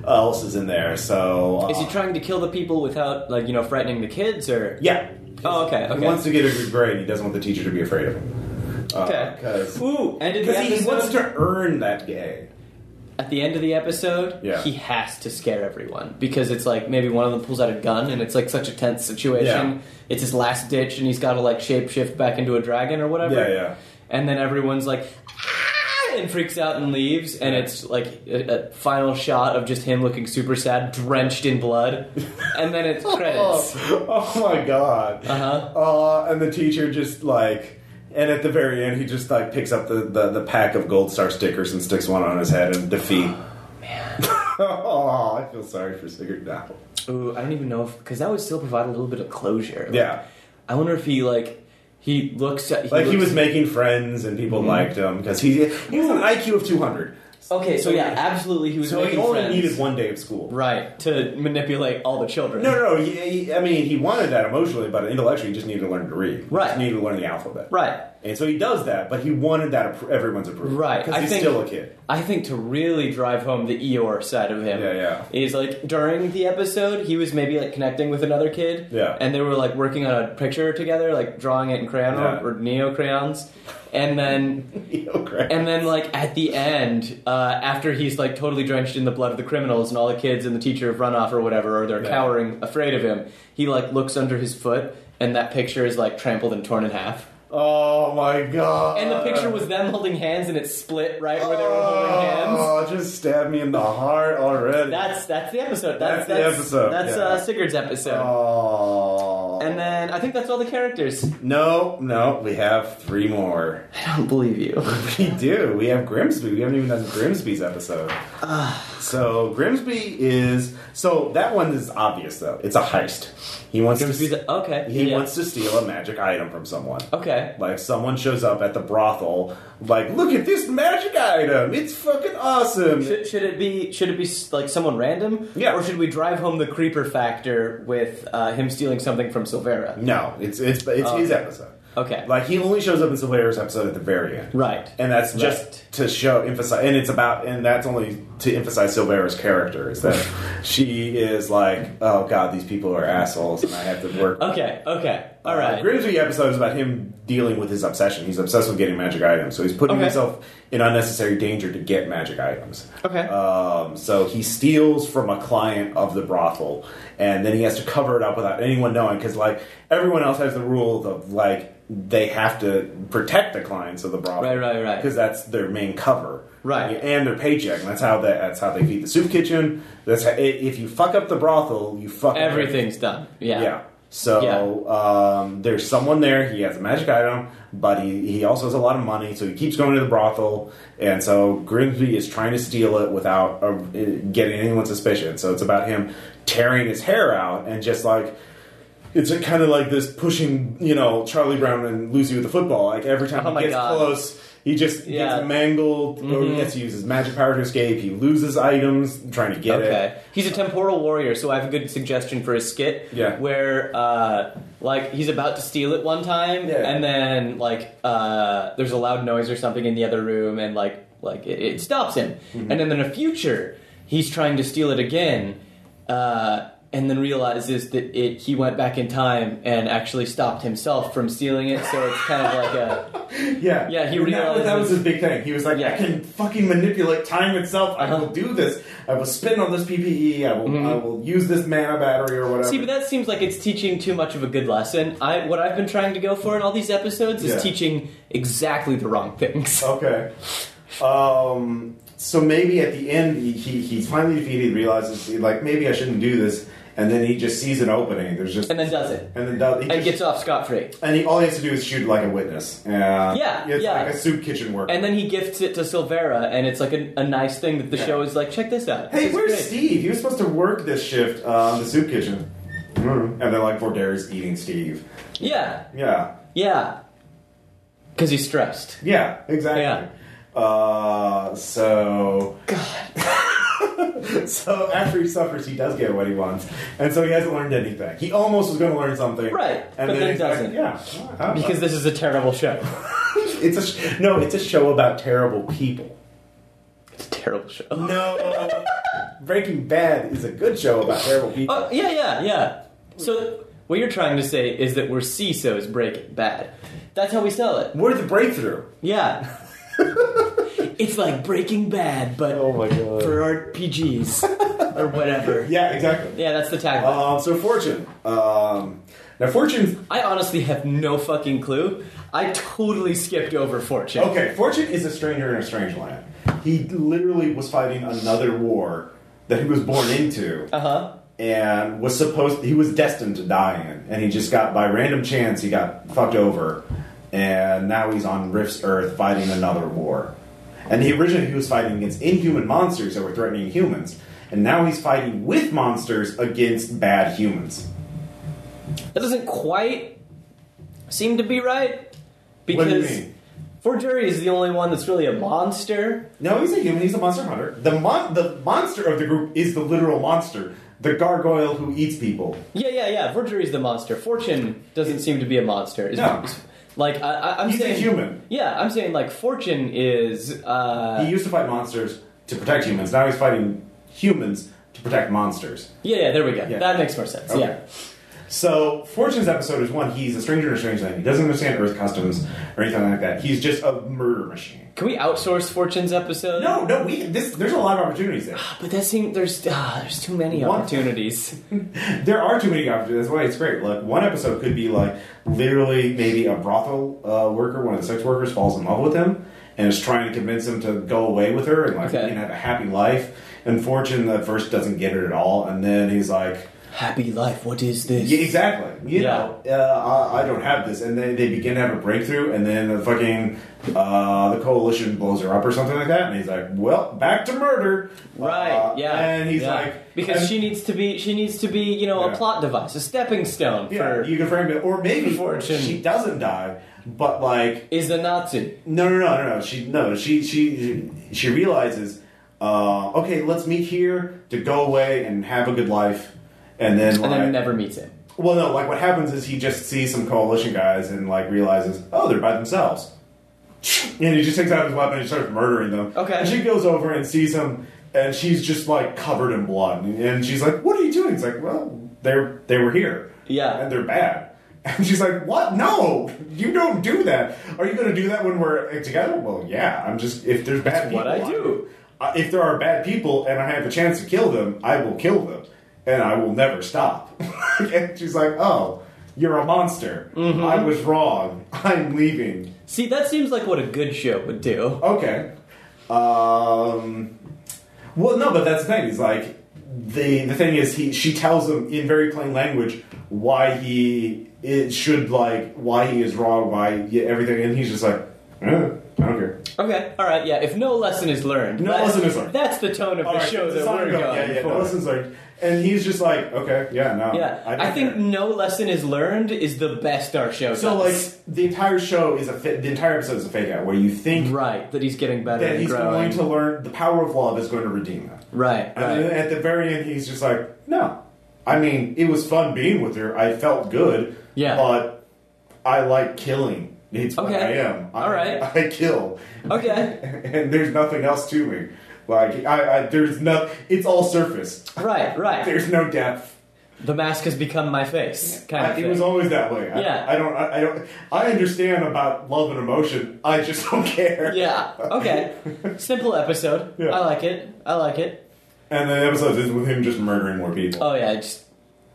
S1: else is in there. So uh,
S2: Is he trying to kill the people without like you know frightening the kids or?
S1: yeah.
S2: Oh okay
S1: He
S2: okay
S1: wants to get a good grade. He doesn't want the teacher to be afraid of him. Uh,
S2: okay.
S1: Because
S2: Ooh, and at the,
S1: he,
S2: episode,
S1: wants to earn that gay.
S2: at the end of the episode,
S1: Yeah.
S2: he has to scare everyone because it's like maybe one of them pulls out a gun and it's like such a tense situation.
S1: Yeah.
S2: It's his last ditch and he's got to like shapeshift back into a dragon or whatever.
S1: Yeah, yeah.
S2: And then everyone's like, "Ah!" and freaks out and leaves, and it's like a, a final shot of just him looking super sad, drenched in blood, and then it's credits.
S1: <laughs> Oh, oh my god.
S2: Uh-huh.
S1: Uh, and the teacher just like. And at the very end, he just like picks up the, the, the pack of gold star stickers and sticks one on his head and defeat. <laughs> oh, I feel sorry for Sigurd now.
S2: Ooh, I don't even know if because that would still provide a little bit of closure. Like,
S1: Yeah.
S2: I wonder if he like he looks at he
S1: Like he
S2: looks-
S1: was making friends and
S2: Mm-hmm.
S1: people liked him because he he was an IQ of 200.
S2: okay. So yeah, absolutely, he was
S1: So he
S2: Oh, making
S1: only
S2: friends.
S1: needed one day of school.
S2: right to manipulate all the children.
S1: No, no, no. He, he- I mean, he wanted that emotionally, but intellectually, he just needed to learn to read. He
S2: Right.
S1: just needed to learn the alphabet.
S2: Right,
S1: And so he does that, but he wanted that appro- everyone's approval.
S2: right.
S1: Because
S2: I
S1: he's
S2: think
S1: still a kid. <laughs>
S2: I think to really drive home the Eeyore side of him.
S1: Yeah, yeah.
S2: Is like during the episode, he was maybe like connecting with another kid.
S1: Yeah.
S2: And they were like working on a picture together, like drawing it in crayon
S1: Yeah.
S2: or, or neo crayons, and then
S1: Okay.
S2: And then, like at the end, uh, after he's like totally drenched in the blood of the criminals, and all the kids and the teacher have run off or whatever, or they're
S1: Yeah.
S2: cowering, afraid of him. He like looks under his foot, and that picture is like trampled and torn in half.
S1: oh my god.
S2: And the picture was them holding hands, and it split right where they were holding hands.
S1: Uh. Oh, just stabbed me in the heart already.
S2: That's that's the episode. That's,
S1: That's the episode,
S2: That's
S1: yeah.
S2: uh, Sigurd's episode.
S1: Oh.
S2: And then I think that's all the characters.
S1: no, no, we have three more.
S2: I don't believe you.
S1: We do. We have Grimsby. We haven't even done Grimsby's episode. so Grimsby is so that one is obvious though. It's a heist. He wants to s-
S2: <laughs> okay.
S1: he
S2: yeah.
S1: wants to steal a magic item from someone.
S2: Okay.
S1: Like someone shows up at the brothel, like, look at this magic item. It's fucking awesome.
S2: Should, should it be should it be like someone random?
S1: Yeah.
S2: Or should we drive home the creeper factor with uh, him stealing something from Silvera?
S1: No, it's it's it's his episode.
S2: Okay.
S1: Like he only shows up in Silvera's episode at the very end.
S2: Right.
S1: And that's
S2: Right.
S1: just to show emphasize, and it's about, and that's only to emphasize Silvera's character is
S2: <laughs>
S1: that she is like, oh god, these people are assholes, and I have to work.
S2: Okay. Okay. <laughs> All
S1: The
S2: right.
S1: Grimsby episode is about him dealing with his obsession. He's obsessed with getting magic items, so he's putting
S2: Okay.
S1: himself in unnecessary danger to get magic items.
S2: Okay.
S1: Um, so he steals from a client of the brothel, and then he has to cover it up without anyone knowing because, like, everyone else has the rule of like they have to protect the clients of the brothel,
S2: Right, right, right.
S1: because that's their main cover,
S2: Right.
S1: and their paycheck. And that's how they, that's how they feed the soup kitchen. That's how, i- if you fuck up the brothel, you fuck up
S2: Everything's done. Yeah.
S1: yeah. So Um, there's someone there. He has a magic item, but he, he also has a lot of money, so he keeps going to the brothel. And so Grimsby is trying to steal it without uh, getting anyone suspicious. So it's about him tearing his hair out and just like. It's kind of like this pushing, you know, Charlie Brown and Lucy with the football. Like every time
S2: Oh my
S1: he gets
S2: God.
S1: close, he just
S2: Yeah. Mm-hmm.
S1: gets mangled. Or he gets to use his magic power to escape. He loses items trying to get it.
S2: Okay. He's a temporal warrior, so I have a good suggestion for his skit.
S1: Yeah.
S2: Where, uh, like, he's about to steal it one time,
S1: Yeah.
S2: and then, like, uh, there's a loud noise or something in the other room, and, like, like it,
S1: Mm-hmm.
S2: it stops him. And then in the future, he's trying to steal it again, uh, and then realizes that it he went back in time and actually stopped himself from stealing it. So it's kind of like a
S1: Yeah.
S2: Yeah, he
S1: And that-
S2: realizes-
S1: that was his big thing. He was like,
S2: Yeah. Uh-huh.
S1: I can fucking manipulate time itself. I will do this. I will spin on this PPE. I will, I will use this mana battery or whatever.
S2: Mm-hmm. see, but that seems like it's teaching too much of a good lesson. I what I've been trying to go for in all these episodes
S1: Yeah.
S2: is teaching exactly the wrong things. <laughs>
S1: Okay. Um, so maybe at the end, he, he, he's finally defeated, realizes, he, like, maybe I shouldn't do this, and then he just sees an opening. There's just.
S2: And then does it.
S1: And then does, he
S2: And
S1: just-
S2: gets off scot free.
S1: and he, all he has to do is shoot like a witness. Uh,
S2: Yeah,
S1: It's
S2: yeah.
S1: like a soup kitchen worker.
S2: And then he gifts it to Silvera, and it's like a, a nice thing that the show is like, check this out.
S1: hey,
S2: This is
S1: where's
S2: great."
S1: Steve? He was supposed to work this shift uh, on the soup kitchen.
S2: Mm-hmm.
S1: And then, like, Vordari's eating Steve.
S2: Yeah,
S1: Yeah.
S2: yeah. Because he's stressed.
S1: Yeah, exactly. Uh, so. God. <laughs> so after he suffers, he does get what he wants, and so he hasn't learned anything. He almost was going to learn something,
S2: Right,
S1: And
S2: but then
S1: he's like,
S2: doesn't.
S1: yeah, I don't know.
S2: Because this is a terrible show. <laughs>
S1: <laughs> it's a sh- no, it's a show about terrible people.
S2: It's a terrible show.
S1: No, Breaking Bad is a good show about terrible people.
S2: Oh, yeah, yeah, yeah. So what you're trying to say is that we're CISOs breaking bad. That's how we sell it.
S1: We're the breakthrough.
S2: Yeah. <laughs> it's like breaking bad, but
S1: Oh my god.
S2: for RPGs or whatever.
S1: <laughs> Yeah, exactly.
S2: Yeah, that's the tagline.
S1: Um, so Fortune. Um, now Fortune's
S2: I honestly have no fucking clue. I totally skipped over Fortune.
S1: Okay, Fortune is a stranger in a strange land. He literally was fighting another war that he was born into
S2: Uh huh.
S1: and was supposed he was destined to die in. And he just got by random chance he got fucked over. And now he's on Rift's Earth fighting another war. And he originally he was fighting against inhuman monsters that were threatening humans. And now he's fighting with monsters against bad humans.
S2: That doesn't quite seem to be right.
S1: What
S2: Because
S1: do you mean?
S2: Forgery is the only one that's really a monster.
S1: No, he's a human. He's a monster hunter. The mon- the monster of the group is the literal monster, the gargoyle who eats people.
S2: Yeah, yeah, yeah. Forgery is the monster. Fortune doesn't seem to be a monster. Is-
S1: No.
S2: is- Like I, I, I'm
S1: He's a
S2: saying,
S1: human.
S2: Yeah, I'm saying like Fortune is. Uh,
S1: He used to fight monsters to protect humans. Now he's fighting humans to protect monsters.
S2: yeah, yeah. There we go.
S1: Yeah.
S2: That makes more sense. Yeah.
S1: So Fortune's episode is one. He's a stranger in a strange land. He doesn't understand Earth customs or anything like that. He's just a murder machine.
S2: Can we outsource Fortune's episode?
S1: No, no. We this, there's a lot of opportunities there.
S2: But that seems there's ah, there's too many
S1: What?
S2: opportunities.
S1: There are too many opportunities. That's why it's great. Like one episode could be like literally maybe a brothel uh, worker, one of the sex workers, falls in love with him and is trying to convince him to go away with her and like
S2: Okay.
S1: you can have a happy life. And Fortune at first doesn't get it at all, and then he's like,
S2: Happy life. What is this?
S1: yeah, exactly. You
S2: Yeah.
S1: know, uh, I, I don't have this, and then they begin to have a breakthrough, and then the fucking uh, the coalition blows her up or something like that, and he's like, well, back to murder,
S2: Right.
S1: Uh,
S2: yeah.
S1: and he's
S2: yeah.
S1: like,
S2: because
S1: and-
S2: she needs to be she needs to be you know
S1: Yeah.
S2: a plot device, a stepping stone
S1: Yeah,
S2: for
S1: you can frame it, or maybe
S2: Fortune.
S1: she doesn't die, but like
S2: is a Nazi.
S1: no, no, no, no, no. She no, she she she realizes. Uh, okay, let's meet here to go away and have a good life, and then
S2: And then
S1: like-
S2: never meets him.
S1: well, no, like what happens is he just sees some coalition guys and like realizes, oh, they're by themselves. <sniffs> And he just takes out his weapon and starts murdering them.
S2: Okay.
S1: And she goes over and sees him, and she's just like covered in blood. And she's like, "What are you doing?" He's like, "Well, they're they were here.
S2: Yeah.
S1: And they're bad." <laughs> And she's like, "What? No, you don't do that. Are you going to do that when we're eh, together?" Well, yeah. I'm just if there's bad people,
S2: what I do.
S1: I- if there are bad people and I have a chance to kill them, I will kill them, and I will never stop. <laughs> and she's like, "Oh, you're a monster. I was wrong. I'm leaving."
S2: See, that seems like what a good show would do.
S1: Okay. Um, well, no, but that's the thing. Is like the the thing is he she tells him in very plain language why he it should like why he is wrong, why yeah, everything, and he's just like, eh, I don't care.
S2: Okay, all right, yeah. If no lesson is learned,
S1: No
S2: that's- <laughs>
S1: lesson is learned.
S2: That's the tone of the
S1: Alright,
S2: show that
S1: it's not
S2: we're
S1: good.
S2: going
S1: yeah, yeah,
S2: for.
S1: no lessons learned. And he's just like, okay, yeah, no,
S2: yeah,
S1: don't
S2: I, think
S1: care.
S2: no lesson is learned is the best our show.
S1: So like
S2: does.
S1: the entire show is a fa- the entire episode is a fake out where you think
S2: right, that he's getting better
S1: that
S2: and
S1: he's
S2: growing.
S1: going to learn the power of love is going to redeem him.
S2: right,
S1: And then
S2: right.
S1: at the very end, he's just like, no. I mean, it was fun being with her. I felt good.
S2: Yeah.
S1: But I like killing. It's what
S2: Okay.
S1: I am. I,
S2: All
S1: <laughs>
S2: right.
S1: I kill.
S2: Okay,
S1: <laughs> And there's nothing else to me. Like, I, I there's no, it's all surface.
S2: right, right.
S1: There's no depth.
S2: The mask has become my face. Kind of
S1: I,
S2: thing.
S1: it was always that way. I,
S2: Yeah.
S1: I don't. I, I don't. I understand about love and emotion. I just <laughs> don't care.
S2: yeah.
S1: <laughs>
S2: Okay. Simple episode.
S1: Yeah.
S2: I like it. I like it.
S1: And the episode is with him just murdering more people.
S2: Oh yeah. Just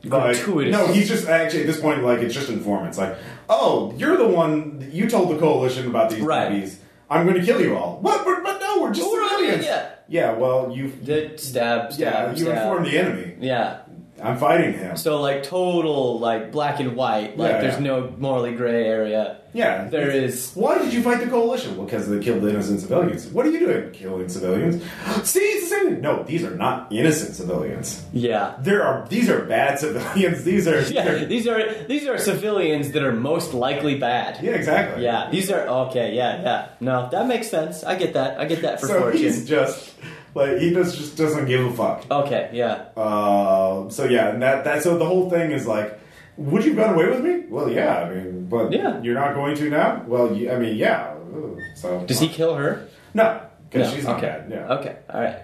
S1: Like,
S2: gratuitous.
S1: No, he's just actually at this point like it's just informants. Like, oh, you're the one that you told the coalition about these
S2: Right.
S1: babies. I'm going to kill you all. What? We're, but no, we're just
S2: We're all-
S1: civilians.
S2: yeah.
S1: Yeah. Well, you.
S2: Did stab. stab
S1: Yeah. You
S2: stab.
S1: informed the enemy.
S2: Yeah.
S1: I'm fighting him.
S2: So like total like black and white. Like
S1: Yeah,
S2: there's
S1: yeah.
S2: no morally gray area.
S1: Yeah.
S2: There is.
S1: Why did you fight the coalition? Well, because they killed the innocent civilians. What are you doing? Killing civilians? <gasps> See, it's the same thing. No, these are not innocent civilians.
S2: Yeah.
S1: There are these are bad <laughs> civilians. These are
S2: Yeah. These are these are civilians that are most likely bad.
S1: Yeah, exactly.
S2: Yeah, these are okay. Yeah, yeah. No, that makes sense. I get that. I get that for
S1: So
S2: fortune.
S1: he's just like he just just doesn't give a fuck.
S2: Okay, yeah.
S1: Uh, so yeah, and that that so the whole thing is like, would you have gone away with me? Well, yeah. I mean, but
S2: Yeah.
S1: you're not going to now. Well, you, I mean, yeah. Ooh, So
S2: Does he kill her?
S1: No, because
S2: No,
S1: she's not
S2: okay.
S1: bad. Yeah.
S2: Okay, all right.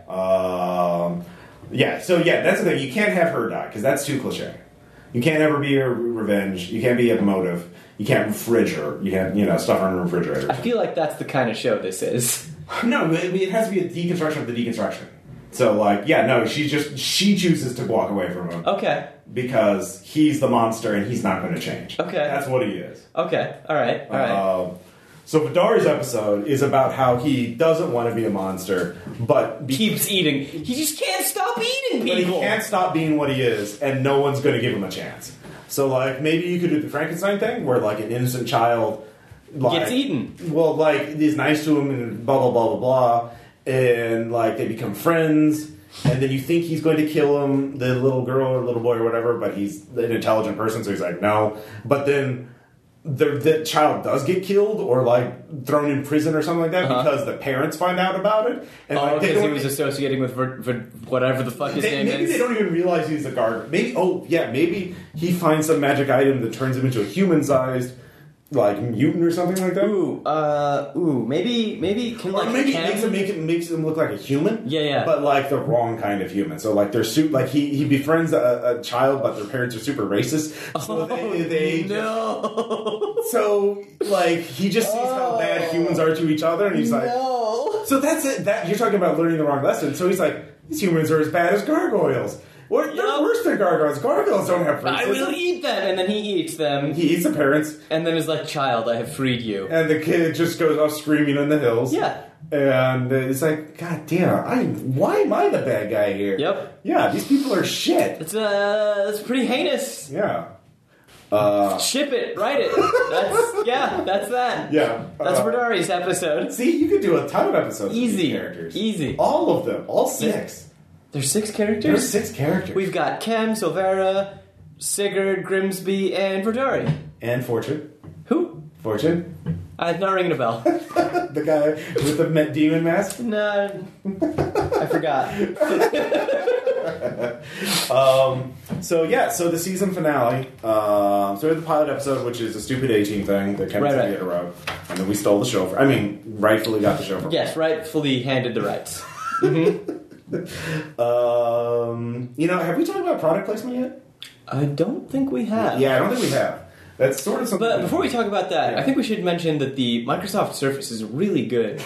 S1: Um, yeah, so yeah, that's the thing. You can't have her die because that's too cliche. You can't ever be a re- revenge. You can't be a motive. You can't refrigerate. You can't, you know, stuff her in a refrigerator.
S2: I feel like that's the kind of show this is.
S1: <laughs>
S2: <laughs>
S1: No, I mean, it has to be a deconstruction of the deconstruction. So, like, yeah, no, she just, she chooses to walk away from him
S2: Okay,
S1: because he's the monster and he's not going to change.
S2: Okay.
S1: That's what he is.
S2: okay, all right, all right.
S1: Um, so, Vidari's episode is about how he doesn't want to be a monster, but because
S2: Keeps eating. He just can't stop eating
S1: But he
S2: people.
S1: can't stop being what he is, and no one's going to give him a chance. So, like, maybe you could do the Frankenstein thing, where like an innocent child like,
S2: Gets eaten.
S1: Well, like is nice to him, and blah blah blah blah blah, and like they become friends, and then you think he's going to kill him, the little girl or little boy or whatever, but he's an intelligent person, so he's like no. But then the, the child does get killed or like thrown in prison or something like that because the parents find out about it, and
S2: Uh-huh. Oh,
S1: like, they
S2: because he
S1: don't-
S2: was associating with ver- ver- whatever the fuck his
S1: they,
S2: name
S1: maybe
S2: is.
S1: they don't even realize he's a gardener. Maybe oh yeah, maybe he finds some magic item that turns him into a human-sized like mutant or something like that.
S2: Ooh, uh, ooh, maybe, maybe can
S1: Or
S2: like
S1: maybe it
S2: Cam-
S1: makes him make him makes him look like a human.
S2: Yeah, yeah.
S1: But like the wrong kind of human. So like their suit like he he befriends a, a child, but their parents are super racist.
S2: <laughs>
S1: So
S2: Oh,
S1: they, they just-
S2: no,
S1: so like he just sees how
S2: Oh.
S1: bad humans are to each other, and he's like,
S2: no.
S1: so that's it. That you're talking about learning the wrong lesson. So he's like, these humans are as bad as gargoyles. Or they're
S2: Yup.
S1: worse than gargoyles. Gargoyles don't have
S2: I
S1: racism.
S2: will eat them, and then he eats them,
S1: He eats the parents,
S2: and then is like, "Child, I have freed you."
S1: and the kid just goes off screaming in the hills.
S2: Yeah.
S1: And uh, it's like, God damn, I why am I the bad guy here?
S2: Yep.
S1: Yeah, these people are shit.
S2: It's uh, it's pretty heinous.
S1: Yeah.
S2: Ship it, write it. That's yeah, that's
S1: <laughs>
S2: that.
S1: Yeah.
S2: that's
S1: Uh,
S2: Verdari's episode.
S1: See, you could do a ton of episodes. with
S2: Easy,
S1: these characters.
S2: easy.
S1: All of them. All six.
S2: There's six characters.
S1: There's six characters.
S2: We've got Kem, Silvera, Sigurd, Grimsby, and Verdari.
S1: and Fortune.
S2: Who?
S1: Fortune. <laughs>
S2: I'm not ringing a bell.
S1: The guy with the me- demon mask.
S2: no, I forgot.
S1: Um, so yeah, so the season finale. Um, so we had the pilot episode, which is a stupid eighteen thing that Kevin
S2: Right, right.
S1: Sabieta wrote, and then we stole the show. For, I mean, rightfully got the show from.
S2: Yes, rightfully handed the rights.
S1: Um, you know, have we talked about product placement yet?
S2: I don't think we have.
S1: Yeah, I don't think we have. That's sort of something.
S2: But before we talk about that, I think we should mention that the Microsoft Surface is really
S1: <laughs>
S2: good.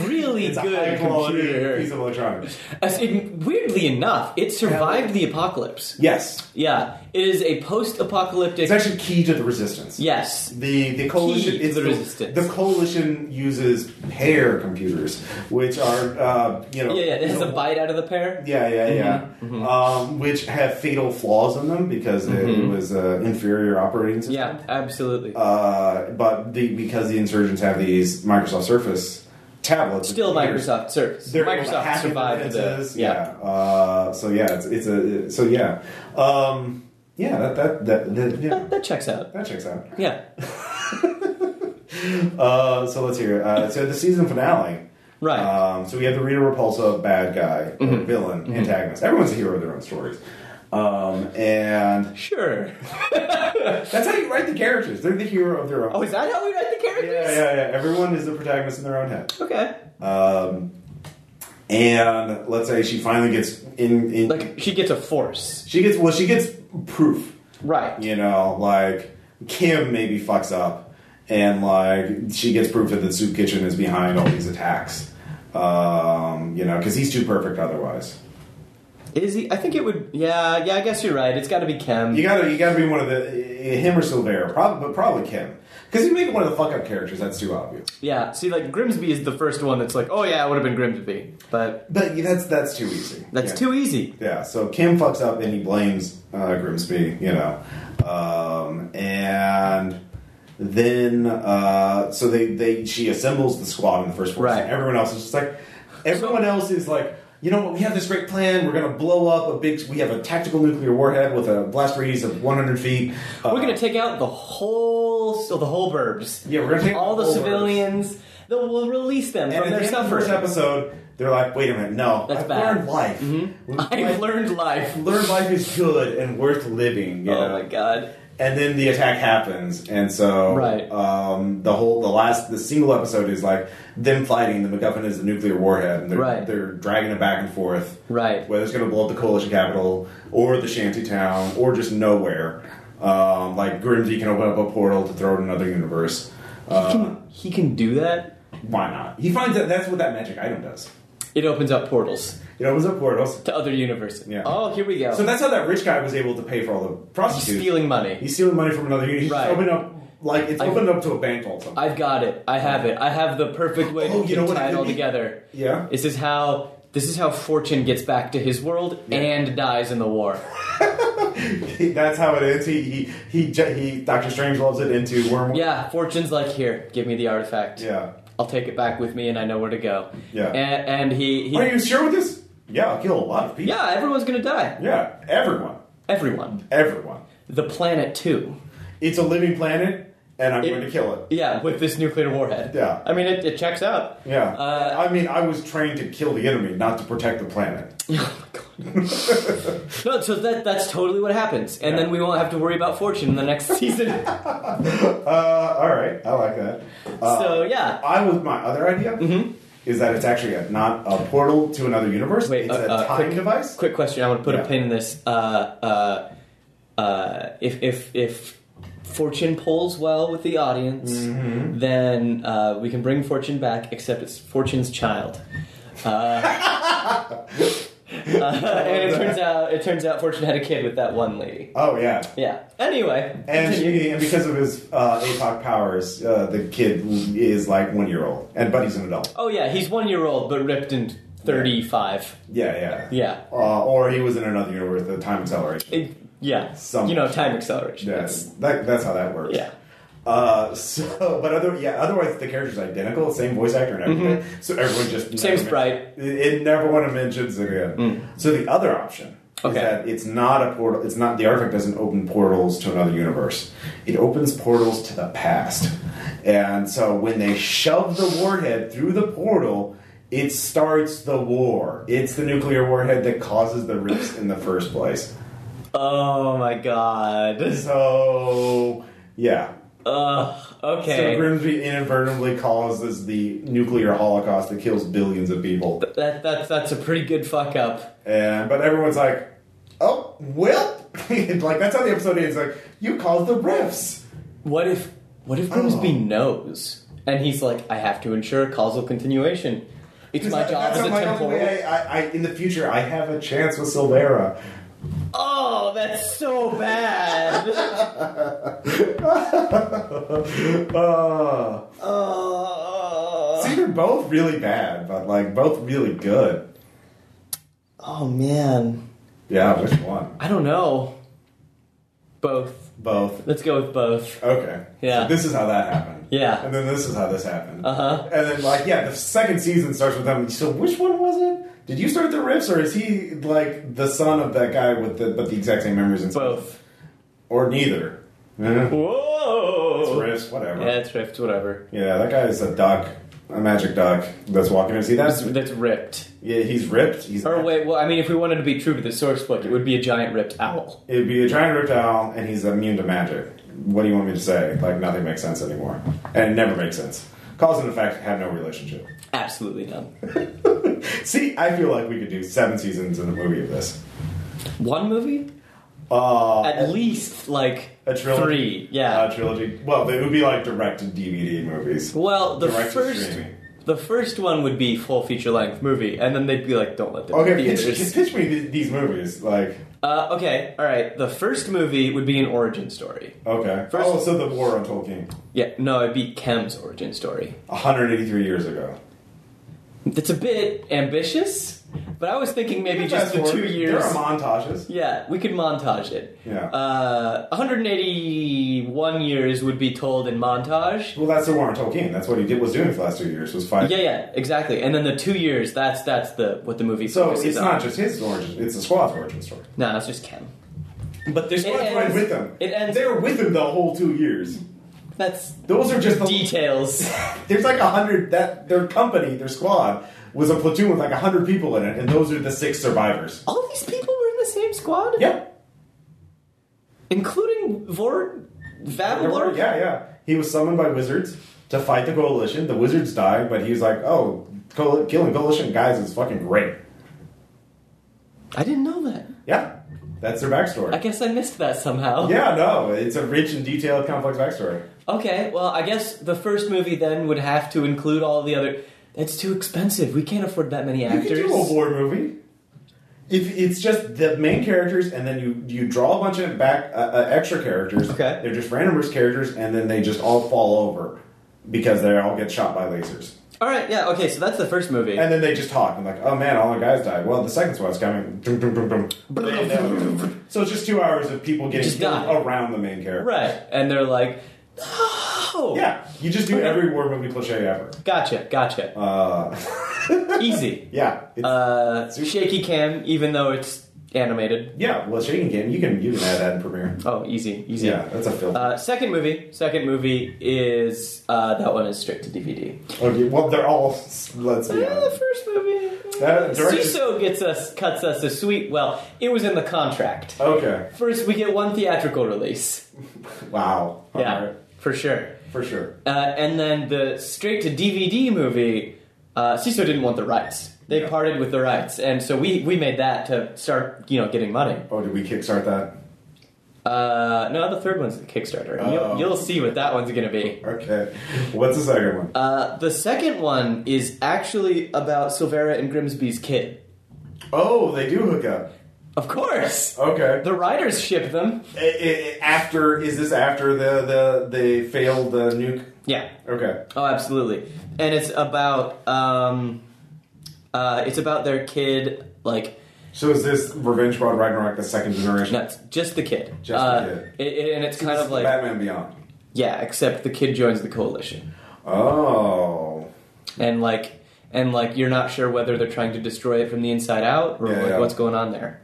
S2: really
S1: it's a
S2: good
S1: high quality
S2: computer.
S1: piece of electronics.
S2: As it, weirdly enough, it survived the apocalypse.
S1: Yes,
S2: Yeah, it is a
S1: it's
S2: post-apocalyptic.
S1: actually key to the resistance.
S2: Yes,
S1: The the coalition
S2: Key to
S1: it's
S2: the resistance.
S1: The coalition uses pair computers, which are uh, you know
S2: yeah, yeah. It has a bite out of the pear.
S1: Yeah, yeah, yeah.
S2: Mm-hmm.
S1: Um, which have fatal flaws in them because it was an inferior operating system.
S2: Mm-hmm. Yeah, absolutely.
S1: Uh, but the, because the insurgents have these Microsoft Surface tablets,
S2: Still
S1: computers,
S2: Microsoft Surface.
S1: they're able to
S2: Microsoft
S1: hack
S2: survived the.
S1: defenses.
S2: Yeah.
S1: Uh, so yeah, it's, it's a so yeah, um, yeah. That that that, that yeah.
S2: That checks out.
S1: That checks out.
S2: Yeah.
S1: Uh, so let's hear. it. Uh, so the season finale.
S2: Right. Mm-hmm.
S1: Um, so we have the Rita Repulsa bad guy, or villain, antagonist. Everyone's a hero of their own stories. Um, and <laughs>
S2: Sure.
S1: that's how you write the characters. They're the hero of their own.
S2: Oh, is that how we write the
S1: yeah,
S2: characters?
S1: yeah, yeah. Everyone is the protagonist in their own head.
S2: Okay.
S1: Um, and let's say she finally gets in. in
S2: Like she gets a force,
S1: she gets well, she gets proof.
S2: right?
S1: You know, like Kim maybe fucks up, and like she gets proof that the soup kitchen is behind all these attacks. Um, you know, because he's too perfect otherwise.
S2: Is he? I think it would. Yeah, yeah. I guess you're right. It's got to be Kim.
S1: You gotta, you gotta be one of the him or Silvera, probably, but probably Kim, because you make one of the fuck up characters. That's too obvious.
S2: yeah. See, like Grimsby is the first one that's like, oh yeah, it would have been Grimsby, but
S1: But that's that's too easy.
S2: that's
S1: Yeah.
S2: too easy.
S1: Yeah. So Kim fucks up and he blames uh, Grimsby. You know, um, and then uh, so they they she assembles the squad in the first force.
S2: Right.
S1: And everyone else is just like everyone else is like. You know what? We have this great plan. We're going to blow up a big. We have a tactical nuclear warhead with a blast radius of 100 feet. Uh,
S2: We're gonna take out the whole, so the whole burbs.
S1: Yeah, we're gonna take out
S2: all
S1: the
S2: the
S1: whole burbs.
S2: civilians. That will release them
S1: And
S2: from
S1: at
S2: their
S1: the end of the
S2: suffering.
S1: first episode, they're like, "Wait a minute, no,
S2: That's
S1: I've
S2: bad. Mm-hmm.
S1: learned life.
S2: <laughs> <laughs> I've learned life.
S1: learned life is good and worth living." You
S2: Oh
S1: know?
S2: my god.
S1: And then the attack happens, and so
S2: Right.
S1: um, the whole the last the single episode is like them fighting. The MacGuffin is the nuclear warhead, and they're
S2: Right.
S1: they're dragging it back and forth.
S2: Right.
S1: Whether it's going to blow up the coalition capital or the shanty town or just nowhere, um, like Grimsby can open up a portal to throw it in another universe. Uh,
S2: he, can, he can do that.
S1: Why not? He finds that that's what that magic item does.
S2: It opens up portals
S1: It opens up portals.
S2: to other universes.
S1: Yeah.
S2: Oh, here we go.
S1: So that's how that rich guy was able to pay for all the
S2: He's
S1: prostitutes.
S2: stealing money.
S1: He's stealing money from another unit. He's
S2: Right.
S1: opened up like it's
S2: I-
S1: opened up to a bank vault. Something.
S2: I've got it. I have it. I have the perfect way
S1: Oh,
S2: to
S1: you know what
S2: tie
S1: it
S2: it
S1: could
S2: all
S1: be?
S2: together.
S1: Yeah.
S2: This is how this is how Fortune gets back to his world and dies in the war.
S1: that's how it is. He he he. ju- he Doctor Strange loves it into wormwood.
S2: Yeah, Fortune's like, here, give me the artifact.
S1: Yeah.
S2: I'll take it back with me, and I know where to go.
S1: Yeah.
S2: And, and he, he
S1: Are you sure with this? Yeah, I'll kill a lot of people.
S2: yeah, everyone's gonna die.
S1: Yeah. Everyone.
S2: Everyone.
S1: Everyone.
S2: The planet too.
S1: It's a living planet, and I'm
S2: It-
S1: going to kill it.
S2: Yeah, with this nuclear warhead.
S1: Yeah.
S2: I mean, it, it checks out.
S1: Yeah.
S2: Uh,
S1: I mean, I was trained to kill the enemy, not to protect the planet.
S2: Oh my god. no, so that that's totally what happens, and
S1: Yeah.
S2: then we won't have to worry about fortune in the next <laughs> season.
S1: Uh, all right, I like that. Uh,
S2: so yeah, Mm-hmm.
S1: I was my other idea is that it's actually a, not a portal to another universe.
S2: Wait,
S1: it's
S2: uh,
S1: a
S2: uh,
S1: time
S2: quick-
S1: device.
S2: quick question. I want to put
S1: Yeah.
S2: a pin in this. Uh, uh, uh, if if if fortune polls well with the audience,
S1: Mm-hmm.
S2: then uh, we can bring fortune back. Except it's fortune's child.
S1: <laughs>
S2: Uh, uh, <laughs> and it turns out it turns out fortune had a kid with that one lady.
S1: Oh yeah,
S2: Yeah. Anyway,
S1: and,
S2: continue.
S1: and because of his uh, APOC powers, uh, the kid is like one year old, and but he's an adult.
S2: Oh yeah, he's one year old but ripped in thirty-five.
S1: Yeah, yeah,
S2: Yeah.
S1: Uh, or he was in another universe, the time acceleration.
S2: It- yeah.
S1: Some-
S2: You know, time acceleration.
S1: Yeah,
S2: It's-
S1: that, that's how that works.
S2: yeah.
S1: Uh, so, <laughs> but other yeah, otherwise the character's identical, same voice actor and everything. So everyone just
S2: Mm-hmm. Same
S1: never
S2: sprite. Mm.
S1: men- It, it never one mentions it again. So the other option
S2: Okay.
S1: is that it's not a portal. It's not the artifact doesn't open portals to another universe. It opens portals to the past, and so when they shove the warhead through the portal. It starts the war. It's the nuclear warhead that causes the rifts in the first
S2: <laughs>
S1: place.
S2: Oh my god.
S1: So, yeah,
S2: Ugh.
S1: So
S2: Okay.
S1: Grimsby inadvertently causes the nuclear holocaust that kills billions of people,
S2: that that's that's a pretty good fuck up.
S1: and but everyone's like, "Oh, well," <laughs> like that's how the episode ends. Like you caused the rifts.
S2: What if what if Grimsby
S1: Oh.
S2: knows and he's like, I have to ensure causal continuation. It's my job
S1: That's
S2: as a
S1: my only
S2: temporal.
S1: way. I, I, I, in the future, I have a chance with Silvera.
S2: Oh, that's
S1: <laughs>
S2: so bad.
S1: Uh,
S2: oh.
S1: see, they're both really bad, but like both really good.
S2: oh man.
S1: Yeah, which one?
S2: I don't know. Both.
S1: Both.
S2: Let's go with both.
S1: Okay.
S2: Yeah.
S1: So this is how that happened.
S2: Yeah.
S1: And then this is how this happened.
S2: Uh-huh.
S1: And then like yeah, the second season starts with them. So which one was it? Did you start the riffs, or is he like the son of that guy with the but the exact same memories and stuff?
S2: Both.
S1: or neither? Eh,
S2: Whoa!
S1: riffs, whatever.
S2: Yeah, it's ripped, whatever.
S1: Yeah, that guy is a duck, a magic duck that's walking. in. See,
S2: That's,
S1: that's
S2: that's ripped.
S1: yeah, he's ripped. He's
S2: Or wait, well, I mean, if we wanted to be true to the source book, it would be a giant ripped owl.
S1: It'd be a giant reptile, and he's immune to magic. What do you want me to say? Like nothing makes sense anymore, and it never makes sense. Cause and effect have no relationship.
S2: Absolutely none.
S1: See, I feel like we could do seven seasons in a movie of this.
S2: One movie?
S1: Uh,
S2: At least like
S1: a trilogy. Uh,
S2: three. Yeah.
S1: A trilogy. Well, they would be like direct to DVD movies.
S2: well, the
S1: direct to
S2: first
S1: streaming.
S2: the first one would be full feature length movie, and then they'd be like, "Don't let the
S1: Okay, pitch,
S2: theaters."
S1: pitch me th- these movies. Like,
S2: Uh, okay, all right. The first movie would be an origin story.
S1: okay.
S2: First-
S1: oh, so the war on Tolkien,
S2: Yeah, no, it'd be Kem's origin story.
S1: 183 years ago.
S2: It's a bit ambitious, but I was thinking maybe just the
S1: Fast
S2: two
S1: forward,
S2: years.
S1: There are montages.
S2: Yeah, we could montage it.
S1: Yeah.
S2: Uh, 181 years would be told in montage.
S1: Well, that's the war on Tolkien. That's what he did was doing for the last two years was five.
S2: Yeah, yeah, exactly. And then the two years, that's that's the what the movie
S1: So
S2: focuses
S1: it's
S2: on.
S1: not just his origin; it's the squad's origin story.
S2: No, it's just Ken.
S1: But there's
S2: It
S1: squad's
S2: ends-
S1: right with them.
S2: it ends-
S1: They're with him the whole two years.
S2: That's
S1: Those are just the
S2: details.
S1: <laughs> There's like a hundred that their company, their squad, was a platoon with like a hundred people in it, and those are the six survivors.
S2: All these people were in the same squad?
S1: Yep.
S2: Including Vort,
S1: There were-
S2: Vavilor?
S1: Yeah, yeah. He was summoned by wizards to fight the coalition. The wizards died, but he was like, "Oh, coal- killing coalition guys is fucking great."
S2: I didn't know that.
S1: Yeah, that's their
S2: I
S1: backstory.
S2: guess I missed that somehow.
S1: Yeah, no, it's a rich and detailed, complex backstory.
S2: Okay, well, I guess the first movie then would have to include all the other. That's too expensive. We can't afford that many
S1: You
S2: actors.
S1: could do a war movie. If it's just the main characters, and then you you draw a bunch of back uh, uh, extra characters.
S2: Okay.
S1: They're just randomers characters, and then they just all fall over because they all get shot by lasers.
S2: All right, yeah, okay, so that's the first movie.
S1: And then they just talk and like, oh man, all our guys died. Well, the second squad's coming. Dum, dum, dum, dum. And,
S2: <laughs>
S1: uh, so it's just two hours of people getting
S2: Just
S1: killed
S2: die.
S1: around the main character.
S2: right, and they're like, no!
S1: Yeah, you just do every war movie cliche ever.
S2: Gotcha, gotcha.
S1: <laughs> Uh,
S2: Easy.
S1: yeah, it's,
S2: Uh,
S1: Super-
S2: shaky cam, even though it's animated.
S1: yeah. Well, shaking game, you can you can add that in Premiere.
S2: Oh, easy, easy.
S1: Yeah, that's a film.
S2: Uh, second movie, second movie is uh, that one is straight to DVD.
S1: Okay, well, they're all. Let's be
S2: Yeah, Uh, the
S1: honest.
S2: first movie.
S1: That- directors-
S2: CISO gets us cuts us a sweet. Well, it was in the contract.
S1: Okay.
S2: First, we get one theatrical release.
S1: Wow.
S2: Yeah,
S1: Alright.
S2: for sure.
S1: For sure.
S2: Uh, and then the straight to DVD movie, uh, CISO didn't want the rights. They
S1: Yeah.
S2: parted with the rights, and so we we made that to start you know getting money.
S1: Oh, did we kickstart that?
S2: Uh, no, the third one's the Kickstarter.
S1: Oh.
S2: You'll, you'll see what that one's gonna be.
S1: Okay. What's the second one?
S2: Uh, the second one is actually about Silvera and Grimsby's kid.
S1: Oh, they do hook up.
S2: Of course,
S1: Okay.
S2: the writers ship them.
S1: I- I- I- after is this after the the they failed the nuke?
S2: Yeah.
S1: Okay.
S2: Oh, absolutely. And it's about um, uh, it's about their kid. Like,
S1: So is this Revenge Squad Ragnarok the second generation?
S2: no, it's just the kid.
S1: Just the
S2: Uh,
S1: kid.
S2: it- it- and it's kind
S1: This
S2: of
S1: is
S2: like
S1: Batman Beyond.
S2: yeah, except the kid joins the coalition,
S1: Oh.
S2: and like and like you're not sure whether they're trying to destroy it from the inside out or
S1: Yeah,
S2: like,
S1: yeah.
S2: what's going on there.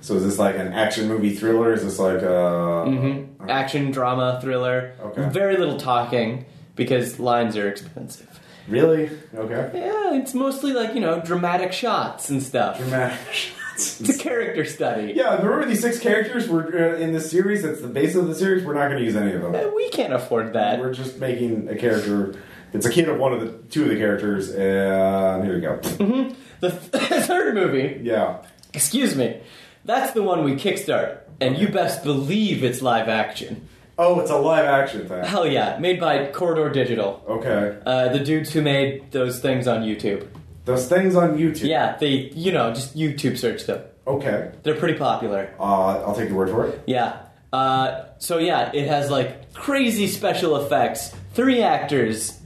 S1: So is this like an action movie thriller? Is this like uh, a
S2: hmm Action, drama, thriller.
S1: Mm-hmm. Okay.
S2: Very little talking because lines are expensive.
S1: really okay
S2: Yeah, it's mostly like you know dramatic shots and stuff.
S1: <laughs> dramatic shots?
S2: It's a character study.
S1: Yeah, remember these six characters were uh, in this series. That's the base of the series. We're not going to use any of them.
S2: Uh, We can't afford that.
S1: We're just making a character. It's a kid of one of the two of the characters, and here we go.
S2: <laughs> The th- <laughs> third movie,
S1: Yeah,
S2: excuse me, that's the one we kickstart, and you best believe it's live action.
S1: Oh, it's a live action thing.
S2: Hell yeah, made by Corridor Digital,
S1: Okay.
S2: uh, the dudes who made those things on YouTube.
S1: Those things on YouTube.
S2: Yeah, they, you know, just YouTube search them.
S1: Okay.
S2: They're pretty popular.
S1: Uh, I'll take your word for it.
S2: Yeah. Uh, so yeah, it has like crazy special effects, three actors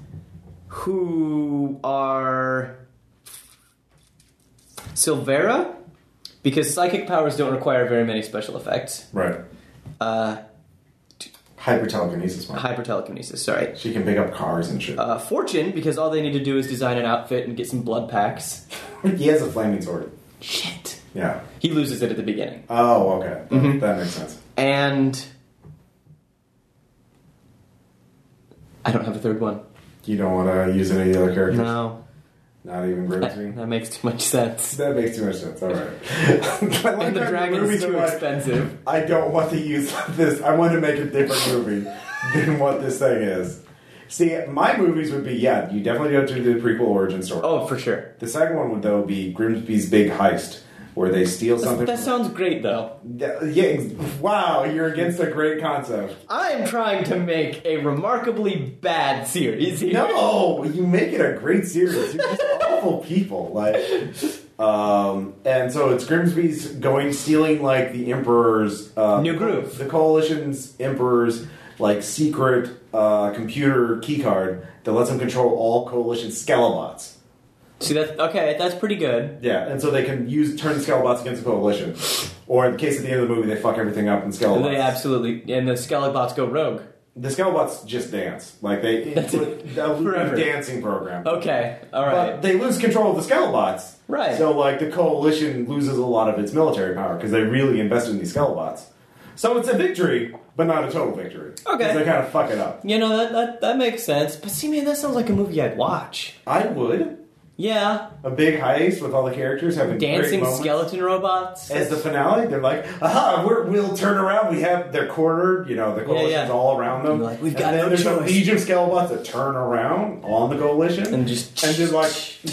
S2: who are Silvera, because psychic powers don't require very many special effects.
S1: Right.
S2: Uh,
S1: Hyper telekinesis one.
S2: hyper telekinesis, sorry.
S1: She can pick up cars and shit.
S2: Uh, fortune, because all they need to do is design an outfit and get some blood packs.
S1: <laughs> he has a flaming sword.
S2: Shit.
S1: Yeah.
S2: He loses it at the beginning.
S1: Oh, okay.
S2: Mm-hmm.
S1: That makes sense.
S2: And. I don't have a third one.
S1: You don't want to use any of the other characters.
S2: No.
S1: Not even Grimsby.
S2: That, that makes too much sense.
S1: That makes too much sense. All right.
S2: <laughs>
S1: I like
S2: And the
S1: how
S2: dragon
S1: movies
S2: is
S1: are
S2: too
S1: like,
S2: expensive.
S1: <laughs> I don't want to use this. I want to make a different movie than what this thing is. See, my movies would be yeah, you definitely go to the prequel origin story.
S2: Oh, for sure.
S1: The second one would though be Grimsby's Big Heist, where they steal something.
S2: That sounds great, though.
S1: Yeah, ex- wow, you're against a great concept.
S2: I am trying to make a remarkably bad series here.
S1: No, you make it a great series. You're
S2: <laughs>
S1: just awful people. Like, um, and so it's Grimsby's going stealing like the Emperor's uh,
S2: New groove.
S1: the Coalition's Emperor's like secret uh, computer keycard that lets him control all Coalition Scalabots.
S2: See, that's okay. That's pretty good.
S1: Yeah, and so they can use turn Scalabots against the Coalition, or in the case at the end of the movie, they fuck everything up in Scalabots.
S2: And they absolutely and the Skellybots go rogue.
S1: the Scalabots just dance like they it's a
S2: Forever.
S1: dancing program.
S2: Okay, all
S1: But
S2: right.
S1: they lose control of the Scalabots.
S2: Right.
S1: So, like, the coalition loses a lot of its military power because they really invested in these Scalabots. So it's a victory, but not a total victory.
S2: Okay.
S1: 'Cause They kind of fuck it up.
S2: you know that, that that makes sense. But see, man, that sounds like a movie I'd watch.
S1: I would.
S2: Yeah,
S1: A big heist with all the characters having great
S2: dancing
S1: moments.
S2: skeleton robots.
S1: As the finale, they're like, aha, we're, we'll turn around. We have, they're cornered, you know, the coalition's
S2: yeah.
S1: all around them.
S2: And like, we've
S1: and
S2: got
S1: then
S2: no
S1: there's a
S2: choice.
S1: legion of Scalabots that turn around on the coalition.
S2: And just-
S1: And just like,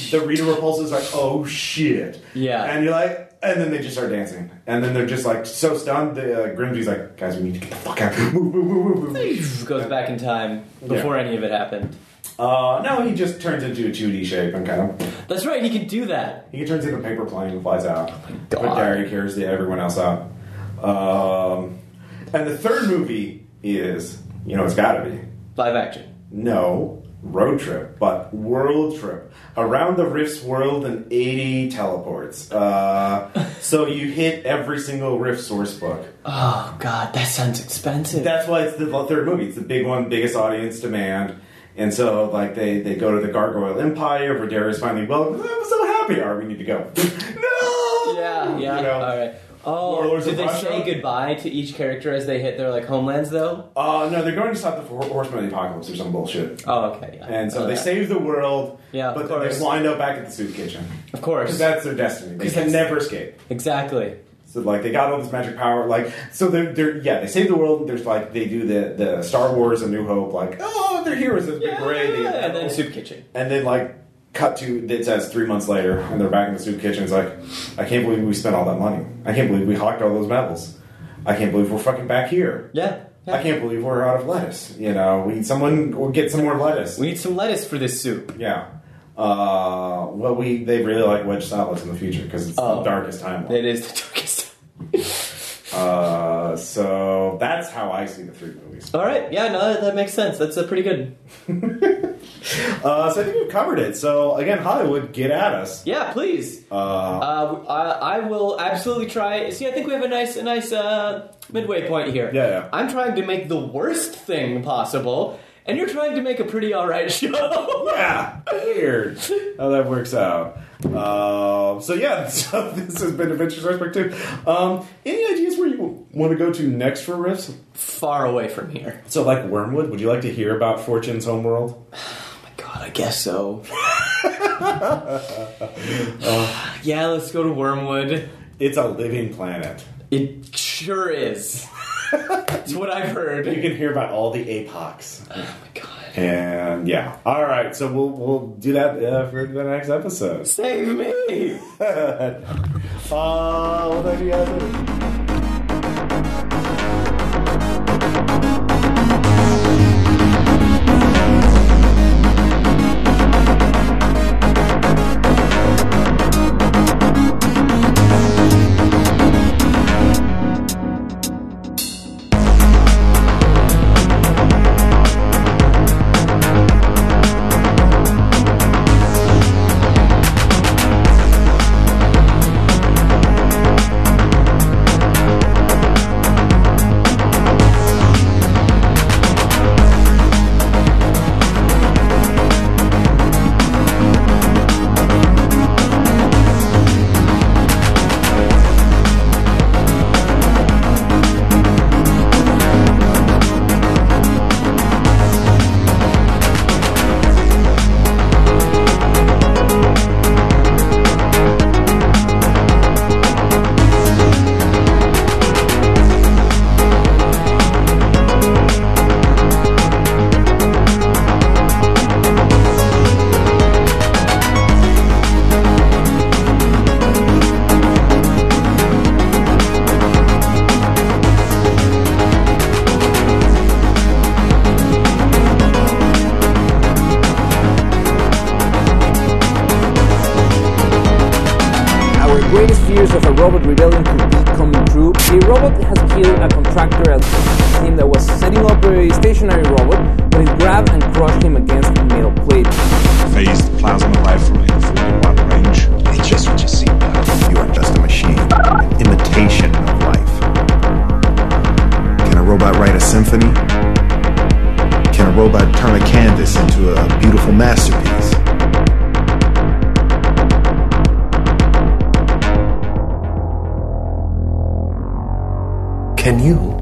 S1: the Rita Repulsa's like, oh shit.
S2: Yeah.
S1: And you're like, and then they just start dancing. And then they're just like so stunned. The uh, Grimsby's like, guys, we need to get the fuck out. <laughs> Move, move, move, move, move.
S2: goes back in time before any of it happened.
S1: Uh, no, he just turns into a 2D shape and kind of.
S2: That's right. He can do that.
S1: He turns into a paper plane and flies out.
S2: God.
S1: But Diary carries the, everyone else out. Um, and the third movie is, you know, it's gotta be.
S2: Live action.
S1: No, road trip, but world trip. Around the Rift's world and 80 teleports. Uh, so you hit every single Rift source book.
S2: Oh God, that sounds expensive.
S1: That's why it's the third movie. It's the big one, biggest audience demand. And so, like, they, they go to the Gargoyle Empire. Vidaria's finally, well, I'm so happy. All right, we need to go. <laughs> no!
S2: yeah, yeah.
S1: You know?
S2: all right. Oh,
S1: Warlords
S2: did
S1: of
S2: they
S1: Russia?
S2: say goodbye to each character as they hit their like homelands though?
S1: Uh, no, they're going to stop the Four Horsemen of the Apocalypse or some bullshit.
S2: Oh, okay. Yeah.
S1: And so
S2: Oh,
S1: they
S2: yeah.
S1: save the world,
S2: Yeah, of
S1: but then they
S2: course.
S1: wind up back at the soup kitchen.
S2: of course,
S1: Because that's their destiny. They
S2: 'Cause
S1: can
S2: that's-
S1: never escape.
S2: exactly.
S1: So, like, they got all this magic power. Like, so they're, they're yeah, they save the world. There's, like, they do the, the Star Wars A New Hope, like, oh, they're heroes. There's a big parade. They get
S2: and then
S1: medals.
S2: soup kitchen.
S1: And then like cut to it says three months later, and they're back in the soup kitchen. It's like, I can't believe we spent all that money. I can't believe we hawked all those medals. I can't believe we're fucking back here.
S2: Yeah. yeah.
S1: I can't believe we're out of lettuce. You know, we need someone or get some more lettuce.
S2: We need some lettuce for this soup.
S1: yeah. Uh, well, we they really like wedge salads in the future because it's the
S2: Oh.
S1: darkest timeline.
S2: It is the darkest.
S1: Uh, so that's how I see the three movies.
S2: All right. Yeah. No, that, that makes sense. That's uh, pretty good.
S1: Uh, so I think we've covered it. So again, Hollywood, get at us.
S2: Yeah. Please.
S1: Uh,
S2: Uh, I, I will absolutely try. See, I think we have a nice, a nice uh, midway point here.
S1: Yeah, yeah.
S2: I'm trying to make the worst thing possible, and you're trying to make a pretty all right <laughs> show.
S1: Yeah, weird how that works out. Um, so yeah, <laughs> so this has been Adventure Source Book Two. Um, any ideas where you want to go to next for riffs?
S2: Far away from here.
S1: So like Wormwood, would you like to hear about Fortune's homeworld?
S2: Oh my god, I guess so. <laughs> Uh, yeah, let's go to Wormwood.
S1: It's a living planet.
S2: It sure is. <laughs> it's what I've heard.
S1: You can hear about all the apocs.
S2: Oh my god.
S1: And yeah, all right. So we'll we'll do that uh, for the next episode. <laughs>
S2: Save me!
S1: Uh, what ideas?
S6: the robot has killed a contractor at team that was setting up a stationary robot, but it grabbed and crushed him against a metal plate.
S7: phased plasma rifle in 41 range.
S8: It just what you see now. You are just a machine, an imitation of life. Can a robot write a symphony? Can a robot turn a canvas into a beautiful masterpiece? Can you?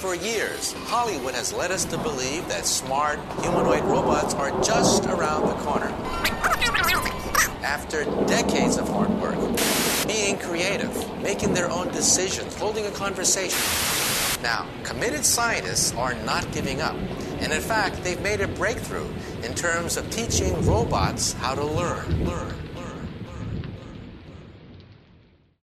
S9: For years, Hollywood has led us to believe that smart humanoid robots are just around the corner. After decades of hard work, being creative, making their own decisions, holding a conversation. Now, committed scientists are not giving up. And in fact, they've made a breakthrough in terms of teaching robots how to learn, learn,